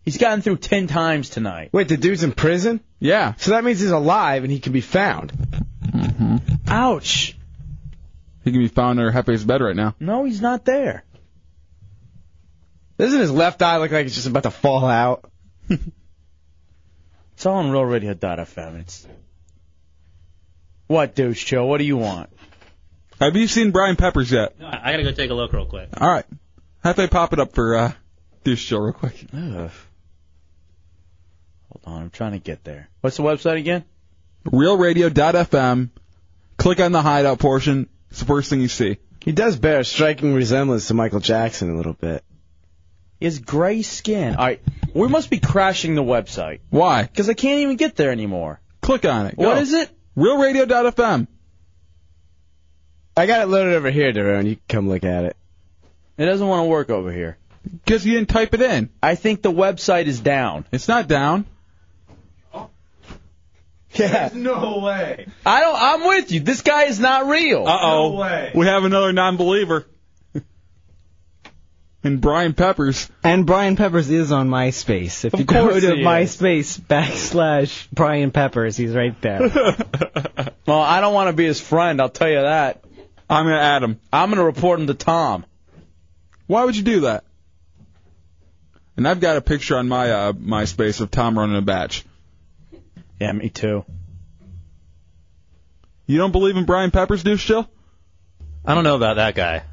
Speaker 3: He's gotten through ten times tonight.
Speaker 5: Wait, the dude's in prison?
Speaker 4: Yeah.
Speaker 5: So that means he's alive and he can be found.
Speaker 3: Ouch.
Speaker 4: Mm-hmm. He can be found under Hepe's bed right now.
Speaker 3: No, he's not there.
Speaker 5: Doesn't his left eye look like it's just about to fall out?
Speaker 3: It's all on RealRadio.fm. It's what, douche Joe? What do you want?
Speaker 4: Have you seen Brian Peppers yet?
Speaker 7: I gotta go take a look real quick.
Speaker 4: All right. Hepe, pop it up for uh, this show real quick.
Speaker 3: Ugh. Hold on, I'm trying to get there. What's the website again?
Speaker 4: RealRadio.fm. Click on the hideout portion. It's the first thing you see.
Speaker 5: He does bear a striking resemblance to Michael Jackson a little bit.
Speaker 3: Is gray skin. All right, we must be crashing the website.
Speaker 4: Why?
Speaker 3: Because I can't even get there anymore.
Speaker 4: Click on it.
Speaker 3: What
Speaker 4: Go.
Speaker 3: is it?
Speaker 4: RealRadio.fm.
Speaker 5: I got it loaded over here, Darren. You can come look at it.
Speaker 3: It doesn't want to work over here.
Speaker 4: Because you didn't type it in.
Speaker 3: I think the website is down.
Speaker 4: It's not down.
Speaker 3: Yeah.
Speaker 4: No way.
Speaker 3: I don't. I'm with you. This guy is not real.
Speaker 4: Uh oh. We have another non-believer. and Brian Peppers.
Speaker 8: And Brian Peppers is on MySpace. If
Speaker 4: Of
Speaker 8: you go
Speaker 4: course
Speaker 8: to
Speaker 4: he is.
Speaker 8: MySpace backslash Brian Peppers, he's right there.
Speaker 3: Well, I don't want to be his friend. I'll tell you that.
Speaker 4: I'm gonna add him.
Speaker 3: I'm gonna report him to Tom.
Speaker 4: Why would you do that? And I've got a picture on my uh, MySpace of Tom running a batch.
Speaker 3: Yeah, me too.
Speaker 4: You don't believe in Brian Peppers, do still?
Speaker 7: I don't know about that guy.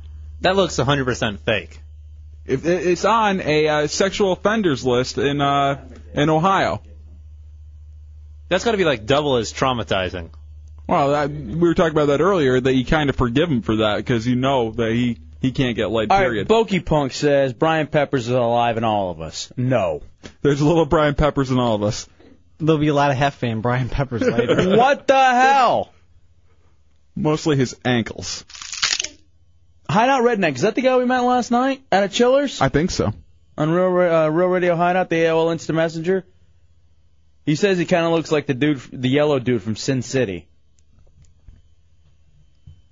Speaker 7: That looks 100% fake.
Speaker 4: If it- it's on a uh, sexual offenders list in uh, in Ohio.
Speaker 7: That's gotta be like double as traumatizing.
Speaker 4: Well, that, we were talking about that earlier that you kind of forgive him for that because you know that he he can't get laid.
Speaker 3: All
Speaker 4: Period.
Speaker 3: right, Bokey Punk says Brian Peppers is alive in all of us. No.
Speaker 4: There's a little Brian Peppers in all of us.
Speaker 8: There'll be a lot of Hefe and Brian Peppers later.
Speaker 3: what the hell?
Speaker 4: Mostly his ankles.
Speaker 3: Hideout Redneck, is that the guy we met last night at a Chillers?
Speaker 4: I think so.
Speaker 3: On Real, Ra- uh, Real Radio Hideout, the AOL Instant Messenger? He says he kind of looks like the dude, the yellow dude from Sin City.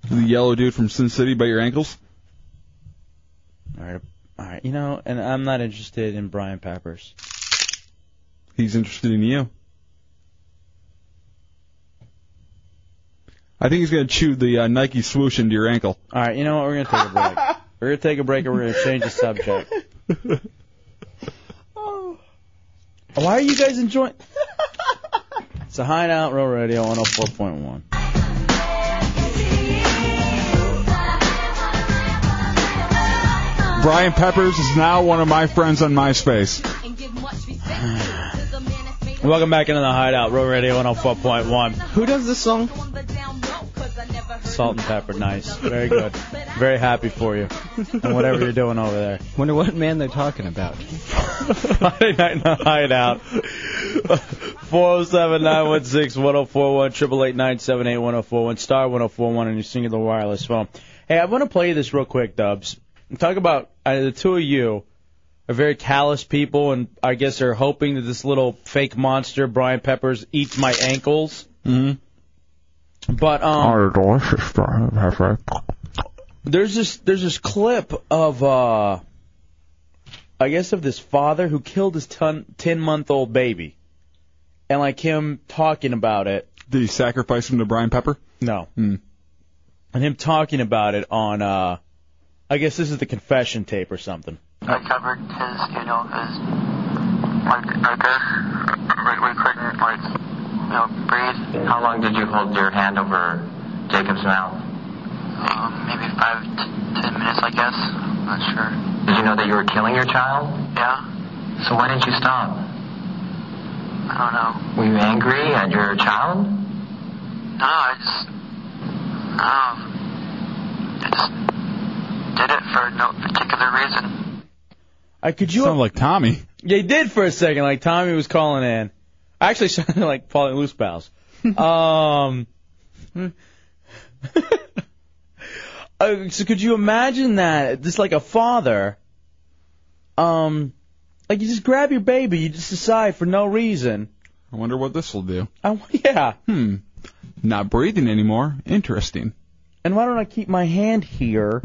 Speaker 4: The yellow dude from Sin City by your ankles.
Speaker 3: All right, all right, you know, and I'm not interested in Brian Peppers.
Speaker 4: He's interested in you. I think he's gonna chew the uh, Nike swoosh into your ankle.
Speaker 3: All right, you know what? We're gonna take a break. we're gonna take a break, and we're gonna change the subject. Why are you guys enjoying? It's a Hideout Real Radio 104.1.
Speaker 4: Brian Peppers is now one of my friends on MySpace.
Speaker 3: Welcome back into the Hideout Real Radio 104.1.
Speaker 8: Who does this song?
Speaker 3: Salt and pepper, nice, very good, very happy for you, and whatever you're doing over there.
Speaker 8: Wonder what man they're talking about.
Speaker 3: Friday night in the hideout. 407 916 1041, 888 978 1041, star 1041 on your singular wireless phone. Hey, I want to play you this real quick, Dubs. Talk about uh, the two of you are very callous people, and I guess are hoping that this little fake monster, Brian Peppers, eats my ankles.
Speaker 4: Mm-hmm.
Speaker 3: But um,
Speaker 4: Oh, delicious Brian Peppers.
Speaker 3: there's this there's this clip of uh I guess of this father who killed his ton, 10 month old baby. And like him talking about it.
Speaker 4: Did he sacrifice him to Brian Pepper?
Speaker 3: No.
Speaker 4: Hmm.
Speaker 3: And him talking about it on uh I guess this is the confession tape or something.
Speaker 9: I covered his, you know, his, like, right there. We, we couldn't, like, you know, breathe. How long did you hold your hand over Jacob's mouth? Uh, maybe five, t- ten minutes, I guess. I'm not sure. Did you know that you were killing your child? Yeah. So why didn't you stop? I don't know. Were you angry at your child? No, I just. Um, I just did it for no particular reason.
Speaker 3: I Uh, could you sound
Speaker 4: like Tommy?
Speaker 3: Yeah, he did for a second, like Tommy was calling in. I actually sounded like Paulie Loose Pals. um, uh, so could you imagine that? Just like a father, um, like you just grab your baby, you just decide for no reason.
Speaker 4: I wonder what this will do.
Speaker 3: I, Oh, yeah.
Speaker 4: Hmm. Not breathing anymore. Interesting.
Speaker 3: And why don't I keep my hand here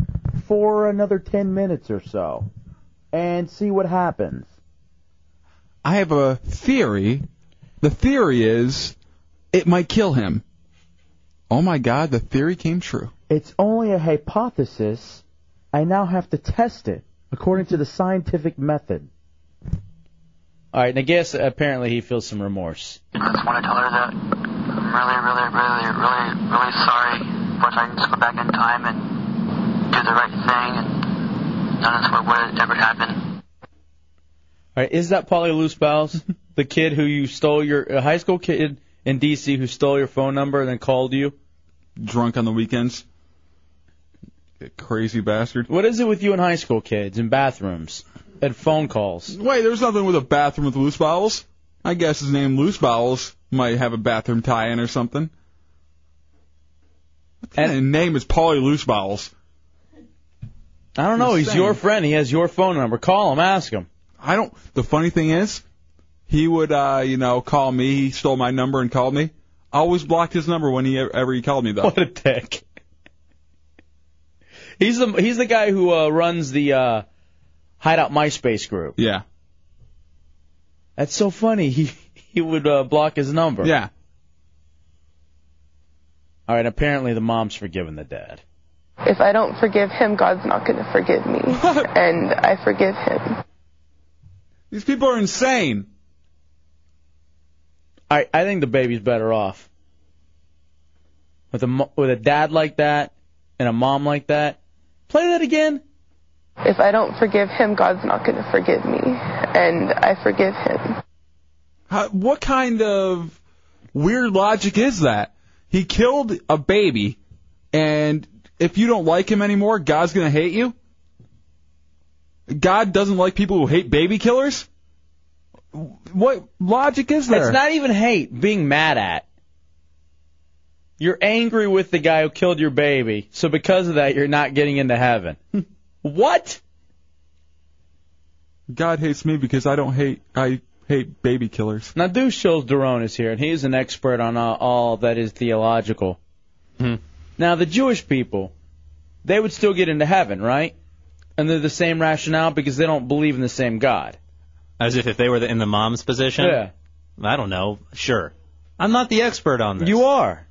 Speaker 3: for another ten minutes or so, and see what happens?
Speaker 4: I have a theory. The theory is it might kill him. Oh my God, the theory came true.
Speaker 3: It's only a hypothesis. I now have to test it according to the scientific method. All right, and I guess apparently he feels some remorse.
Speaker 9: I just want to tell her that I'm really, really, really, really, really sorry. Wish I could just go back in time and do the right thing, and none of this would ever happen.
Speaker 3: All right, is that Polly Loose Bowels, the kid who you stole your a high school kid in D.C. who stole your phone number and then called you?
Speaker 4: Drunk on the weekends. Crazy bastard.
Speaker 3: What is it with you and high school kids in bathrooms and phone calls?
Speaker 4: Wait, there's nothing with a bathroom with loose bowels. I guess his name Loose Bowels might have a bathroom tie-in or something. What kind of name is Polly Loose Bowels?
Speaker 3: I don't know. He's
Speaker 4: Insane.
Speaker 3: your friend. He has your phone number. Call him. Ask him.
Speaker 4: I don't. The funny thing is, he would, uh, you know, call me. He stole my number and called me. I always blocked his number when he e-, ever he called me though.
Speaker 3: What a dick. He's the he's the guy who uh, runs the uh, Hideout MySpace group.
Speaker 4: Yeah.
Speaker 3: That's so funny. He he would uh, block his number.
Speaker 4: Yeah.
Speaker 3: All right. Apparently the mom's forgiven the dad.
Speaker 12: If I don't forgive him, God's not going to forgive me. and I forgive him.
Speaker 4: These people are insane.
Speaker 3: I I think the baby's better off with a mo- with a dad like that and a mom like that. Play that again.
Speaker 12: If I don't forgive him, God's not going to forgive me. And I forgive him.
Speaker 4: How, what kind of weird logic is that? He killed a baby, and if you don't like him anymore, God's gonna hate you. God doesn't like people who hate baby killers. What logic is there?
Speaker 3: It's not even hate. Being mad at. You're angry with the guy who killed your baby, so because of that, you're not getting into heaven. what?
Speaker 4: God hates me because I don't hate. I hate baby killers.
Speaker 3: Now, Deuce Schultz Duron is here, and he's an expert on uh, all that is theological.
Speaker 4: Hmm.
Speaker 3: Now, the Jewish people, they would still get into heaven, right? And they're the same rationale because they don't believe in the same God.
Speaker 7: As if if they were the, in the mom's position.
Speaker 3: Yeah.
Speaker 7: I don't know. Sure. I'm not the expert on this.
Speaker 3: You are.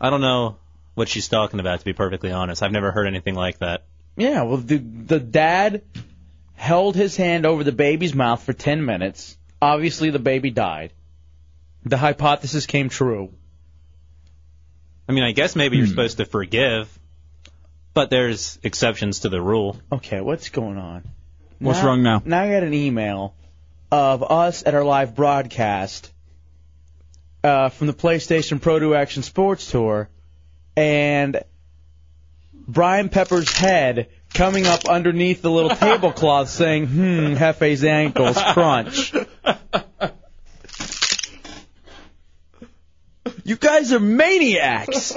Speaker 7: I don't know what she's talking about. To be perfectly honest, I've never heard anything like that.
Speaker 3: Yeah, well, the, the dad held his hand over the baby's mouth for 10 minutes. Obviously, the baby died. The hypothesis came true.
Speaker 7: I mean, I guess maybe
Speaker 3: Hmm.
Speaker 7: you're supposed to forgive, but there's exceptions to the rule.
Speaker 3: Okay, what's going on?
Speaker 7: What's wrong now?
Speaker 3: Now I got an email of us at our live broadcast uh, from the PlayStation Pro to Action Sports Tour, and Brian Pepper's head coming up underneath the little tablecloth saying, hmm, Hefe's ankles crunch. You guys are maniacs!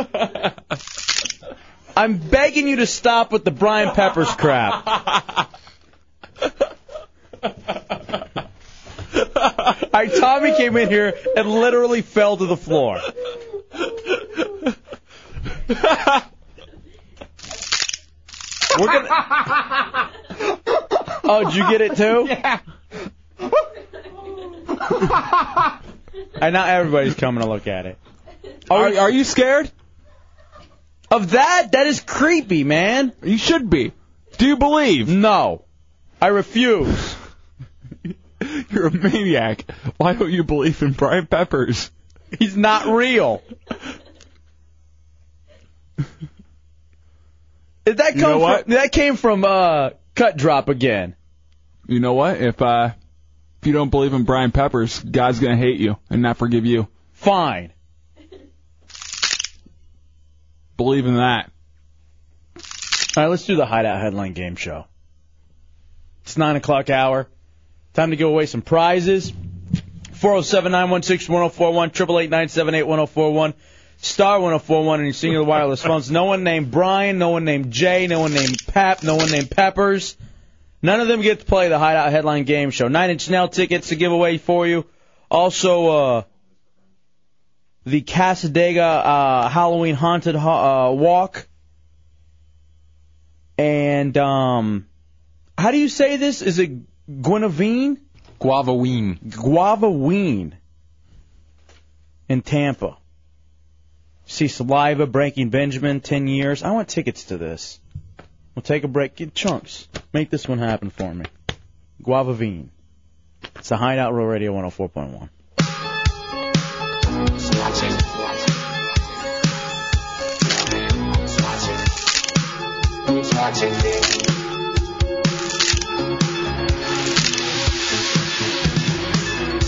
Speaker 3: I'm begging you to stop with the Brian Peppers crap. All right, Tommy came in here and literally fell to the floor. We're gonna. Oh, did you get it too? Yeah. And now everybody's coming to look at it. Are, are you scared? Of that? That is creepy, man. You should be. Do you believe? No. I refuse.
Speaker 4: You're a maniac. Why don't you believe in Brian Peppers?
Speaker 3: He's not real. Is that that
Speaker 4: You
Speaker 3: come
Speaker 4: know what?
Speaker 3: From, that came from uh, Cut Drop again.
Speaker 4: You know what? If uh, if you don't believe in Brian Peppers, God's gonna hate you and not forgive you.
Speaker 3: Fine.
Speaker 4: Believe in that.
Speaker 3: All right, let's do the Hideout Headline Game Show. It's 9 o'clock hour. Time to give away some prizes. 407 916 1041, 888 978 1041, star 1041, and your singular wireless phones. No one named Brian, no one named Jay, no one named Pap, no one named Peppers. None of them get to play the Hideout Headline Game Show. Nine Inch Nail tickets to give away for you. Also, uh, the Casadega uh, Halloween Haunted ha- uh, Walk. And um, how do you say this? Is it Guinevere? Guava Ween. Guava Ween. In Tampa. See Saliva, Breaking Benjamin, 10 years. I want tickets to this. We'll take a break. Get chunks. Make this one happen for me. Guava Veen. It's the Hideout Real Radio 104.1.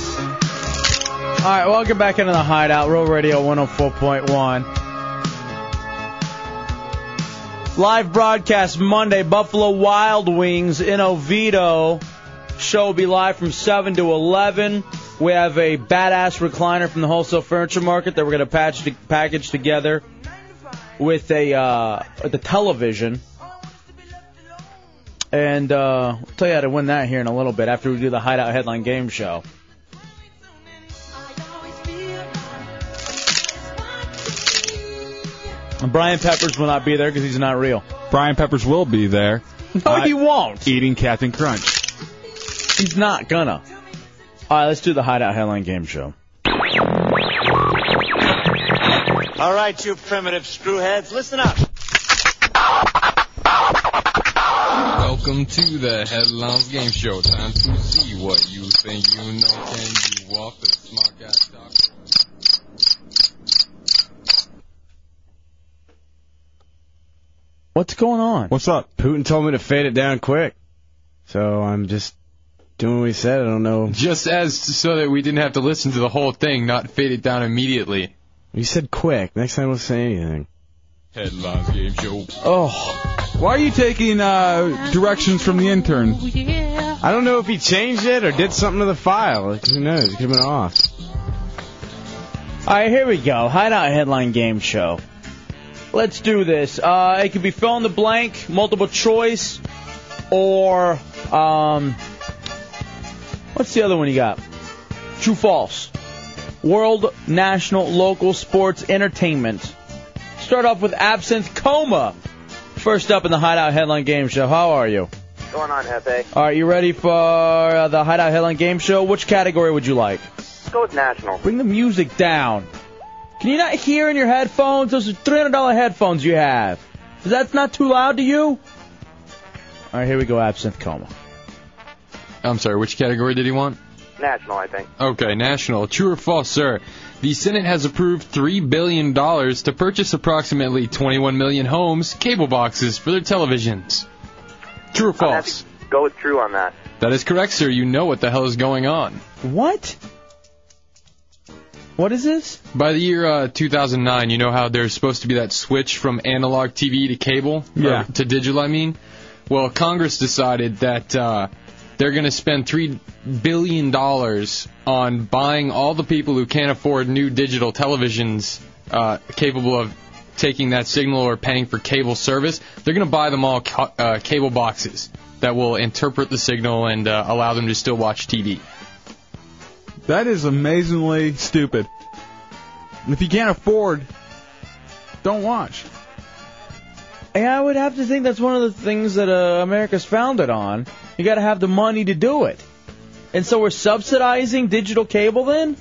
Speaker 3: All right, welcome back into the Hideout, Real Radio 104.1. Live broadcast Monday, Buffalo Wild Wings in Oviedo. Show will be live from 7 to 11. We have a badass recliner from the wholesale furniture market that we're going to patch to, package together with a uh, with the television. And uh, I'll tell you how to win that here in a little bit after we do the Hideout Headline Game Show. And Brian Peppers will not be there because he's not real.
Speaker 4: Brian Peppers will be there.
Speaker 3: No, he won't.
Speaker 4: Eating Captain Crunch.
Speaker 3: He's not gonna. All right, let's do the Hideout Headline Game Show.
Speaker 14: All right, you primitive screwheads, listen up.
Speaker 23: Welcome to the Headlines Game Show. Time to see what you think you know. Can you walk the smart guy talk?
Speaker 3: What's going on?
Speaker 4: What's up?
Speaker 5: Putin told me to fade it down quick, so I'm just doing what he said. I don't know.
Speaker 23: Just as so that we didn't have to listen to the whole thing, not fade it down immediately.
Speaker 5: He said quick. Next time we'll say anything.
Speaker 23: Headlines Game Show.
Speaker 4: Oh, why are you taking uh, directions from the intern?
Speaker 5: I don't know if he changed it or did something to the file. Like, who knows? It could have been off.
Speaker 3: All right, here we go. Hideout Headline Game Show. Let's do this. Uh, it could be fill in the blank, multiple choice, or um, what's the other one you got? True, false. World, national, local, sports, entertainment. Start off with absinthe coma. First up in the Hideout Headline Game Show. How are you?
Speaker 2: What's going on, Hefe?
Speaker 3: All right, you ready for uh, the Hideout Headline Game Show? Which category would you like?
Speaker 2: Let's go with National.
Speaker 3: Bring the music down. Can you not hear in your headphones? Those are $300 headphones you have. Is that not too loud to you? All right, here we go. Absinthe coma.
Speaker 23: I'm sorry, which category did he want?
Speaker 2: National, I think.
Speaker 23: Okay, national. True or false, sir? The Senate has approved $3 billion to purchase approximately 21 million homes cable boxes for their televisions. True or false?
Speaker 2: Go with True on that.
Speaker 23: That is correct, sir. You know what the hell is going on.
Speaker 3: What? What is this?
Speaker 23: By the year uh, 2009, you know how there's supposed to be that switch from analog TV to cable? Or
Speaker 4: Yeah.
Speaker 23: to digital, I mean? Well, Congress decided that uh, they're going to spend $3 billion on buying all the people who can't afford new digital televisions uh, capable of taking that signal or paying for cable service. They're going to buy them all ca- uh, cable boxes that will interpret the signal and uh, allow them to still watch TV.
Speaker 4: That is amazingly stupid. And if you can't afford, don't watch.
Speaker 3: And I would have to think that's one of the things that uh, America's founded on. You got to have the money to do it. And so we're subsidizing digital cable then?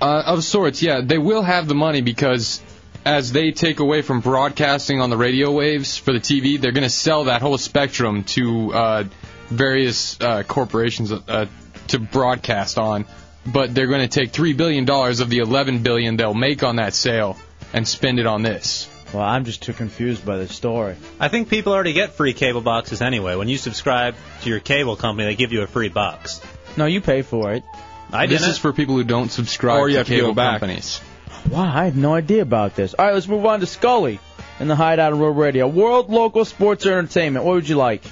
Speaker 23: Uh, of sorts, yeah. They will have the money because as they take away from broadcasting on the radio waves for the TV, they're going to sell that whole spectrum to uh, various uh, corporations uh, to broadcast on. But they're going to take three billion dollars of the eleven billion they'll make on that sale and spend it on this.
Speaker 3: Well, I'm just too confused by this story.
Speaker 7: I think people already get free cable boxes anyway. When you subscribe to your cable company, they give you a free box.
Speaker 3: No, you pay for it.
Speaker 7: I
Speaker 23: this
Speaker 7: didn't.
Speaker 23: is for people who don't subscribe
Speaker 7: Or you
Speaker 23: to
Speaker 7: have to
Speaker 23: cable
Speaker 7: go back.
Speaker 23: companies.
Speaker 3: Wow, I had no idea about this. All right, let's move on to Scully in the Hideout on Road Radio. World, local, sports, or entertainment. What would you like?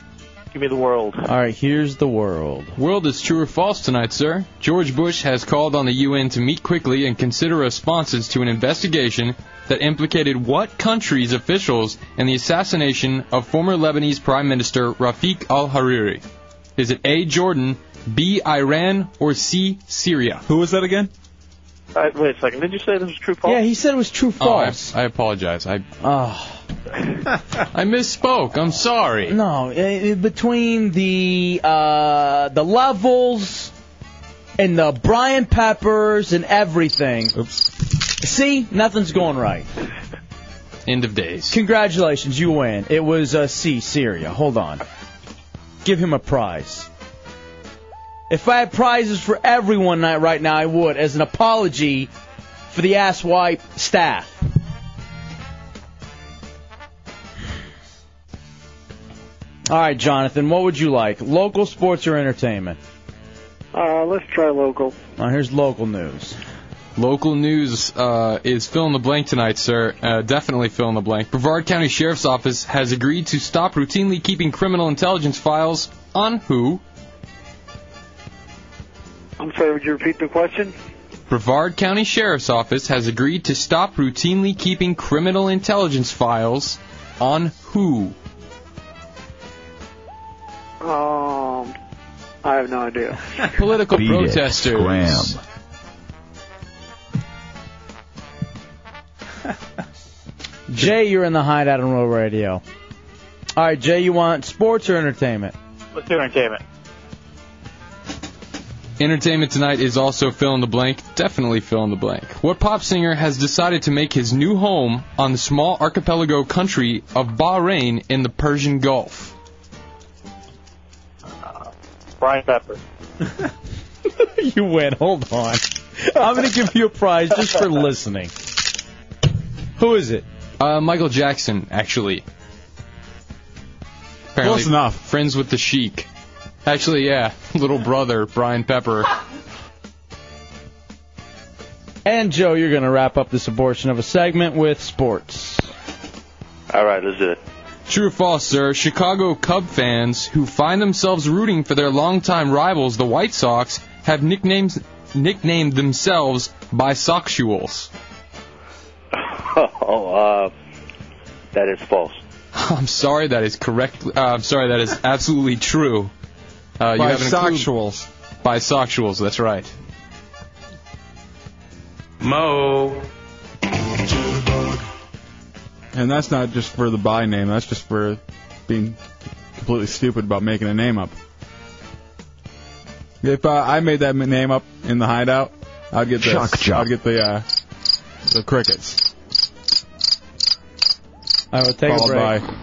Speaker 20: Give me the world.
Speaker 3: All right, here's the world.
Speaker 23: World is true or false tonight, sir. George Bush has called on the UN to meet quickly and consider responses to an investigation that implicated what country's officials in the assassination of former Lebanese Prime Minister Rafik al Hariri? Is it A. Jordan, B. Iran, or C. Syria? Who was that again?
Speaker 20: All right, wait a second. Did you say this was true false?
Speaker 3: Yeah, he said it was true
Speaker 23: false. Oh, I, I apologize. I Ah. I misspoke. I'm sorry.
Speaker 3: No, eh, eh, between the uh, the levels and the Brian Peppers and everything. Oops. See, nothing's going right.
Speaker 23: End of days.
Speaker 3: Congratulations, you win. It was uh, C, Syria. Hold on. Give him a prize. If I had prizes for everyone night right now, I would, as an apology for the asswipe staff. All right, Jonathan, what would you like? Local sports or entertainment?
Speaker 13: Uh, let's try local.
Speaker 3: All right, here's local news.
Speaker 23: Local news uh, is fill in the blank tonight, sir. Uh, definitely fill in the blank. Brevard County Sheriff's Office has agreed to stop routinely keeping criminal intelligence files on who?
Speaker 13: I'm sorry, would you repeat the question?
Speaker 23: Brevard County Sheriff's Office has agreed to stop routinely keeping criminal intelligence files on who?
Speaker 13: Um, I have no idea.
Speaker 23: Political protesters.
Speaker 3: Jay, you're in the hideout on Roll Radio. All right, Jay, you want sports or entertainment?
Speaker 20: Let's do entertainment.
Speaker 23: Entertainment tonight is also fill in the blank. Definitely fill in the blank. What pop singer has decided to make his new home on the small archipelago country of Bahrain in the Persian Gulf?
Speaker 20: Brian Pepper.
Speaker 3: you win. Hold on. I'm going to give you a prize just for listening. Who is it?
Speaker 23: Uh, Michael Jackson, actually. Apparently
Speaker 4: Close enough.
Speaker 23: Friends with the Sheik. Actually, yeah. Little brother, Brian Pepper.
Speaker 3: And Joe, you're going to wrap up this abortion of a segment with sports.
Speaker 20: All right, let's do it.
Speaker 23: True or false, sir? Chicago Cub fans who find themselves rooting for their longtime rivals, the White Sox, have nicknames nicknamed themselves bisexuals.
Speaker 20: oh, uh, that is false.
Speaker 23: I'm sorry, that is correct. Uh, I'm sorry, that is absolutely true. Uh, you haven't included-
Speaker 4: Bisexuals.
Speaker 23: Bisexuals. That's right. Mo.
Speaker 4: And that's not just for the by name. That's just for being completely stupid about making a name up. If uh, I made that name up in the hideout, I'd get the
Speaker 3: Shock jock.
Speaker 4: I'd get the uh, the crickets.
Speaker 3: I will take
Speaker 4: Followed
Speaker 3: a break.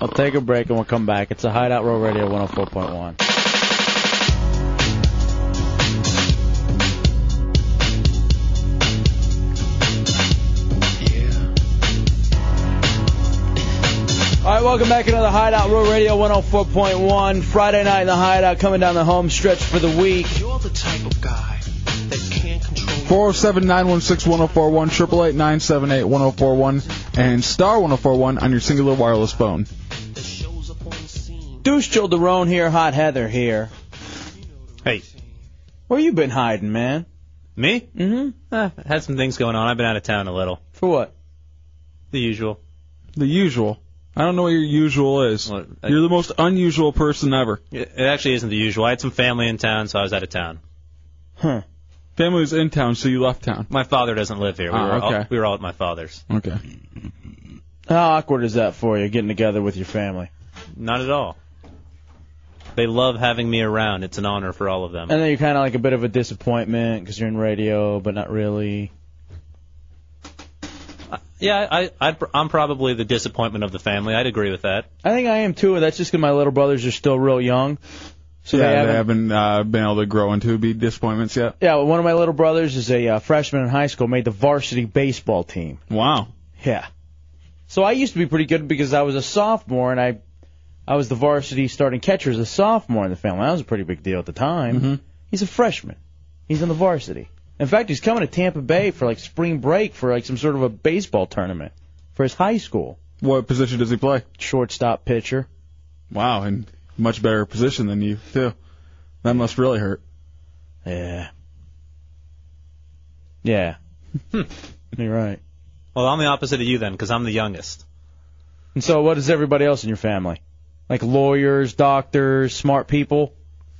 Speaker 3: I'll take a break and we'll come back. It's a Hideout Row Radio 104.1. All right, welcome back to another Hideout Row Radio 104.1. Friday night in the Hideout, coming down the home stretch for the week.
Speaker 4: You're the type of guy Four zero seven nine one six one zero four one triple eight nine seven eight one zero four one and star one zero four one on your singular wireless phone.
Speaker 3: Deuce Joe Derone here, Hot Heather here.
Speaker 7: Hey.
Speaker 3: Where you been hiding, man?
Speaker 7: Me? Ah,
Speaker 3: Mm-hmm.
Speaker 7: had some things going on. I've been out of town a little.
Speaker 3: For what?
Speaker 7: The usual.
Speaker 4: The usual. I don't know what your usual is. You're the most unusual person ever.
Speaker 7: It it actually isn't the usual. I had some family in town, so I was out of town.
Speaker 4: Huh. Family was in town, so you left town.
Speaker 7: My father doesn't live here. We,
Speaker 4: Ah,
Speaker 7: were, all,
Speaker 4: okay.
Speaker 7: we were all at my father's.
Speaker 4: Okay.
Speaker 3: How awkward is that for you, getting together with your family?
Speaker 7: Not at all. They love having me around. It's an honor for all of them.
Speaker 3: And then you're kind of like a bit of a disappointment because you're in radio, but not really.
Speaker 7: Yeah, I, I, I'm probably the disappointment of the family. I'd agree with that.
Speaker 3: I think I am too. That's just because my little brothers are still real young. So
Speaker 4: yeah,
Speaker 3: they haven't.
Speaker 4: uh, been able to grow into be disappointments yet.
Speaker 3: Yeah, well, one of my little
Speaker 4: Oh.
Speaker 3: brothers is a uh, freshman in high school, made the varsity baseball team.
Speaker 4: Wow.
Speaker 3: Yeah. So I used to be pretty good because I was a sophomore and I, I was the varsity starting catcher as a sophomore in the family. That was a pretty big deal at the time.
Speaker 4: Mm-hmm.
Speaker 3: He's a freshman. He's on the varsity. In fact, he's coming to Tampa Bay for like spring break for like some sort of a baseball tournament for his high school.
Speaker 4: What position does he play?
Speaker 3: Shortstop pitcher.
Speaker 4: Wow, and much better position than you too. That must really hurt.
Speaker 3: Yeah. Yeah.
Speaker 4: Hmm.
Speaker 3: You're right.
Speaker 7: Well, I'm the opposite of you then, because I'm the youngest.
Speaker 3: And so, what is everybody else in your family? Like lawyers, doctors, smart people.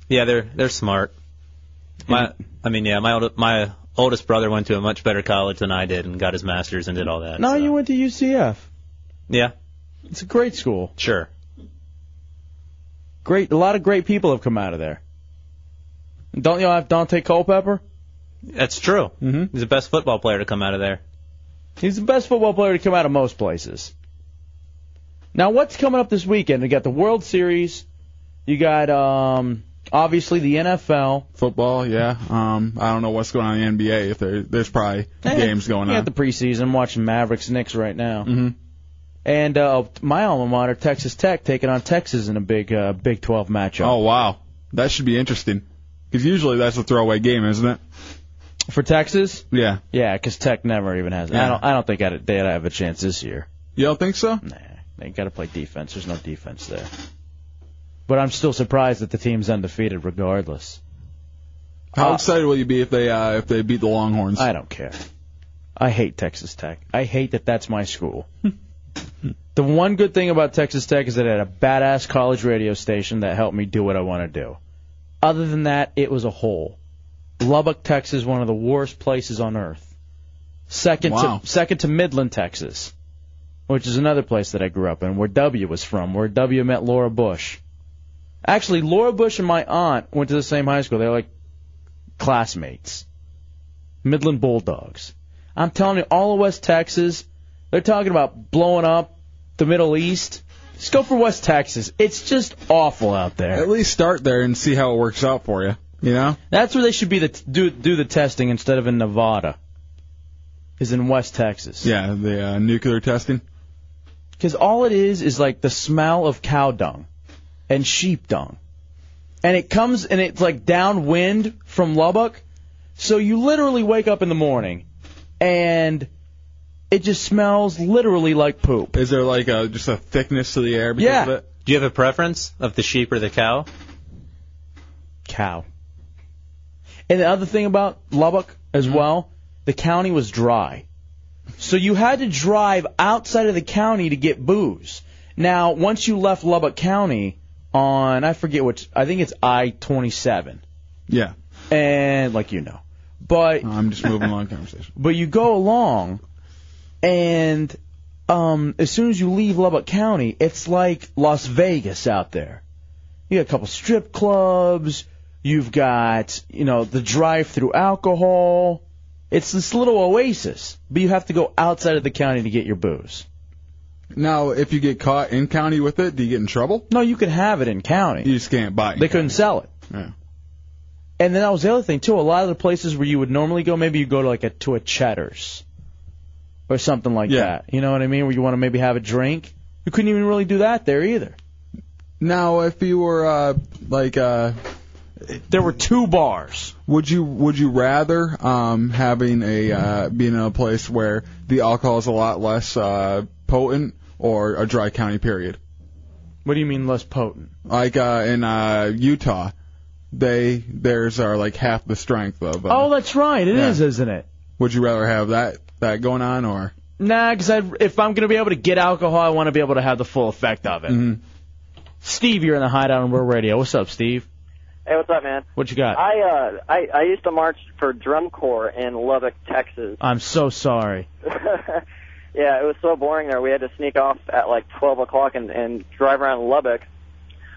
Speaker 7: Yeah, they're they're smart. My, I mean, yeah, my old, my oldest brother went to a much better college than I did and got his master's and did all that.
Speaker 3: No, you went to UCF.
Speaker 7: Yeah,
Speaker 3: It's a great school.
Speaker 7: Sure.
Speaker 3: Great. A lot of great people have come out of there. And Don't y'all have Dante Culpepper?
Speaker 7: that's true. Mm-hmm. He's the best football player to come out of there.
Speaker 3: He's the best football player to come out of most places. Now, what's coming up this weekend? You got the World Series. You got um, obviously the NFL.
Speaker 4: Football, yeah. Um, I don't know what's going on in the NBA. If there, there's probably games going
Speaker 3: you
Speaker 4: on.
Speaker 3: got the preseason. I'm watching Mavericks Knicks right now. Mm-hmm. And uh, my alma mater, Texas Tech, taking on Texas in a big uh, Big 12 matchup.
Speaker 4: Oh wow, that should be interesting. Because usually that's a throwaway game, isn't it?
Speaker 3: For Texas?
Speaker 4: Yeah.
Speaker 3: Yeah, 'cause Tech never even has. I
Speaker 4: Yeah.
Speaker 3: don't. I don't think I'd, they'd have a chance this year.
Speaker 4: You don't think so?
Speaker 3: Nah, they got to play defense. There's no defense there. But I'm still surprised that the team's undefeated regardless.
Speaker 4: How
Speaker 3: Uh,
Speaker 4: excited will you be if they uh, if they beat the Longhorns?
Speaker 3: I don't care. I hate Texas Tech. I hate that that's my school. the one good thing about Texas Tech is that it had a badass college radio station that helped me do what I want to do. Other than that, it was a hole. Lubbock, Texas, one of the worst places on earth. Second
Speaker 4: Wow.
Speaker 3: to second to Midland, Texas, which is another place that I grew up in, where W was from, where W met Laura Bush. Actually, Laura Bush and my aunt went to the same high school. They're like classmates. Midland Bulldogs. I'm telling you, all of West Texas, they're talking about blowing up the Middle East. Just go for West Texas. It's just awful out there.
Speaker 4: At least start there and see how it works out for you. You know?
Speaker 3: That's where they should be the do do the testing instead of in Nevada. Is in West Texas.
Speaker 4: Yeah, the uh, nuclear testing.
Speaker 3: Because all it is is like the smell of cow dung and sheep dung. And it comes and it's like downwind from Lubbock. So you literally wake up in the morning and it just smells literally like poop.
Speaker 4: Is there like a just a thickness to the air because of it?
Speaker 7: Do you have a preference of the sheep or the cow?
Speaker 3: Cow. And the other thing about Lubbock as well, the county was dry. So you had to drive outside of the county to get booze. Now, once you left Lubbock County on, I forget which, I think it's I 27.
Speaker 4: Yeah.
Speaker 3: And, like, you know. But.
Speaker 4: I'm just moving along conversation.
Speaker 3: But you go along, and um, as soon as you leave Lubbock County, it's like Las Vegas out there. You got a couple strip clubs. You've got you know the drive-through alcohol. It's this little oasis, but you have to go outside of the county to get your booze.
Speaker 4: Now, if you get caught in county with it, do you get in trouble?
Speaker 3: No, you can have it in county.
Speaker 4: You just can't buy it.
Speaker 3: They couldn't sell it.
Speaker 4: Yeah.
Speaker 3: And then that was the other thing too. A lot of the places where you would normally go, maybe you go to like a to a Cheddar's or something like that. You know what I mean? Where you want to maybe have a drink. You couldn't even really do that there either.
Speaker 4: Now, if you were uh, like uh,
Speaker 3: there were two bars.
Speaker 4: Would you would you rather um, having a uh, being in a place where the alcohol is a lot less uh, potent or a dry county period?
Speaker 3: What do you mean less potent?
Speaker 4: Like uh, in uh, Utah, they theirs are like half the strength of. Uh,
Speaker 3: oh, that's right. It is, isn't it?
Speaker 4: Would you rather have that that going on or?
Speaker 3: Nah, because if I'm going to be able to get alcohol, I want to be able to have the full effect of it.
Speaker 4: Mm-hmm.
Speaker 3: Steve, you're in the hideout on World Radio. What's up, Steve?
Speaker 15: Hey, what's up, man?
Speaker 3: What you got?
Speaker 15: I uh I, I used to march for Drum Corps in Lubbock, Texas.
Speaker 3: I'm so sorry.
Speaker 15: yeah, it was so boring there. We had to sneak off at like twelve o'clock and, and drive around Lubbock.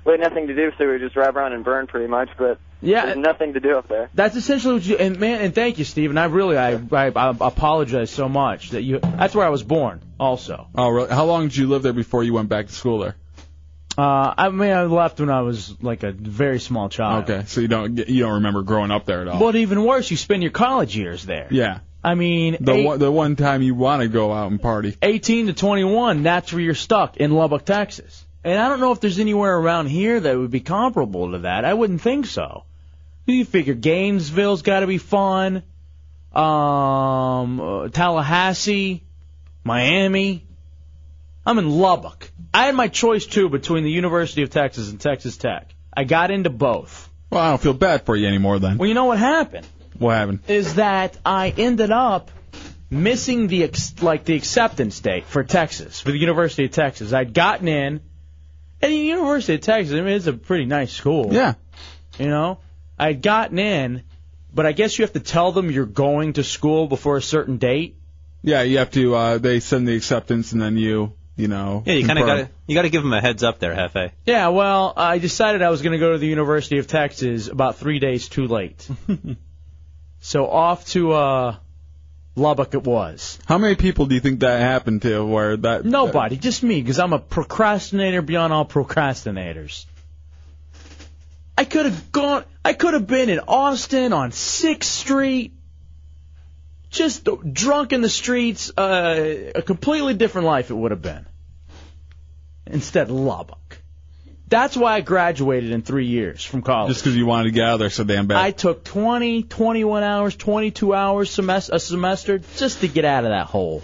Speaker 15: We had nothing to do, so we would just drive around and burn pretty much. But
Speaker 3: Yeah.
Speaker 15: there's nothing to do up there.
Speaker 3: That's essentially what you and man and thank you, Steve. And I really I, I I apologize so much that you. That's where I was born, also.
Speaker 4: Oh, really? How long did you live there before you went back to school there?
Speaker 3: Uh, I mean, I left when I was like a very small child.
Speaker 4: Okay, so you don't you don't remember growing up there at all?
Speaker 3: But even worse, you spend your college years there.
Speaker 4: Yeah.
Speaker 3: I mean,
Speaker 4: The
Speaker 3: eight-
Speaker 4: one, the one time you want to go out and party.
Speaker 3: 18 to 21, that's where you're stuck in Lubbock, Texas. And I don't know if there's anywhere around here that would be comparable to that. I wouldn't think so. You figure Gainesville's got to be fun, um, uh, Tallahassee, Miami. I'm in Lubbock. I had my choice too between the University of Texas and Texas Tech. I got into both.
Speaker 4: Well, I don't feel bad for you anymore then.
Speaker 3: Well, you know what happened?
Speaker 4: What happened?
Speaker 3: is that I ended up missing the ex- like the acceptance date for Texas for the University of Texas. I'd gotten in, and the University of Texas. I mean, it's a pretty nice school.
Speaker 4: Yeah.
Speaker 3: You know, I'd gotten in, but I guess you have to tell them you're going to school before a certain date.
Speaker 4: Yeah, you have to. Uh, they send the acceptance, and then you, you know.
Speaker 7: Yeah, you kind of
Speaker 4: confirm.
Speaker 7: got to you got to give them a heads up there, Hefe.
Speaker 3: Yeah, well, I decided I was going to go to the University of Texas about three days too late. so off to uh, Lubbock it was.
Speaker 4: How many people do you think that happened to? Where that?
Speaker 3: Nobody, just me, because I'm a procrastinator beyond all procrastinators. I could have gone. I could have been in Austin on Sixth Street, just drunk in the streets. Uh, a completely different life it would have been. Instead, Lubbock. That's why I graduated in three years from college.
Speaker 4: Just because you wanted to get out of there so damn bad.
Speaker 3: I took 20, 21 hours, 22 hours semest- a semester just to get out of that hole.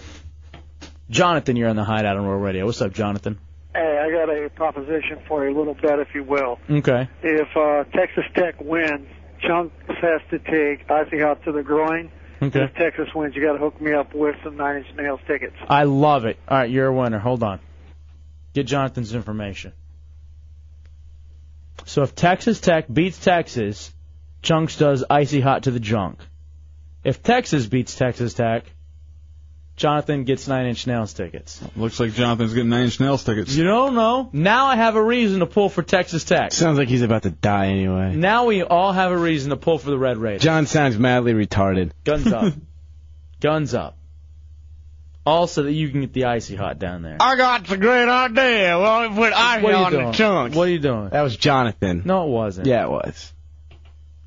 Speaker 3: Jonathan, you're on the Hideout on Royal Radio. What's up, Jonathan?
Speaker 13: Hey, I got a proposition for you, a little bet, if you will.
Speaker 3: Okay.
Speaker 13: If uh, Texas Tech wins, Chunks has to take Ozzy out to the groin.
Speaker 3: Okay.
Speaker 13: If Texas wins, you got to hook me up with some Nine Inch Nails tickets.
Speaker 3: I love it. All right, you're a winner. Hold on. Get Jonathan's information. So if Texas Tech beats Texas, Chunks does icy hot to the junk. If Texas beats Texas Tech, Jonathan gets Nine Inch Nails tickets.
Speaker 4: Looks like Jonathan's getting nine inch nails tickets.
Speaker 3: You don't know. Now I have a reason to pull for Texas Tech.
Speaker 5: Sounds like he's about to die anyway.
Speaker 3: Now we all have a reason to pull for the Red Raiders.
Speaker 5: John sounds madly retarded.
Speaker 3: Guns up. Guns up. All so that you can get the icy hot down there.
Speaker 5: I got the great idea. Well, put ice
Speaker 3: What are you
Speaker 5: on the
Speaker 3: doing?
Speaker 5: chunks.
Speaker 3: What are you doing?
Speaker 5: That was Jonathan.
Speaker 3: No, it wasn't.
Speaker 5: Yeah, it was.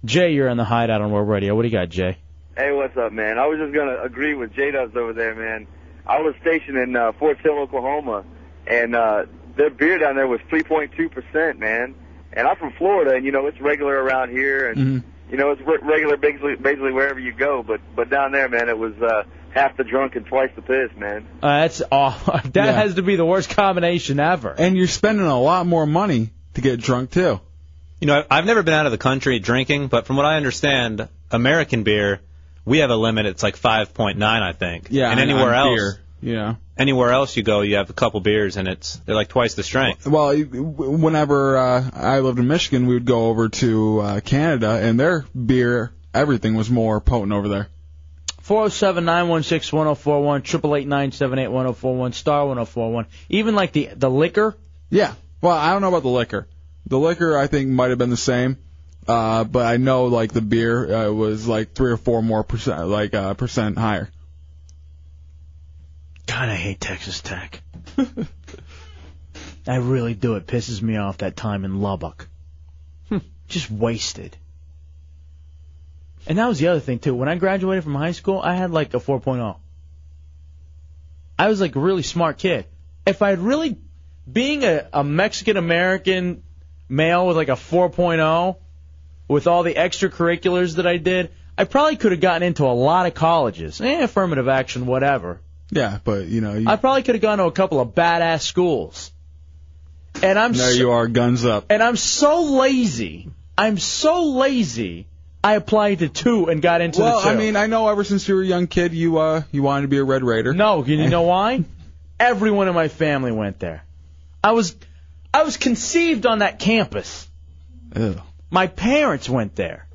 Speaker 3: Jay, you're in the hideout on World Radio. What do you got, Jay?
Speaker 21: Hey, what's up, man? I was just gonna agree with J Dubs over there, man. I was stationed in uh, Fort Sill, Oklahoma, and uh, their beer down there was 3.2 percent, man. And I'm from Florida, and you know it's regular around here,
Speaker 19: Mm.
Speaker 21: and
Speaker 3: Mm-hmm.
Speaker 21: you know it's re- regular basically, basically wherever you go. But but down there, man, it was uh, half the drunk and twice the piss, man.
Speaker 3: Uh, that's awful. That has to be the worst combination ever.
Speaker 4: And you're spending a lot more money to get drunk too.
Speaker 7: You know, I- I've never been out of the country drinking, but from what I understand, American beer, we have a limit. It's like 5.9, I think.
Speaker 4: Yeah,
Speaker 7: And
Speaker 4: on-
Speaker 7: anywhere
Speaker 4: on
Speaker 7: else,
Speaker 4: beer, you know.
Speaker 7: anywhere else you go, you have a couple beers, and it's they're like twice the strength.
Speaker 4: Well, whenever uh, I lived in Michigan, we would go over to uh, Canada, and their beer, everything was more potent over there.
Speaker 3: 407 916 1041, 888 978 1041, star 1041. Even like the, the liquor.
Speaker 4: Yeah. Well, I don't know about the liquor. The liquor, I think, might have been the same, uh, but I know like the beer uh, was like three or four more percent, like uh, percent higher.
Speaker 3: God, I hate Texas Tech. I really do. It pisses me off that time in Lubbock. Just wasted. And that was the other thing too. When I graduated from high school, I had like a 4.0. I was like a really smart kid. If I had really, being a, a Mexican American male with like a 4.0, with all the extracurriculars that I did, I probably could have gotten into a lot of colleges. Eh, affirmative action, whatever.
Speaker 4: Yeah, but you know, you,
Speaker 3: I probably could have gone to a couple of badass schools. And I'm
Speaker 4: there
Speaker 3: so,
Speaker 4: you are, guns up.
Speaker 3: and I'm so lazy. I'm so lazy. I applied to two and got into
Speaker 4: well,
Speaker 3: the two.
Speaker 4: I mean, I know ever since you were a young kid, you uh, you wanted to be a Red Raider.
Speaker 3: No, you know why? Everyone in my family went there. I was I was conceived on that campus.
Speaker 4: Ew,
Speaker 3: My parents went there.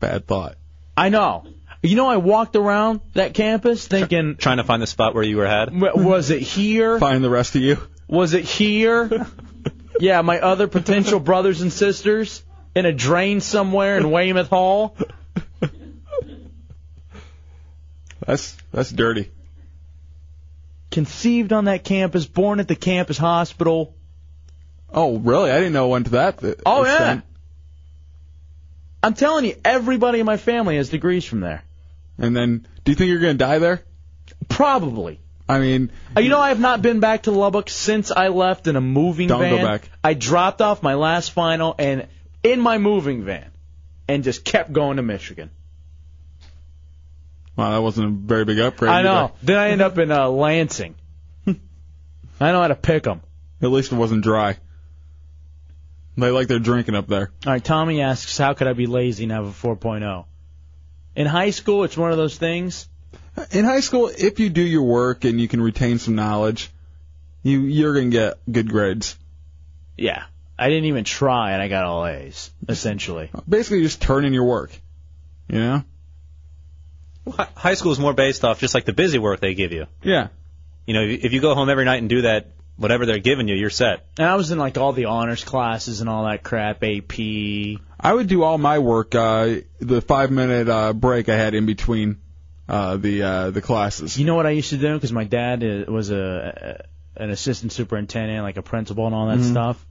Speaker 4: bad thought.
Speaker 3: I know. You know, I walked around that campus thinking,
Speaker 7: Trying to find the spot where you were had.
Speaker 3: "W- was it here?
Speaker 4: Find the rest of you.
Speaker 3: Was it here? yeah, my other potential brothers and sisters in a drain somewhere in Weymouth Hall.
Speaker 4: That's that's dirty.
Speaker 3: Conceived on that campus, born at the campus hospital.
Speaker 4: Oh, really? I didn't know it went to that.
Speaker 3: Oh yeah. I'm telling you, everybody in my family has degrees from there.
Speaker 4: And then, do you think you're going to die there?
Speaker 3: Probably.
Speaker 4: I mean,
Speaker 3: Uh, You know, I have not been back to Lubbock since I left in a moving
Speaker 4: Don't go
Speaker 3: van.
Speaker 4: back.
Speaker 3: I dropped off my last final and in my moving van, and just kept going to Michigan.
Speaker 4: wow, that wasn't a very big upgrade.
Speaker 3: I know.
Speaker 4: either.
Speaker 3: Then I end up in uh, Lansing. I know how to pick 'em.
Speaker 4: At least it wasn't dry. They like their drinking up there.
Speaker 3: All right, Tommy asks, how could I be lazy and have a 4.0? In high school, it's one of those things.
Speaker 4: In high school, if you do your work and you can retain some knowledge, you you're gonna get good grades.
Speaker 3: Yeah, I didn't even try, and I got all A's essentially.
Speaker 4: Basically, you just turn in your work. You know?
Speaker 7: Hi- High school is more based off just like the busy work they give you.
Speaker 4: Yeah.
Speaker 7: You know, if if you go home every night and do that, whatever they're giving you, you're set.
Speaker 3: And I was in like all the honors classes and all that crap, AP.
Speaker 4: I would do all my work uh, the five minute uh, break I had in between uh, the uh, the classes.
Speaker 3: You know what I used to do? Because my dad uh, was a a- an assistant superintendent, like a principal and all that
Speaker 4: Mhm.
Speaker 3: stuff.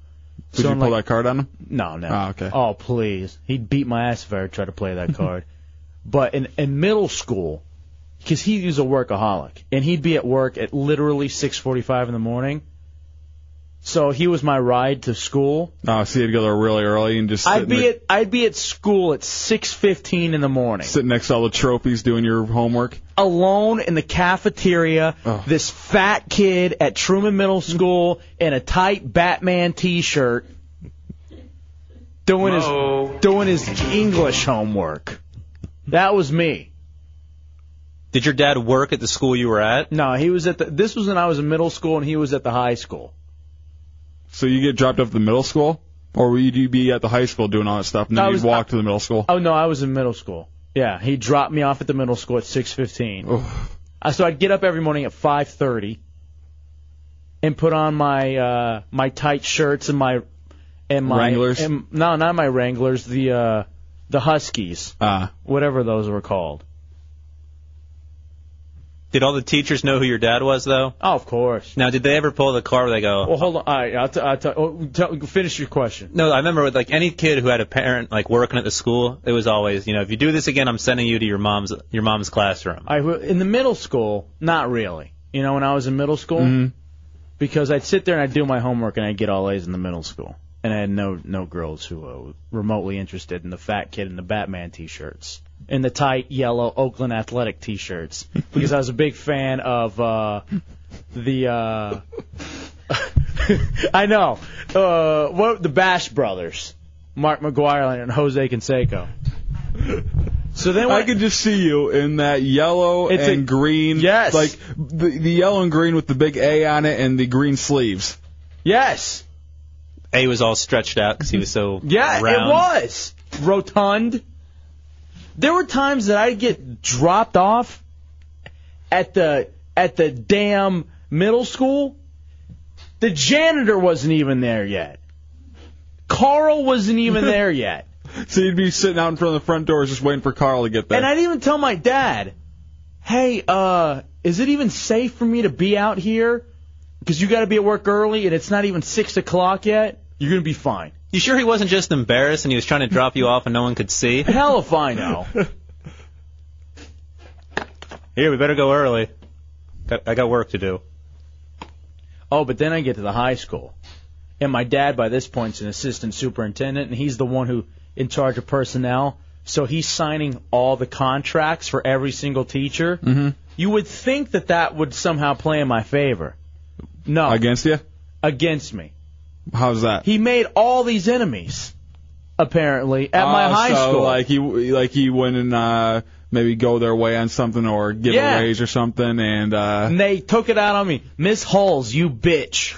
Speaker 4: Did
Speaker 3: So
Speaker 4: you
Speaker 3: I'm
Speaker 4: pull
Speaker 3: like-
Speaker 4: that card on him?
Speaker 3: No, no.
Speaker 4: Oh, okay.
Speaker 3: Oh, please. He'd beat my ass if I ever tried to play that card. but in, in middle school, because he was a workaholic, and he'd be at work at literally 6.45 in the morning. So he was my ride to school.
Speaker 4: Oh, so you'd go there really early and just sit
Speaker 3: I'd
Speaker 4: in
Speaker 3: be
Speaker 4: the-
Speaker 3: at I'd be at school at 6.15 in the morning.
Speaker 4: sit next to all the trophies doing your homework.
Speaker 3: alone in the cafeteria,
Speaker 4: Oh.
Speaker 3: this fat kid at Truman Middle School in a tight Batman T-shirt, doing his doing his English homework. That was me.
Speaker 7: Did your dad work at the school you were at?
Speaker 3: No, he was at the. This was when I was in middle school, and he was at the high school.
Speaker 4: So you get dropped off at the middle school, or would you be at the high school doing all that stuff, and
Speaker 3: I
Speaker 4: then
Speaker 3: was-
Speaker 4: you'd walk to the middle school?
Speaker 3: Oh no, I was in middle school. Yeah, he dropped me off at the middle school at 6:15. Uh, So I'd get up every morning at 5:30 and put on my uh, my tight shirts and my and my
Speaker 4: Wranglers?
Speaker 3: and- no, not my Wranglers. The uh, the Huskies.
Speaker 4: Uh.
Speaker 3: Whatever those were called.
Speaker 7: Did all the teachers know who your dad was though?
Speaker 3: Oh, of course.
Speaker 7: Now, did they ever pull the car where they go?
Speaker 3: Well, hold on. All right, I'll, t- I'll t- oh, tell- finish your question.
Speaker 7: No, I remember with like any kid who had a parent like working at the school, it was always, you know, if you do this again, I'm sending you to your mom's your mom's classroom.
Speaker 3: I w- in the middle school, not really. You know, when I was in middle school, because I'd sit there and I'd do my homework and I'd get all A's in the middle school, and I had no no girls who uh, were remotely interested in the fat kid in the Batman t-shirts and the tight yellow Oakland Athletic t-shirts, because I was a big fan of uh, the. Uh, I know. Uh, what the Bash Brothers, Mark McGuire and Jose Canseco. So then
Speaker 4: I could just see you in that yellow
Speaker 3: It's a-
Speaker 4: and green.
Speaker 3: Yes.
Speaker 4: Like the, the yellow and green with the big A on it and the green sleeves.
Speaker 3: Yes.
Speaker 7: A was all stretched out because he was so
Speaker 3: Yeah,
Speaker 7: round.
Speaker 3: it was rotund. There were times that I'd get dropped off at the at the damn middle school. The janitor wasn't even there yet. Carl wasn't even there yet.
Speaker 4: So you'd be sitting out in front of the front doors just waiting for Carl to get there.
Speaker 3: And I didn't even tell my dad, "Hey, uh, is it even safe for me to be out here? Because you got to be at work early, and it's not even six o'clock yet. You're gonna be fine."
Speaker 7: You sure he wasn't just embarrassed and he was trying to drop you off and no one could see?
Speaker 3: Hell if I know.
Speaker 7: Here, we better go early. Got- I got work to do.
Speaker 3: Oh, but then I get to the high school, and my dad by this point's an assistant superintendent, and he's the one who in charge of personnel. So he's signing all the contracts for every single teacher.
Speaker 4: Mhm.
Speaker 3: You would think that that would somehow play in my favor. No,
Speaker 4: Against you?
Speaker 3: against me.
Speaker 4: How's that?
Speaker 3: He made all these enemies, apparently, at my
Speaker 4: Oh,
Speaker 3: high
Speaker 4: so
Speaker 3: school.
Speaker 4: Like you, like you wouldn't uh, maybe go their way on something or give
Speaker 3: Yeah.
Speaker 4: a raise or something, and uh,
Speaker 3: and they took it out on me. Miss Halls, you bitch.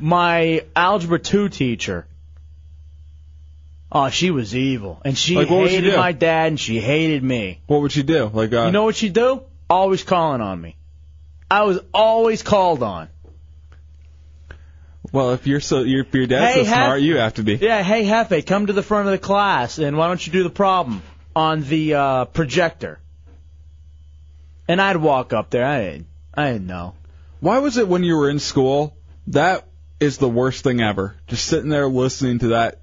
Speaker 3: My algebra two teacher. Oh, she was evil, and she
Speaker 4: Like, what would she
Speaker 3: hated
Speaker 4: do?
Speaker 3: my dad, and she hated me.
Speaker 4: what would you do? Like uh,
Speaker 3: you know what she do? Always calling on me. I was always called on.
Speaker 4: well, if you're so, if your dad's
Speaker 3: Hey,
Speaker 4: so
Speaker 3: Hef-
Speaker 4: smart, you have to be.
Speaker 3: Yeah, hey Hefe, come to the front of the class, and why don't you do the problem on the uh, projector? And I'd walk up there. I didn't. I didn't know.
Speaker 4: Why was it when you were in school? That is the worst thing ever. Just sitting there listening to that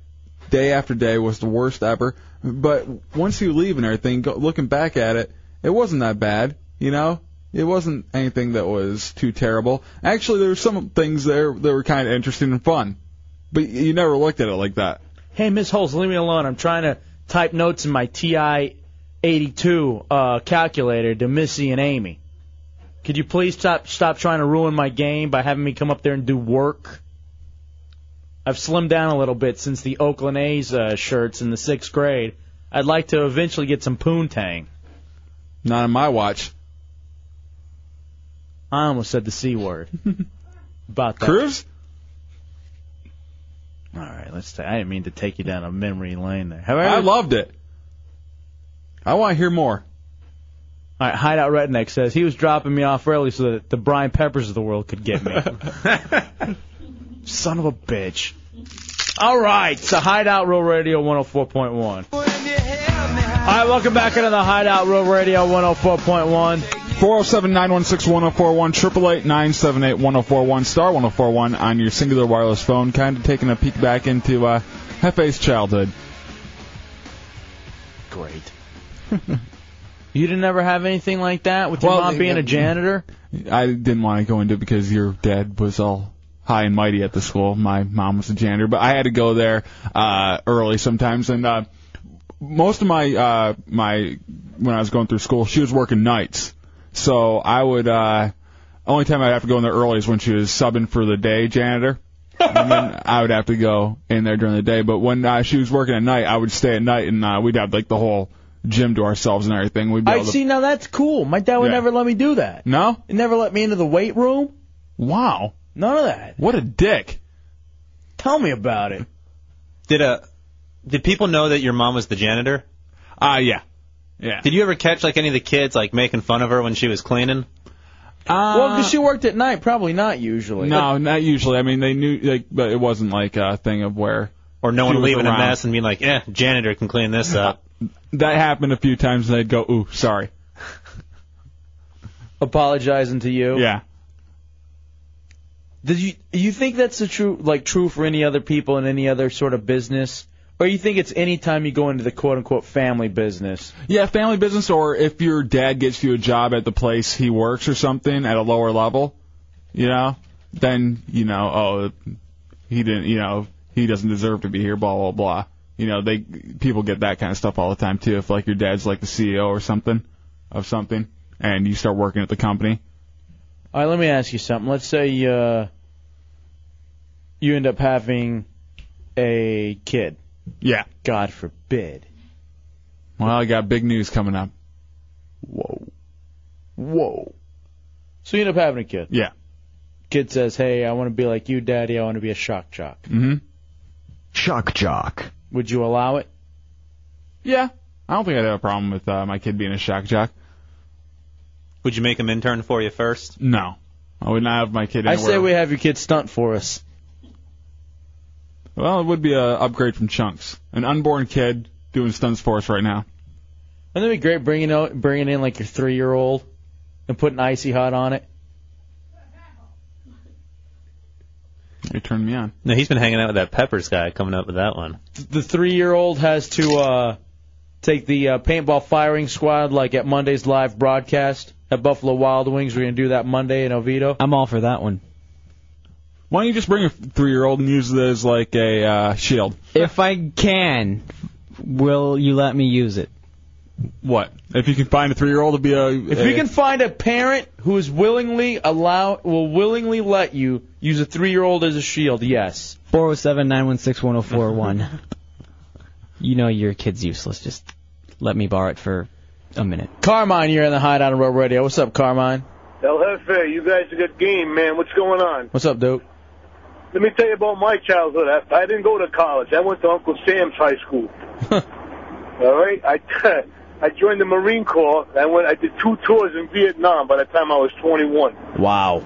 Speaker 4: day after day was the worst ever. But once you leave and everything, go, looking back at it, it wasn't that bad. You know, it wasn't anything that was too terrible. Actually, there were some things there that were kind of interesting and fun. But you never looked at it like that.
Speaker 3: Hey, Miss Holtz, leave me alone. I'm trying to type notes in my TI 82 uh, calculator to Missy and Amy. Could you please stop stop trying to ruin my game by having me come up there and do work? I've slimmed down a little bit since the Oakland A's uh, shirts in the sixth grade. I'd like to eventually get some poontang.
Speaker 4: Not on my watch.
Speaker 3: I almost said the c word. About that.
Speaker 4: Cruz?
Speaker 3: All right, let's. Ta- I didn't mean to take you down a memory lane there. Have I,
Speaker 4: I
Speaker 3: ever-
Speaker 4: loved it. I want to hear more.
Speaker 3: All right, Hideout Redneck says he was dropping me off early so that the Brian Peppers of the world could get me. Son of a bitch. All right, so Hideout Real Radio 104.1. All right, welcome back into the Hideout Real Radio 104.1.
Speaker 4: 407 916 1041, 888 978 1041, star 1041 on your singular wireless phone. Kind of taking a peek back into uh, Hefe's childhood.
Speaker 3: Great. you didn't ever have anything like that with your
Speaker 4: Well,
Speaker 3: mom being
Speaker 4: yeah.
Speaker 3: a janitor?
Speaker 4: I didn't want to go into it because your dad was all high and mighty at the school. My mom was a janitor, but I had to go there uh, early sometimes. And uh, most of my uh, my when I was going through school, she was working nights, so I would uh, only time I'd have to go in there early is when she was subbing for the day janitor. and then I would have to go in there during the day. But when uh, she was working at night, I would stay at night, and uh, we'd have like the whole gym to ourselves and everything. We'd be
Speaker 3: I
Speaker 4: able to-
Speaker 3: see. Now that's cool. My dad would
Speaker 4: Yeah.
Speaker 3: never let me do that.
Speaker 4: No?
Speaker 3: He never let me into the weight room.
Speaker 4: Wow.
Speaker 3: None of that.
Speaker 4: What a dick.
Speaker 3: Tell me about it.
Speaker 7: Did uh, did people know that your mom was the janitor?
Speaker 4: Ah, uh, yeah. Yeah.
Speaker 7: Did you ever catch like any of the kids like making fun of her when she was cleaning?
Speaker 4: Uh,
Speaker 3: well, because she worked at night, probably not usually.
Speaker 4: No, not usually. I mean, they knew, like, but it wasn't like a thing of where.
Speaker 7: Or no
Speaker 4: she
Speaker 7: one
Speaker 4: was
Speaker 7: leaving
Speaker 4: around.
Speaker 7: a mess and being like, eh, janitor can clean this up.
Speaker 4: That happened a few times, and they'd go, "Ooh, sorry."
Speaker 3: apologizing to you.
Speaker 4: Yeah.
Speaker 3: Did you you think that's the true like true for any other people in any other sort of business, or you think it's any time you go into the quote unquote family business?
Speaker 4: Yeah, family business, or if your dad gets you a job at the place he works or something at a lower level, you know, then you know, oh, he didn't, you know, he doesn't deserve to be here, blah blah blah. You know, they people get that kind of stuff all the time too. If like your dad's like the CEO or something of something, and you start working at the company,
Speaker 3: All right, let me ask you something. Let's say uh, you end up having a kid.
Speaker 4: Yeah.
Speaker 3: God forbid.
Speaker 4: well, I got big news coming up.
Speaker 3: Whoa. Whoa. So you end up having a kid.
Speaker 4: Yeah.
Speaker 3: Kid says, "Hey, I want to be like you, Daddy. I want to be a shock jock."
Speaker 4: Mm-hmm.
Speaker 3: Shock jock. Would you allow it?
Speaker 4: Yeah. I don't think I'd have a problem with uh, my kid being a shock jock.
Speaker 7: Would you make him intern for you first?
Speaker 4: No. I would not have my kid
Speaker 3: I
Speaker 4: anywhere.
Speaker 3: say we have your kid stunt for us.
Speaker 4: Well, it would be a upgrade from Chunks. An unborn kid doing stunts for us right now.
Speaker 3: Wouldn't it be great bringing out, bringing in like your three year old and putting icy hot on it?
Speaker 4: You turned me on.
Speaker 7: No, he's been hanging out with that Peppers guy coming up with that one.
Speaker 3: The three year old has to uh, take the uh, paintball firing squad like at Monday's live broadcast at Buffalo Wild Wings. We're gonna do that Monday in Oviedo. I'm all for that one.
Speaker 4: Why don't you just bring a three-year-old and use it as like a uh, shield?
Speaker 8: If I can, will you let me use it?
Speaker 4: What? If you can find a three-year-old to be a,
Speaker 3: If you can find a parent who is willingly allow will willingly let you use a three year old as a shield, yes.
Speaker 8: 407 916 1041. You know your kid's useless. Just let me borrow it for a minute.
Speaker 3: Carmine, you're in the hideout on Road Radio. What's up, Carmine?
Speaker 16: El Jefe, you guys are good game, man. What's going on?
Speaker 3: What's up, dope?
Speaker 16: Let me tell you about my childhood. I, I didn't go to college. I went to Uncle Sam's high school. All right, I I joined the Marine Corps. I went. I did two tours in Vietnam. By the time I was 21,
Speaker 3: Wow.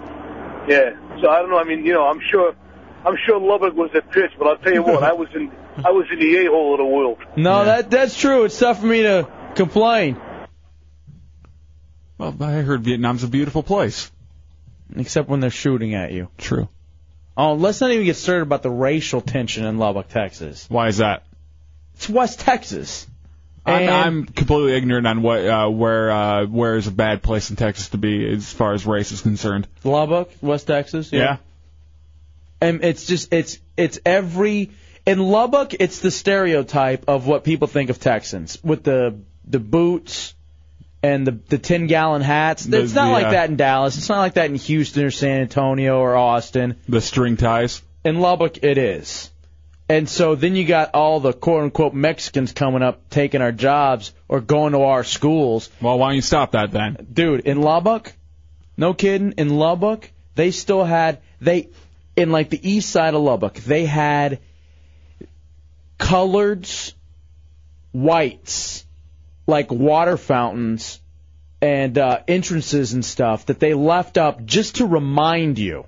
Speaker 16: yeah. So I don't know. I mean, you know, I'm sure, I'm sure Lubbock was a pitch, but I'll tell you what, I was in, I was in the a hole of the world.
Speaker 3: No, that that's true. It's tough for me to complain.
Speaker 4: Well, I heard Vietnam's a beautiful place.
Speaker 3: Except when they're shooting at you.
Speaker 4: True.
Speaker 3: Oh, let's not even get started about the racial tension in Lubbock, Texas.
Speaker 4: Why is that?
Speaker 3: It's West Texas.
Speaker 4: I'm,
Speaker 3: And-
Speaker 4: I'm completely ignorant on what uh, where uh, where is a bad place in Texas to be as far as race is concerned.
Speaker 3: Lubbock, West Texas. Yeah.
Speaker 4: Yeah.
Speaker 3: And it's just it's it's every in Lubbock it's the stereotype of what people think of Texans with the the boots and the the ten gallon hats.
Speaker 4: The-
Speaker 3: It's not like
Speaker 4: yeah.
Speaker 3: that in Dallas. It's not like that in Houston or San Antonio or Austin.
Speaker 4: The string ties.
Speaker 3: In Lubbock it is. And so then you got all the quote unquote Mexicans coming up taking our jobs or going to our schools.
Speaker 4: Well, why don't you stop that then?
Speaker 3: Dude, in Lubbock, no kidding, in Lubbock, they still had they in like the east side of Lubbock, they had coloreds, whites, like water fountains and uh, entrances and stuff that they left up just to remind you.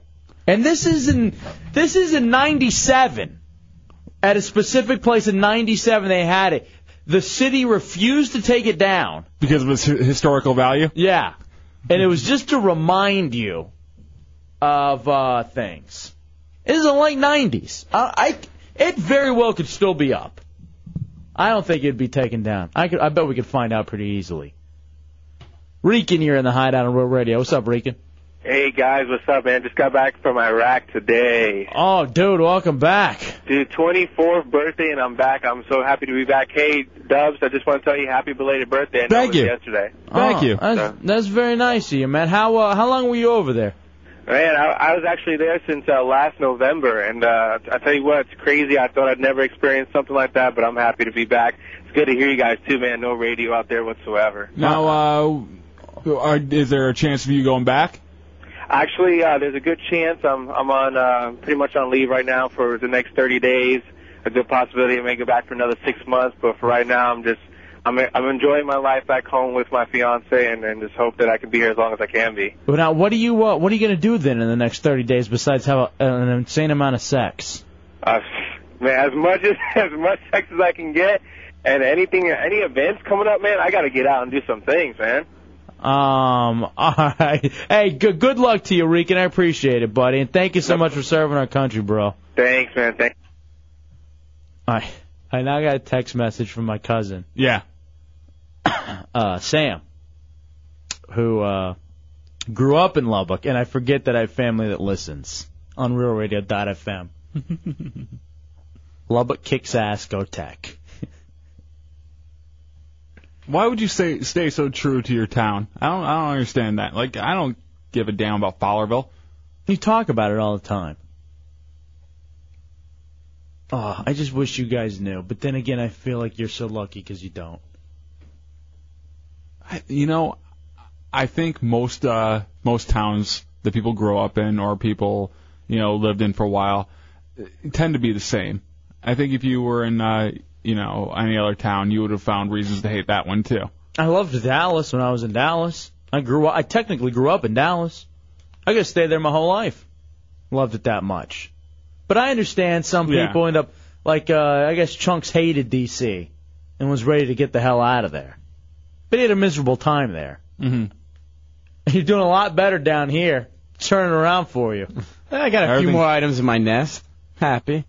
Speaker 3: And this is in this is in '97. At a specific place in '97, they had it. The city refused to take it down.
Speaker 4: Because of its hi- historical value.
Speaker 3: Yeah, and it was just to remind you of uh, things. It is the late '90s. I, I it very well could still be up. I don't think it'd be taken down. I could. I bet we could find out pretty easily. Reekin, you're in the hideout on Real Radio. What's up, Reekin?
Speaker 10: Hey guys, what's up, man? Just got back from Iraq today.
Speaker 3: Oh, dude, welcome back.
Speaker 10: Dude, 24th birthday, and I'm back. I'm so happy to be back. Hey, Dubs, I just want to tell you happy belated birthday. I know
Speaker 3: Thank
Speaker 10: it was
Speaker 3: you.
Speaker 10: Yesterday.
Speaker 3: Oh, That's, that's very nice of you, man. How uh, how long were you over there?
Speaker 10: Man, I, I was actually there since uh, last November, and uh, I tell you what, it's crazy. I thought I'd never experience something like that, but I'm happy to be back. It's good to hear you guys too, man. No radio out there whatsoever.
Speaker 4: Now, uh, are, is there a chance of you going back?
Speaker 10: Actually, uh, there's a good chance I'm I'm on uh, pretty much on leave right now for the next 30 days. A good possibility I may go back for another six months, but for right now, I'm just I'm I'm enjoying my life back home with my fiance, and, and just hope that I can be here as long as I can be.
Speaker 3: Well, now what do you uh, what are you gonna do then in the next 30 days besides have a, an insane amount of sex?
Speaker 10: Uh, man, as much as as much sex as I can get, and anything any events coming up, man, I got to get out and do some things, man.
Speaker 3: Um, all right. Hey, good good luck to you, Reek, and I appreciate it, buddy. And thank you so much for serving our country, bro.
Speaker 10: Thanks, man. Thanks.
Speaker 3: I I now got a text message from my cousin,
Speaker 4: Yeah.
Speaker 3: uh, Sam, who uh, grew up in Lubbock, and I forget that I have family that listens on RealRadio.fm. Lubbock kicks ass, go Tech.
Speaker 4: Why would you say stay so true to your town? I don't I don't understand that. Like I don't give a damn about Fowlerville.
Speaker 3: You talk about it all the time. Oh, I just wish you guys knew. But then again, I feel like you're so lucky because you don't.
Speaker 4: I- you know, I think most uh most towns that people grow up in or people you know lived in for a while eh, tend to be the same. I think if you were in uh you know any other town, you would have found reasons to hate that one too.
Speaker 3: I loved Dallas when I was in Dallas. I grew up, I technically grew up in Dallas. I could have stayed there my whole life. Loved it that much. But I understand some
Speaker 4: Yeah.
Speaker 3: people end up like uh I guess Chunks hated DC and was ready to get the hell out of there. But he had a miserable time there.
Speaker 4: Mm-hmm.
Speaker 3: You're doing a lot better down here. Turning around for you.
Speaker 24: I got a few more items in my nest. Happy.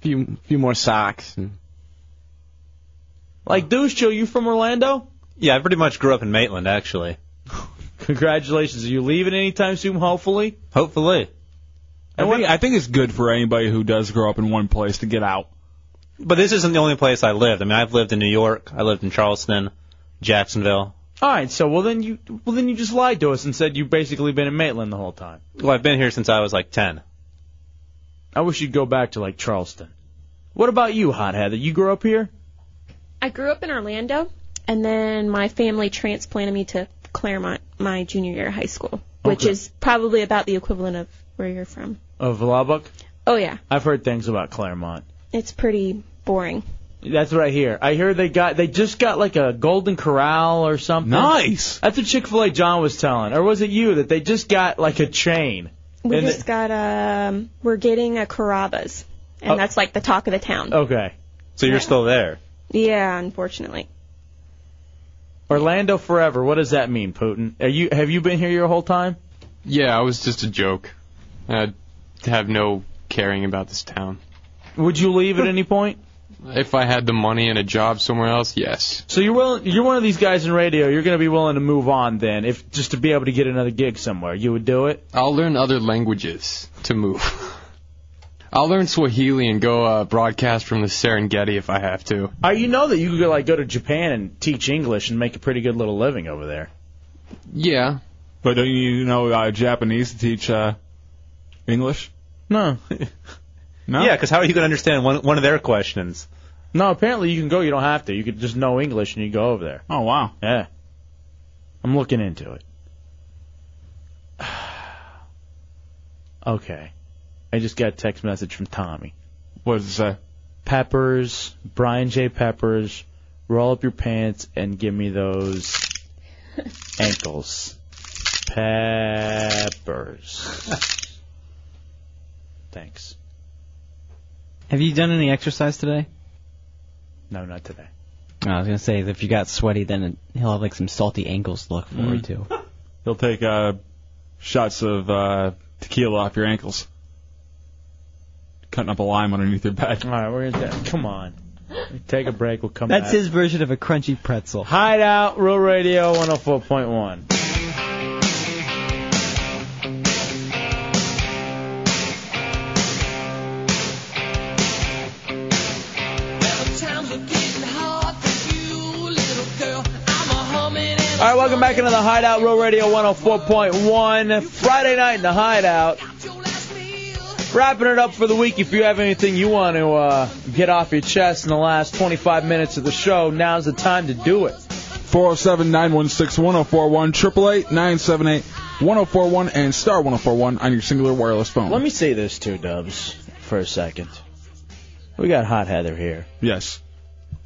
Speaker 24: Few few more socks. And...
Speaker 3: Like Deuce Joe, you from Orlando?
Speaker 7: Yeah, I pretty much grew up in Maitland, actually.
Speaker 3: Congratulations. Are you leaving anytime soon, hopefully?
Speaker 7: Hopefully.
Speaker 4: I think, I think it's good for anybody who does grow up in one place to get out.
Speaker 7: But this isn't the only place I lived. I mean, I've lived in New York. I lived in Charleston, Jacksonville.
Speaker 3: All right, so well then you well then you just lied to us and said you've basically been in Maitland the whole time.
Speaker 7: Well, I've been here since I was like 10.
Speaker 3: I wish you'd go back to like Charleston. What about you, Hot Heather? You grew up here?
Speaker 18: I grew up in Orlando, and then my family transplanted me to Claremont my junior year of high school, which
Speaker 3: Okay.
Speaker 18: is probably about the equivalent of where you're from.
Speaker 3: Of Lubbock?
Speaker 18: Oh yeah,
Speaker 3: I've heard things about Claremont.
Speaker 18: it's pretty boring.
Speaker 3: That's what I hear. I hear they got they just got like a Golden Corral or something.
Speaker 4: Nice.
Speaker 3: That's what Chick Fil A John was telling, or was it you that they just got like a chain?
Speaker 18: We
Speaker 3: And
Speaker 18: just got um, we're getting a Carrabba's, and
Speaker 3: Oh.
Speaker 18: that's like the talk of the town.
Speaker 3: Okay.
Speaker 7: So you're still there.
Speaker 18: Yeah, unfortunately.
Speaker 3: Orlando forever. What does that mean, Putin? Are you have you been here your whole time?
Speaker 23: Yeah, I was just a joke. I have no caring about this town.
Speaker 3: Would you leave at any point?
Speaker 23: If I had the money and a job somewhere else, yes.
Speaker 3: So you're willing, you're one of these guys in radio. You're going to be willing to move on then, if just to be able to get another gig somewhere. You would do it.
Speaker 23: I'll learn other languages to move. I'll learn Swahili and go uh, broadcast from the Serengeti if I have to.
Speaker 3: Uh, you know that you could go, like go to Japan and teach English and make a pretty good little living over there.
Speaker 23: Yeah.
Speaker 4: But don't you know uh, Japanese to teach uh, English?
Speaker 3: No.
Speaker 4: No?
Speaker 7: Yeah, because how are you going to understand one, one of their questions?
Speaker 3: No, apparently you can go. You don't have to. You could just know English and you go over there.
Speaker 4: Oh wow.
Speaker 3: Yeah. I'm looking into it. okay. I just got a text message from Tommy.
Speaker 4: What does it say?
Speaker 3: Peppers, Brian J. Peppers, roll up your pants and give me those ankles. Peppers. Thanks.
Speaker 8: Have you done any exercise today?
Speaker 3: No, not today.
Speaker 8: I was gonna say if you got sweaty, then it- he'll have like some salty ankles to look forward
Speaker 3: Mm.
Speaker 8: to.
Speaker 4: He'll take uh, shots of uh, tequila off your ankles. Cutting up a lime underneath your back.
Speaker 3: All right, we're gonna come on. Take a break. We'll come
Speaker 8: That's
Speaker 3: back.
Speaker 8: his version of a crunchy pretzel.
Speaker 3: Hideout Real Radio 104.1. All right, welcome back into the Hideout Real Radio 104.1. Friday night in the Hideout. Wrapping it up for the week. If you have anything you want to uh, get off your chest in the last 25 minutes of the show, now's the time to do it.
Speaker 4: 407 916 1041 888 978 1041 and star 1041 on your singular wireless phone.
Speaker 3: Let me say this too, Dubs, for a second. We got Hot Heather here.
Speaker 4: Yes.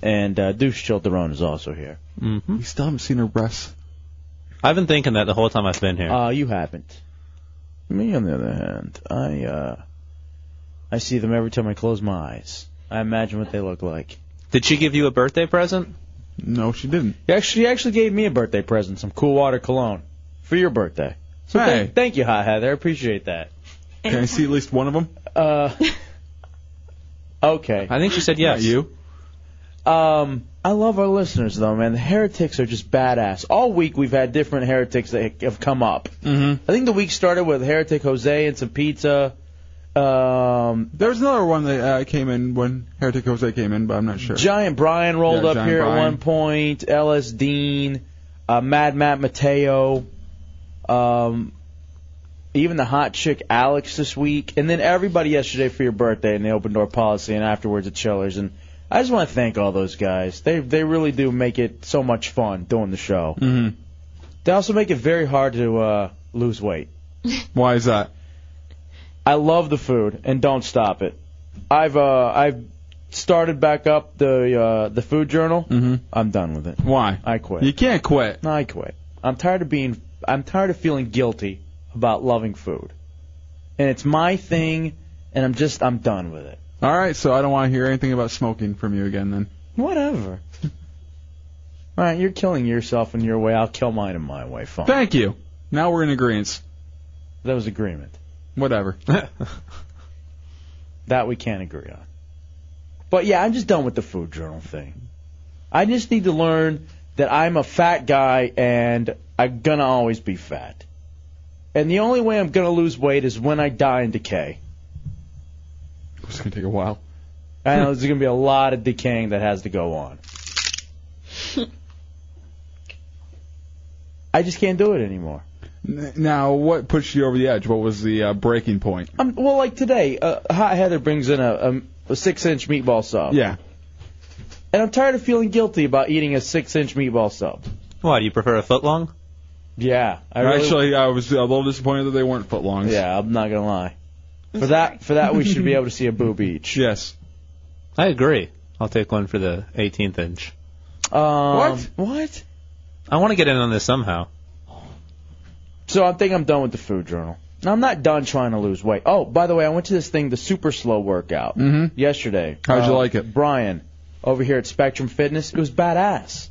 Speaker 3: And uh, Deuce Childerone is also here.
Speaker 4: Mm-hmm. You still haven't seen her breasts.
Speaker 7: I've been thinking that the whole time I've been here.
Speaker 3: Uh, you haven't. Me, on the other hand, I uh, I see them every time I close my eyes. I imagine what they look like.
Speaker 7: Did she give you a birthday present?
Speaker 4: No, she didn't.
Speaker 3: She actually, she actually gave me a birthday present, some cool water cologne, for your birthday. So
Speaker 4: Hey.
Speaker 3: thank, thank you, Hot Heather. I appreciate that.
Speaker 4: Can I see at least one of them?
Speaker 3: Uh, okay.
Speaker 7: I think she said yes.
Speaker 4: you?
Speaker 3: Um, I love our listeners though, man. The heretics are just badass. All week we've had different heretics that have come up.
Speaker 4: Mm-hmm.
Speaker 3: I think the week started with heretic Jose and some pizza. Um,
Speaker 4: There was another one that uh, came in when Heretic Jose came in, but I'm not sure.
Speaker 3: Giant Brian rolled
Speaker 4: Yeah,
Speaker 3: up
Speaker 4: Giant
Speaker 3: here at
Speaker 4: Brian.
Speaker 3: one point. LS Dean, uh, Mad Matt Mateo, um, even the hot chick Alex this week, and then everybody yesterday for your birthday and the open door policy, and afterwards at Chillers. And I just want to thank all those guys. They they really do make it so much fun doing the show.
Speaker 4: Mm-hmm.
Speaker 3: They also make it very hard to uh, lose weight.
Speaker 4: Why is that?
Speaker 3: I love the food and don't stop it. I've uh, I've started back up the uh, the food journal.
Speaker 4: Mm-hmm.
Speaker 3: I'm done with it.
Speaker 4: Why?
Speaker 3: I quit.
Speaker 4: You can't quit.
Speaker 3: No, I quit. I'm tired of being. I'm tired of feeling guilty about loving food, and it's my thing, and I'm just. I'm done with it.
Speaker 4: All right, so I don't want to hear anything about smoking from you again then.
Speaker 3: Whatever. All right, you're killing yourself in your way. I'll kill mine in my way. Fine.
Speaker 4: Thank you. Now we're in agreement.
Speaker 3: That was agreement.
Speaker 4: Whatever.
Speaker 3: That we can't agree on. But yeah, I'm just done with the food journal thing. I just need to learn that I'm a fat guy and I'm gonna always be fat. And the only way I'm gonna lose weight is when I die and decay.
Speaker 4: It's gonna take a while.
Speaker 3: I know there's gonna be a lot of decaying that has to go on. I just can't do it anymore.
Speaker 4: N- Now, what pushed you over the edge? What was the uh, breaking point?
Speaker 3: Um, well, like today, uh, Hot Heather brings in a, a, a six-inch meatball sub.
Speaker 4: Yeah.
Speaker 3: And I'm tired of feeling guilty about eating a six-inch meatball sub.
Speaker 7: Why, do you prefer a foot long?
Speaker 3: Yeah, I really,
Speaker 4: Actually, I was a little disappointed that they weren't footlongs.
Speaker 3: yeah, I'm not gonna lie. For that, for that, we should be able to see a boob each.
Speaker 4: Yes.
Speaker 7: I agree. I'll take one for the 18th inch.
Speaker 3: Um,
Speaker 4: What?
Speaker 3: What?
Speaker 7: I want to get in on this somehow.
Speaker 3: So I think I'm done with the food journal. Now, I'm not done trying to lose weight. Oh, by the way, I went to this thing, the super slow workout,
Speaker 4: Mhm.
Speaker 3: yesterday. Uh,
Speaker 4: How'd you like it?
Speaker 3: Brian, over here at Spectrum Fitness, it was badass.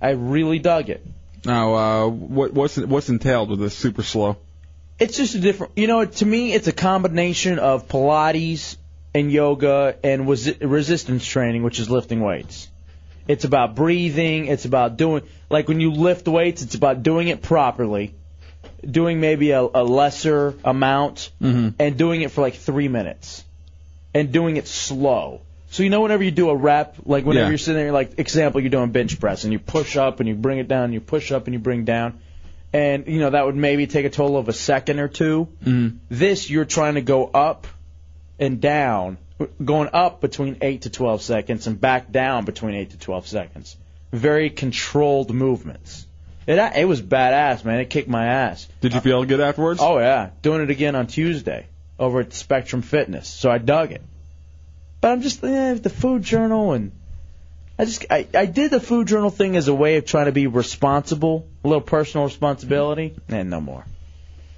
Speaker 3: I really dug it.
Speaker 4: Now, uh, what, what's what's entailed with this super slow?
Speaker 3: It's just a different, you know, to me, it's a combination of Pilates and yoga and was resistance training, which is lifting weights. It's about breathing. It's about doing like when you lift weights, it's about doing it properly, doing maybe a, a lesser amount, and doing it for like three minutes, and doing it slow. So you know whenever you do a rep, like whenever
Speaker 4: Yeah.
Speaker 3: you're sitting there, like example, you're doing bench press and you push up and you bring it down, and you push up and you bring down, and you know that would maybe take a total of a second or two.
Speaker 4: Mm.
Speaker 3: This you're trying to go up and down, going up between 8 to 12 seconds and back down between 8 to 12 seconds. Very controlled movements. It it was badass, man. It kicked my ass.
Speaker 4: Did you feel good afterwards?
Speaker 3: Oh yeah, doing it again on Tuesday over at Spectrum Fitness. So I dug it. But I'm just eh, the food journal and I just I, I did the food journal thing as a way of trying to be responsible, a little personal responsibility, and no more.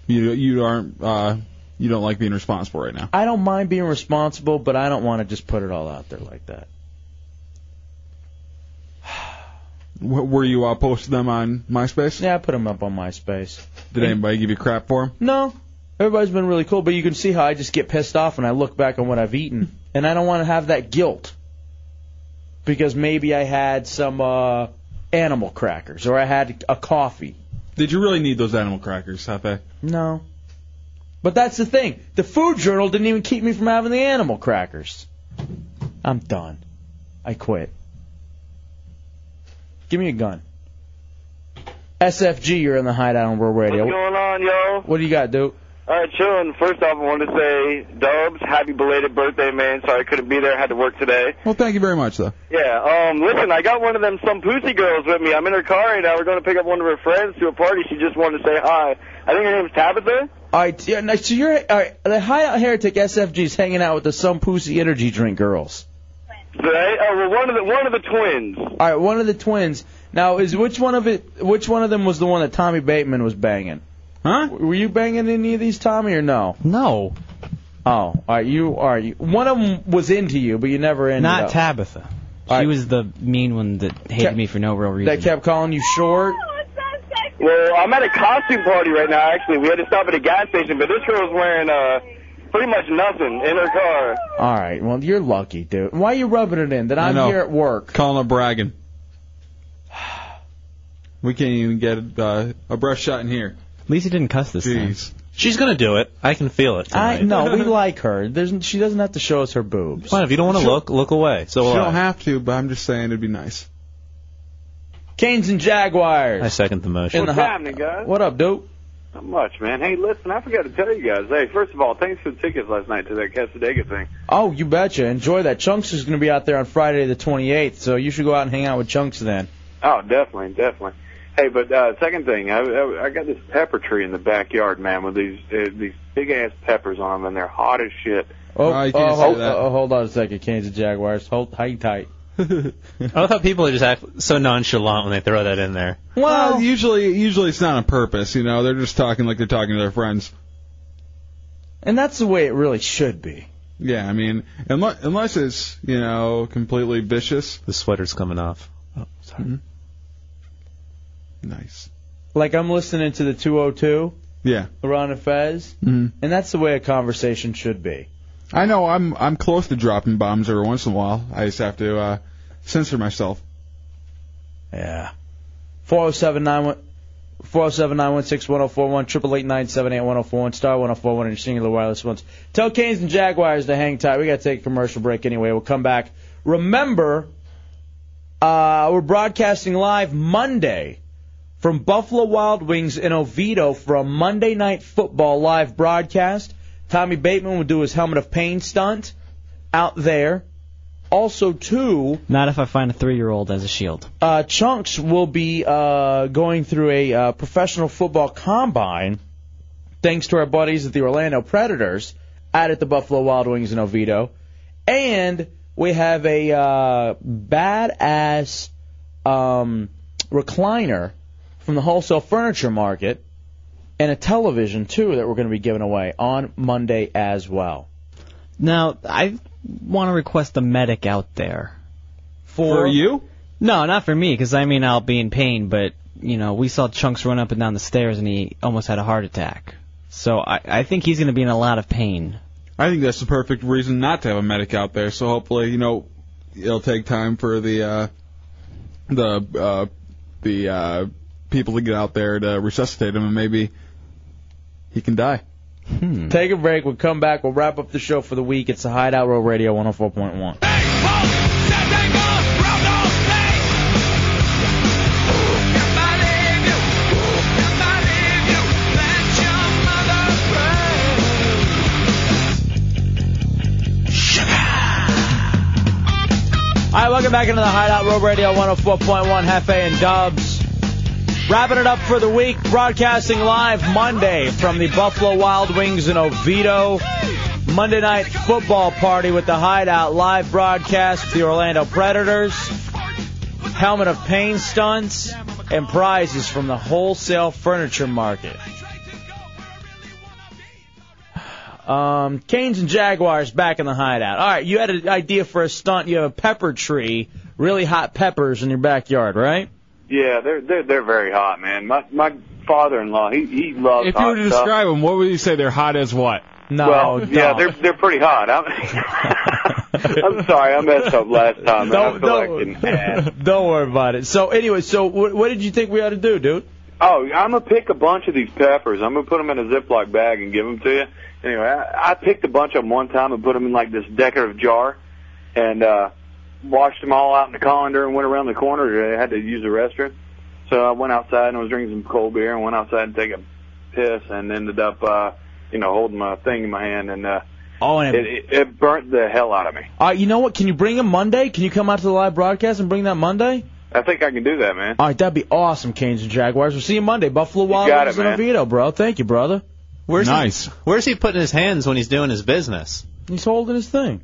Speaker 4: You you aren't uh you don't like being responsible right now.
Speaker 3: I don't mind being responsible, but I don't want to just put it all out there like that.
Speaker 4: W- were you uh, posted them on MySpace?
Speaker 3: Yeah, I put them up on MySpace.
Speaker 4: Did anybody give you crap for them?
Speaker 3: No. Everybody's been really cool, but you can see how I just get pissed off when I look back on what I've eaten, and I don't want to have that guilt because maybe I had some uh, animal crackers or I had a coffee.
Speaker 4: Did you really need those animal crackers, Hefe?
Speaker 3: No. But that's the thing. The food journal didn't even keep me from having the animal crackers. I'm done. I quit. Give me a gun. SFG, you're in the hideout on World Radio.
Speaker 6: What's going on, yo?
Speaker 3: What do you got, dude?
Speaker 6: All right, chillin'. First off, I want to say, Dubs, happy belated birthday, man. Sorry I couldn't be there. Had to work today.
Speaker 4: Well, thank you very much, though.
Speaker 6: Yeah, um, listen, I got one of them some pussy girls with me. I'm in her car right now. We're going to pick up one of her friends to a party. She just wanted to say hi. I think her name's Tabitha.
Speaker 3: All right, yeah, now, so you're all right, the hideout heretic SFG's hanging out with the some pussy energy drink girls.
Speaker 6: Right? Oh, well, one of the one of the twins.
Speaker 3: All right, one of the twins. Now, is which one of it? Which one of them was the one that Tommy Bateman was banging?
Speaker 4: Huh?
Speaker 3: Were you banging any of these, Tommy, or no? No. Oh, all right. You are. You, one of them was into you, but you never ended
Speaker 8: Not
Speaker 3: up.
Speaker 8: Tabitha. She was the mean one that hated me for no real reason.
Speaker 3: That kept calling you short.
Speaker 6: Well, I'm at a costume party right now. Actually, we had to stop at a gas station, but this girl's wearing uh pretty much nothing in her car.
Speaker 3: All right. Well, you're lucky, dude. Why are you rubbing it in that
Speaker 4: I
Speaker 3: I'm
Speaker 4: know.
Speaker 3: here at work?
Speaker 4: Calling up bragging. We can't even get uh, a breath shot in here.
Speaker 8: At least he didn't cuss this
Speaker 4: Jeez. Uh,
Speaker 7: She's gonna do it. I can feel it.
Speaker 3: I
Speaker 7: Tonight.
Speaker 3: no, we like her. There's, she doesn't have to show us her boobs.
Speaker 7: Fine, if you don't want to
Speaker 3: She'll-
Speaker 7: look, look away. So
Speaker 4: you
Speaker 7: will
Speaker 4: don't
Speaker 7: I.
Speaker 4: have to, but I'm just saying it'd be nice.
Speaker 3: Canes and Jaguars.
Speaker 7: I second the motion.
Speaker 3: In the
Speaker 19: What's
Speaker 3: hot-
Speaker 19: happening, guys?
Speaker 3: What up, dude?
Speaker 19: Not much, man. Hey, listen, I forgot to tell you guys. Hey, first of all, thanks for the tickets last night to that Casadega thing.
Speaker 3: Oh, you betcha. Enjoy that. Chunks is going to be out there on Friday the 28th, so you should go out and hang out with Chunks then.
Speaker 19: Oh, definitely, definitely. Hey, but uh, second thing, I, I, I got this pepper tree in the backyard, man, with these uh, these big ass peppers on them, and they're hot as shit.
Speaker 3: Oh,
Speaker 19: No, you can't
Speaker 3: oh,
Speaker 19: say
Speaker 3: hold,
Speaker 19: that.
Speaker 3: oh, hold on a second, Canes and Jaguars. Hold, hang tight.
Speaker 7: I love how people are just act so nonchalant when they throw that in there.
Speaker 4: Well, usually, usually it's not on purpose. You know, they're just talking like they're talking to their friends.
Speaker 3: And that's the way it really should be.
Speaker 4: Yeah, I mean, unless, unless it's you know completely vicious.
Speaker 7: The sweater's coming off.
Speaker 4: Nice.
Speaker 3: Like, I'm listening to the 202,
Speaker 4: Yeah.
Speaker 3: Ron and Fez,
Speaker 4: hmm
Speaker 3: and that's the way a conversation should be.
Speaker 4: I know I'm I'm close to dropping bombs every once in a while. I just have to uh, censor myself.
Speaker 3: Yeah. 407 916 1041, 888 oh star 1041 on your singular wireless ones. Tell Canes and Jaguars to hang tight. we got to take a commercial break anyway. We'll come back. Remember, uh, we're broadcasting live Monday from Buffalo Wild Wings in Oviedo for a Monday Night Football live broadcast. Tommy Bateman will do his Helmet of Pain stunt out there. Also, too,
Speaker 8: Not if I find a three-year-old as a shield.
Speaker 3: uh, Chunks will be uh, going through a uh, professional football combine, thanks to our buddies at the Orlando Predators, out at the Buffalo Wild Wings in Oviedo, and we have a uh, badass um, recliner from the wholesale furniture market, and a television too that we're going to be giving away on Monday as well.
Speaker 8: Now, I want to request a medic out there.
Speaker 3: For, you?
Speaker 8: No, not for me, because I mean I'll be in pain. But you know, we saw Chunks run up and down the stairs, and he almost had a heart attack. So I, I think he's going to be in a lot of pain.
Speaker 4: I think that's the perfect reason not to have a medic out there. So hopefully, you know, it'll take time for the uh, the uh, the uh, people to get out there to resuscitate him, and maybe he can die.
Speaker 3: Hmm. Take a break. We'll come back. We'll wrap up the show for the week. It's the Hideout Row Radio 104.1. All right, welcome back into the Hideout Road Radio 104.1 Hefe and Dubs. Wrapping it up for the week, broadcasting live Monday from the Buffalo Wild Wings in Oviedo. Monday night football party with the Hideout live broadcast, the Orlando Predators, helmet of pain stunts, and prizes from the wholesale furniture market. Um, Canes and Jaguars back in the hideout. All right, you had an idea for a stunt. You have a pepper tree, really hot peppers in your backyard, right?
Speaker 19: Yeah, they're they're they're very hot, man. My my father-in-law, he he loves
Speaker 4: If you
Speaker 19: hot
Speaker 7: uh,
Speaker 4: were to
Speaker 19: stuff.
Speaker 4: describe them, what would you say they're hot as what?
Speaker 3: Oh,
Speaker 19: well, yeah, they're they're pretty hot. I'm, I'm sorry, I messed up last time. man. I
Speaker 3: Don't-
Speaker 19: feel
Speaker 3: don't.
Speaker 19: like an ass.
Speaker 3: Don't worry about it. So anyway, so what, what did you think we ought to do, dude?
Speaker 19: Oh, I'm gonna pick a bunch of these peppers. I'm gonna put them in a Ziploc bag and give them to you. Anyway, I, I picked a bunch of them one time and put them in like this decorative jar, and uh, washed them all out in the colander and went around the corner. I had to use the restroom, so I went outside and was drinking some cold beer and went outside and take a piss and ended up, uh, you know, holding my thing in my hand and uh,
Speaker 3: Oh, and
Speaker 19: it, it, it burnt the hell out of me.
Speaker 3: All right, Uh, you know what? Can you bring him Monday? Can you come out to the live broadcast and bring that Monday?
Speaker 19: I think I can do that, man.
Speaker 3: All right, that'd be awesome, Canes and Jaguars. We'll see you Monday. Buffalo Wild
Speaker 19: got
Speaker 3: Wings
Speaker 19: it,
Speaker 3: and
Speaker 19: man.
Speaker 3: Oviedo, bro. Thank you, brother.
Speaker 7: Where's
Speaker 4: nice.
Speaker 7: He, where's he putting his hands when he's doing his business?
Speaker 3: He's holding his thing.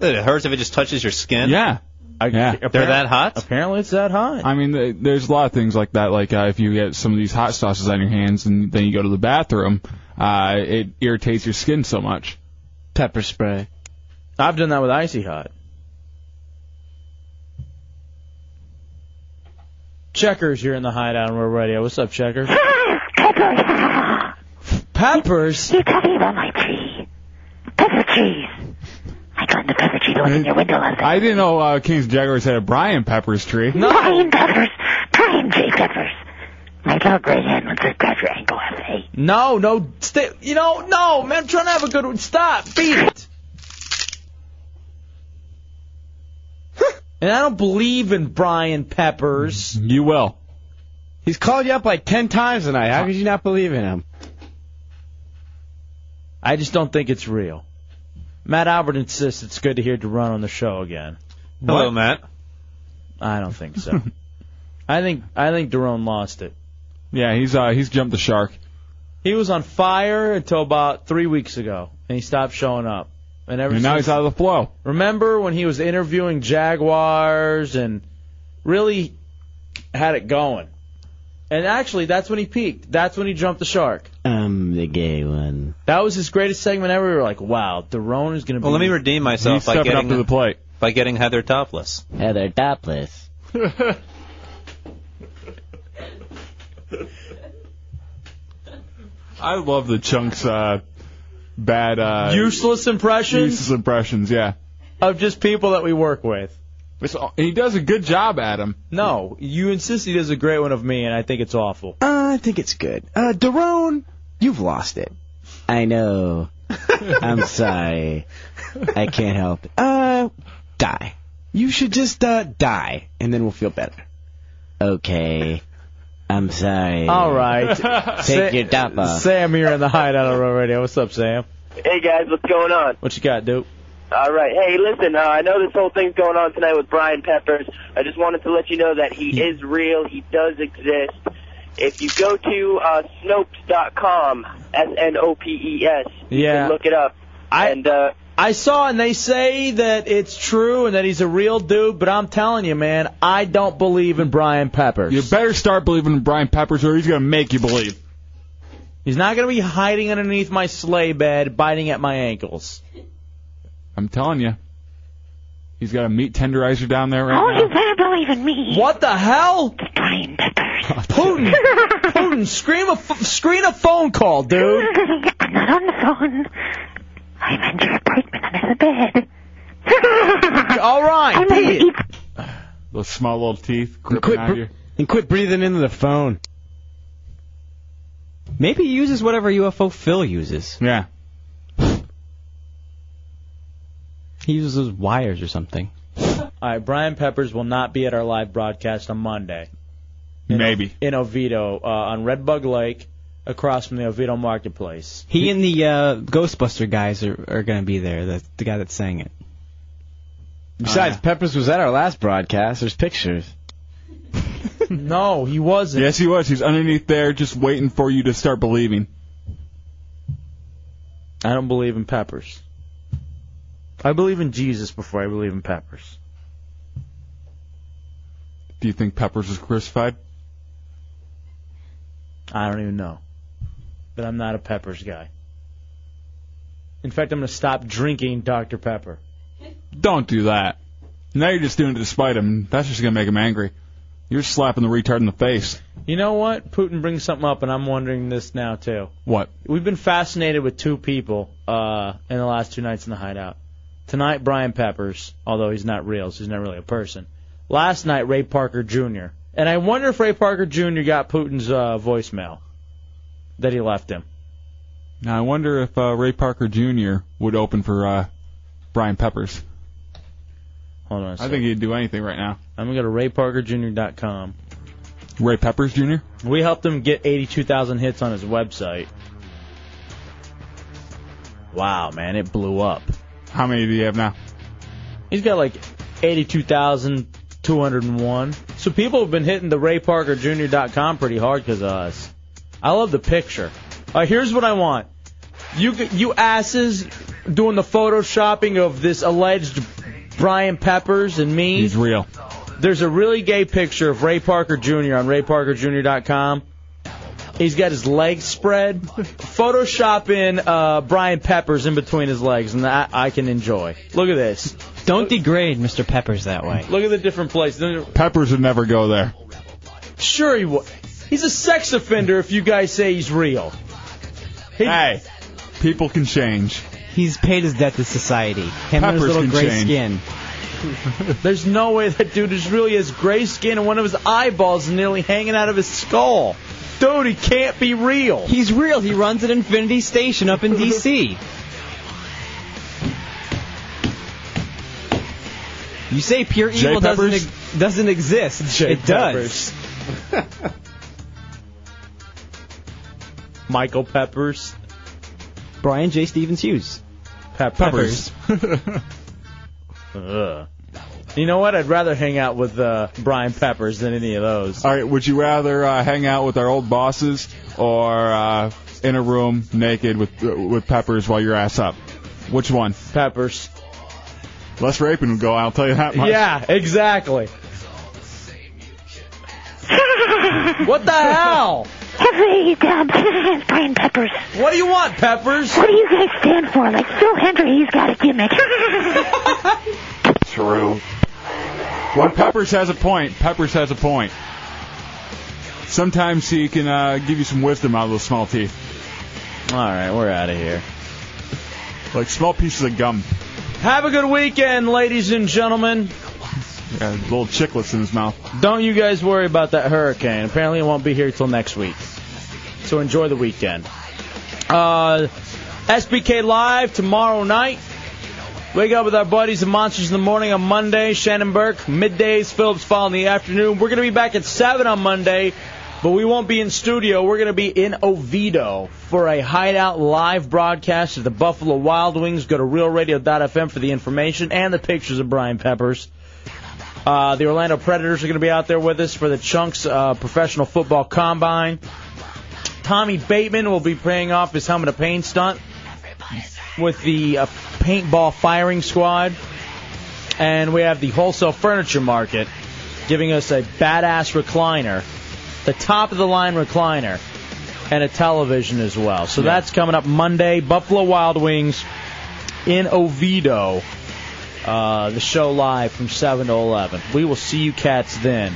Speaker 7: It hurts if it just touches your skin.
Speaker 4: Yeah. yeah.
Speaker 7: They're that hot?
Speaker 3: Apparently, it's that hot.
Speaker 4: I mean, th- there's a lot of things like that. Like uh, if you get some of these hot sauces on your hands and then you go to the bathroom, uh, it irritates your skin so much.
Speaker 3: Pepper spray. I've done that with Icy Hot. Checkers, you're in the hideout on Road Radio. What's up, Checkers? Peppers?
Speaker 11: You cut it on my tree. Pepper trees. I got the pepper tree that was in your window last
Speaker 4: I didn't know uh, Kings and Jaguars had a Brian Peppers tree.
Speaker 11: night. Brian Peppers. Brian J. Peppers. My little great hand was a grab your ankle up, eh?
Speaker 3: No, no, stay, you know, no, man, I'm trying to have a good one. Stop, beat it. and I don't believe in Brian Peppers.
Speaker 4: You will.
Speaker 5: Mm-hmm. He's called you up like ten times tonight. How could you not believe in him?
Speaker 3: I just don't think it's real. Matt Albert insists it's good to hear Duran on the show again.
Speaker 7: Hello, Matt.
Speaker 3: I don't think so. I think I think Daron lost it.
Speaker 4: Yeah, he's uh, he's jumped the shark.
Speaker 3: He was on fire until about three weeks ago, and he stopped showing up. And, ever
Speaker 4: And now
Speaker 3: since-
Speaker 4: he's out of the flow.
Speaker 3: Remember when he was interviewing Jaguars and really had it going? And actually, that's when he peaked. That's when he jumped the shark.
Speaker 24: um,
Speaker 8: I'm the gay one.
Speaker 3: That was his greatest segment ever. We were like, wow, Daron is going to be.
Speaker 7: Well, let me redeem myself by getting by getting Heather topless.
Speaker 8: Heather Topless.
Speaker 4: I love the chunks. Uh, bad. Uh,
Speaker 3: useless impressions.
Speaker 4: Useless impressions. Yeah.
Speaker 3: Of just people that we work with.
Speaker 4: he does a good job at him.
Speaker 3: No, you insist he does a great one of me, and I think it's awful.
Speaker 5: Uh, I think it's good. Uh, Daron, you've lost it.
Speaker 8: I know. I'm sorry. I can't help it.
Speaker 5: Uh, die. You should just uh die, and then we'll feel better.
Speaker 8: Okay. I'm sorry.
Speaker 3: All right.
Speaker 8: Take
Speaker 3: Sa-
Speaker 8: your top
Speaker 4: uh.
Speaker 8: off.
Speaker 3: Sam, you're in the hideout on Road Radio. What's up, Sam?
Speaker 15: Hey guys, what's going on?
Speaker 3: What you got, dude?
Speaker 15: All right. Hey, listen. Uh, I know this whole thing's going on tonight with Brian Peppers. I just wanted to let you know that he is real. He does exist. If you go to uh, Snopes.com, S N O P E S, you
Speaker 3: Yeah.
Speaker 15: can look it up.
Speaker 3: I-
Speaker 15: and uh,
Speaker 3: I saw, and they say that it's true and that he's a real dude, but I'm telling you, man, I don't believe in Brian Peppers.
Speaker 4: You better start believing in Brian Peppers, or he's gonna make you believe.
Speaker 3: He's not going to be hiding underneath my sleigh bed, biting at my ankles.
Speaker 4: I'm telling you. He's got a meat tenderizer down there
Speaker 11: Oh,
Speaker 4: right
Speaker 11: you better believe in me.
Speaker 3: What the hell?
Speaker 11: Brian Peppers.
Speaker 3: Putin, Putin, scream a f- screen a phone call, dude.
Speaker 11: I'm not on the phone. I'm in bed.
Speaker 3: All right.
Speaker 11: I'm gonna eat
Speaker 5: Those small little teeth and quit, br- and quit breathing into the phone.
Speaker 8: Maybe he uses whatever UFO Phil uses.
Speaker 5: Yeah.
Speaker 8: He uses those wires or something.
Speaker 3: All right, Brian Peppers will not be at our live broadcast on Monday. Maybe. In Oviedo, uh, on Red Bug Lake, across from the Oviedo Marketplace.
Speaker 8: He and the uh, Ghostbuster guys are, are going to be there, the, the guy that sang it.
Speaker 5: Besides,
Speaker 8: Uh.
Speaker 5: Peppers was at our last broadcast. There's pictures.
Speaker 3: no, he wasn't.
Speaker 4: Yes, he was. He's underneath there, just waiting for you to start believing.
Speaker 3: I don't believe in peppers. I believe in Jesus before I believe in peppers.
Speaker 4: Do you think Peppers was crucified?
Speaker 3: I don't even know. But I'm not a peppers guy. In fact, I'm going to stop drinking Dr. Pepper.
Speaker 4: Don't do that. Now you're just doing it to spite him. That's just gonna make him angry. You're slapping the retard in the face.
Speaker 3: You know what? Putin brings something up, and I'm wondering this now, too.
Speaker 4: What?
Speaker 3: We've been fascinated with two people uh, in the last two nights in the hideout. Tonight, Brian Peppers, although he's not real, so he's not really a person. Last night, Ray Parker Jr. And I wonder if Ray Parker Jr. got Putin's uh, voicemail that he left him.
Speaker 4: Now I wonder if uh, Ray Parker Jr. would open for uh, Brian Peppers.
Speaker 3: Hold on. A
Speaker 4: I think he'd do anything right now.
Speaker 3: I'm gonna go to RayParkerJr.com.
Speaker 4: Ray Peppers Jr.
Speaker 3: We helped him get 82,000 hits on his website. Wow, man, it blew up.
Speaker 4: How many do you have now?
Speaker 3: He's got like 82,201. So people have been hitting the RayParkerJr.com pretty hard because of us. I love the picture. Uh, here's what I want. You you asses doing the photoshopping of this alleged Brian Peppers and me.
Speaker 4: He's real.
Speaker 3: There's a really gay picture of Ray Parker Jr. on RayParkerJr.com. He's got his legs spread. Photoshop in uh, Brian Peppers in between his legs, and that I can enjoy. Look at this.
Speaker 8: Don't degrade Mr. Peppers that way.
Speaker 3: Look at the different places.
Speaker 4: Peppers would never go there.
Speaker 3: Sure he would. He's a sex offender if you guys say he's real.
Speaker 4: hey, people can change.
Speaker 8: He's paid his debt to society. Him and
Speaker 3: Peppers
Speaker 8: his little
Speaker 3: can
Speaker 8: gray
Speaker 3: change.
Speaker 8: skin.
Speaker 3: There's no way that dude is really has gray skin and one of his eyeballs is nearly hanging out of his skull. Dude, he can't be real.
Speaker 8: He's real. He runs an Infinity Station up in D.C. You say pure
Speaker 4: Jay
Speaker 8: evil doesn't
Speaker 4: Peppers?
Speaker 8: ex- doesn't exist.
Speaker 3: Jay
Speaker 8: it does.
Speaker 3: Michael Peppers.
Speaker 8: Brian J. Stevens Hughes.
Speaker 3: Peppers. Ugh. You know what? I'd rather hang out with uh, Brian Peppers than any of those.
Speaker 4: All right, would you rather uh, hang out with our old bosses or uh, in a room naked with uh, with peppers while you're ass up? Which one?
Speaker 3: Peppers.
Speaker 4: Less raping would go. I'll tell you that much.
Speaker 3: Yeah, exactly. what the hell?
Speaker 11: Every damn has Brian Peppers.
Speaker 3: What do you want, Peppers?
Speaker 11: What do you guys stand for? Like Phil Hendry, he's got a gimmick.
Speaker 4: True. When Peppers has a point, Peppers has a point. Sometimes he can uh, give you some wisdom out of those small teeth.
Speaker 3: All right, we're out of here.
Speaker 4: Like small pieces of gum.
Speaker 3: Have a good weekend, ladies and gentlemen.
Speaker 4: Yeah, little chiclets in his mouth.
Speaker 3: Don't you guys worry about that hurricane. Apparently, it won't be here till next week. So enjoy the weekend. Uh, SBK Live tomorrow night. Wake up with our buddies and monsters in the morning on Monday. Shannon Burke, middays, Phillips Fall in the afternoon. We're going to be back at 7 on Monday, but we won't be in studio. We're going to be in Oviedo for a hideout live broadcast of the Buffalo Wild Wings. Go to realradio.fm for the information and the pictures of Brian Peppers. Uh, the Orlando Predators are going to be out there with us for the Chunks uh, Professional Football Combine. Tommy Bateman will be paying off his helmet of pain stunt with the uh, paintball firing squad. And we have the wholesale furniture market giving us a badass recliner, the top of the line recliner, and a television as well. So that's coming up Monday. Buffalo Wild Wings in Oviedo. Uh, the show live from 7 to 11. We will see you cats then.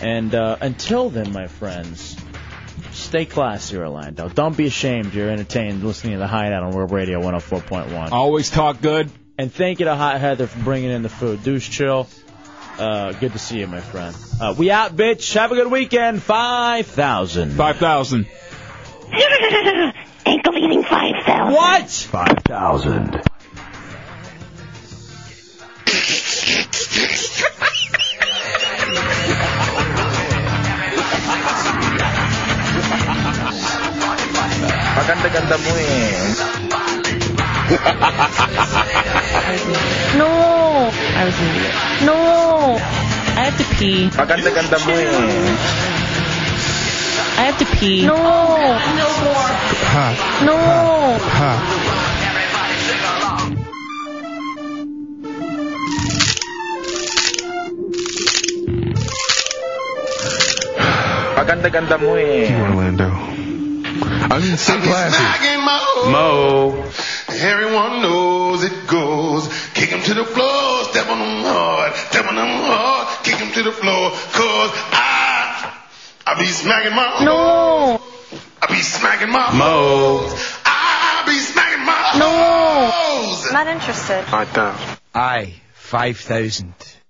Speaker 3: And uh, until then, my friends, stay classy, oh Orlando. Don't be ashamed you're entertained listening to The Hideout on World Radio 104.1.
Speaker 4: Always talk good,
Speaker 3: And thank you to Hot Heather for bringing in the food. Deuce Chill, uh, good to see you, my friend. Uh, we out, bitch. Have a good weekend. 5,000.
Speaker 4: 5,000.
Speaker 25: Ankle eating 5,000.
Speaker 3: What?
Speaker 10: 5,000.
Speaker 9: Maganda-ganda mo eh.
Speaker 18: No! I was an idiot. No! I have to pee.
Speaker 9: Maganda-ganda mo eh.
Speaker 18: I have to pee. No! No!
Speaker 9: Maganda-ganda mo eh.
Speaker 10: Orlando. I'm in sunglasses.
Speaker 9: Oh,
Speaker 10: Mo.
Speaker 6: Everyone knows it goes. Kick him to the floor, step on him hard, step on him hard, kick him to the floor, cause I, I be smacking my
Speaker 18: No!
Speaker 6: I be smacking my
Speaker 10: Mo.
Speaker 6: I be smacking my
Speaker 18: No! Not interested.
Speaker 10: I, 5,000.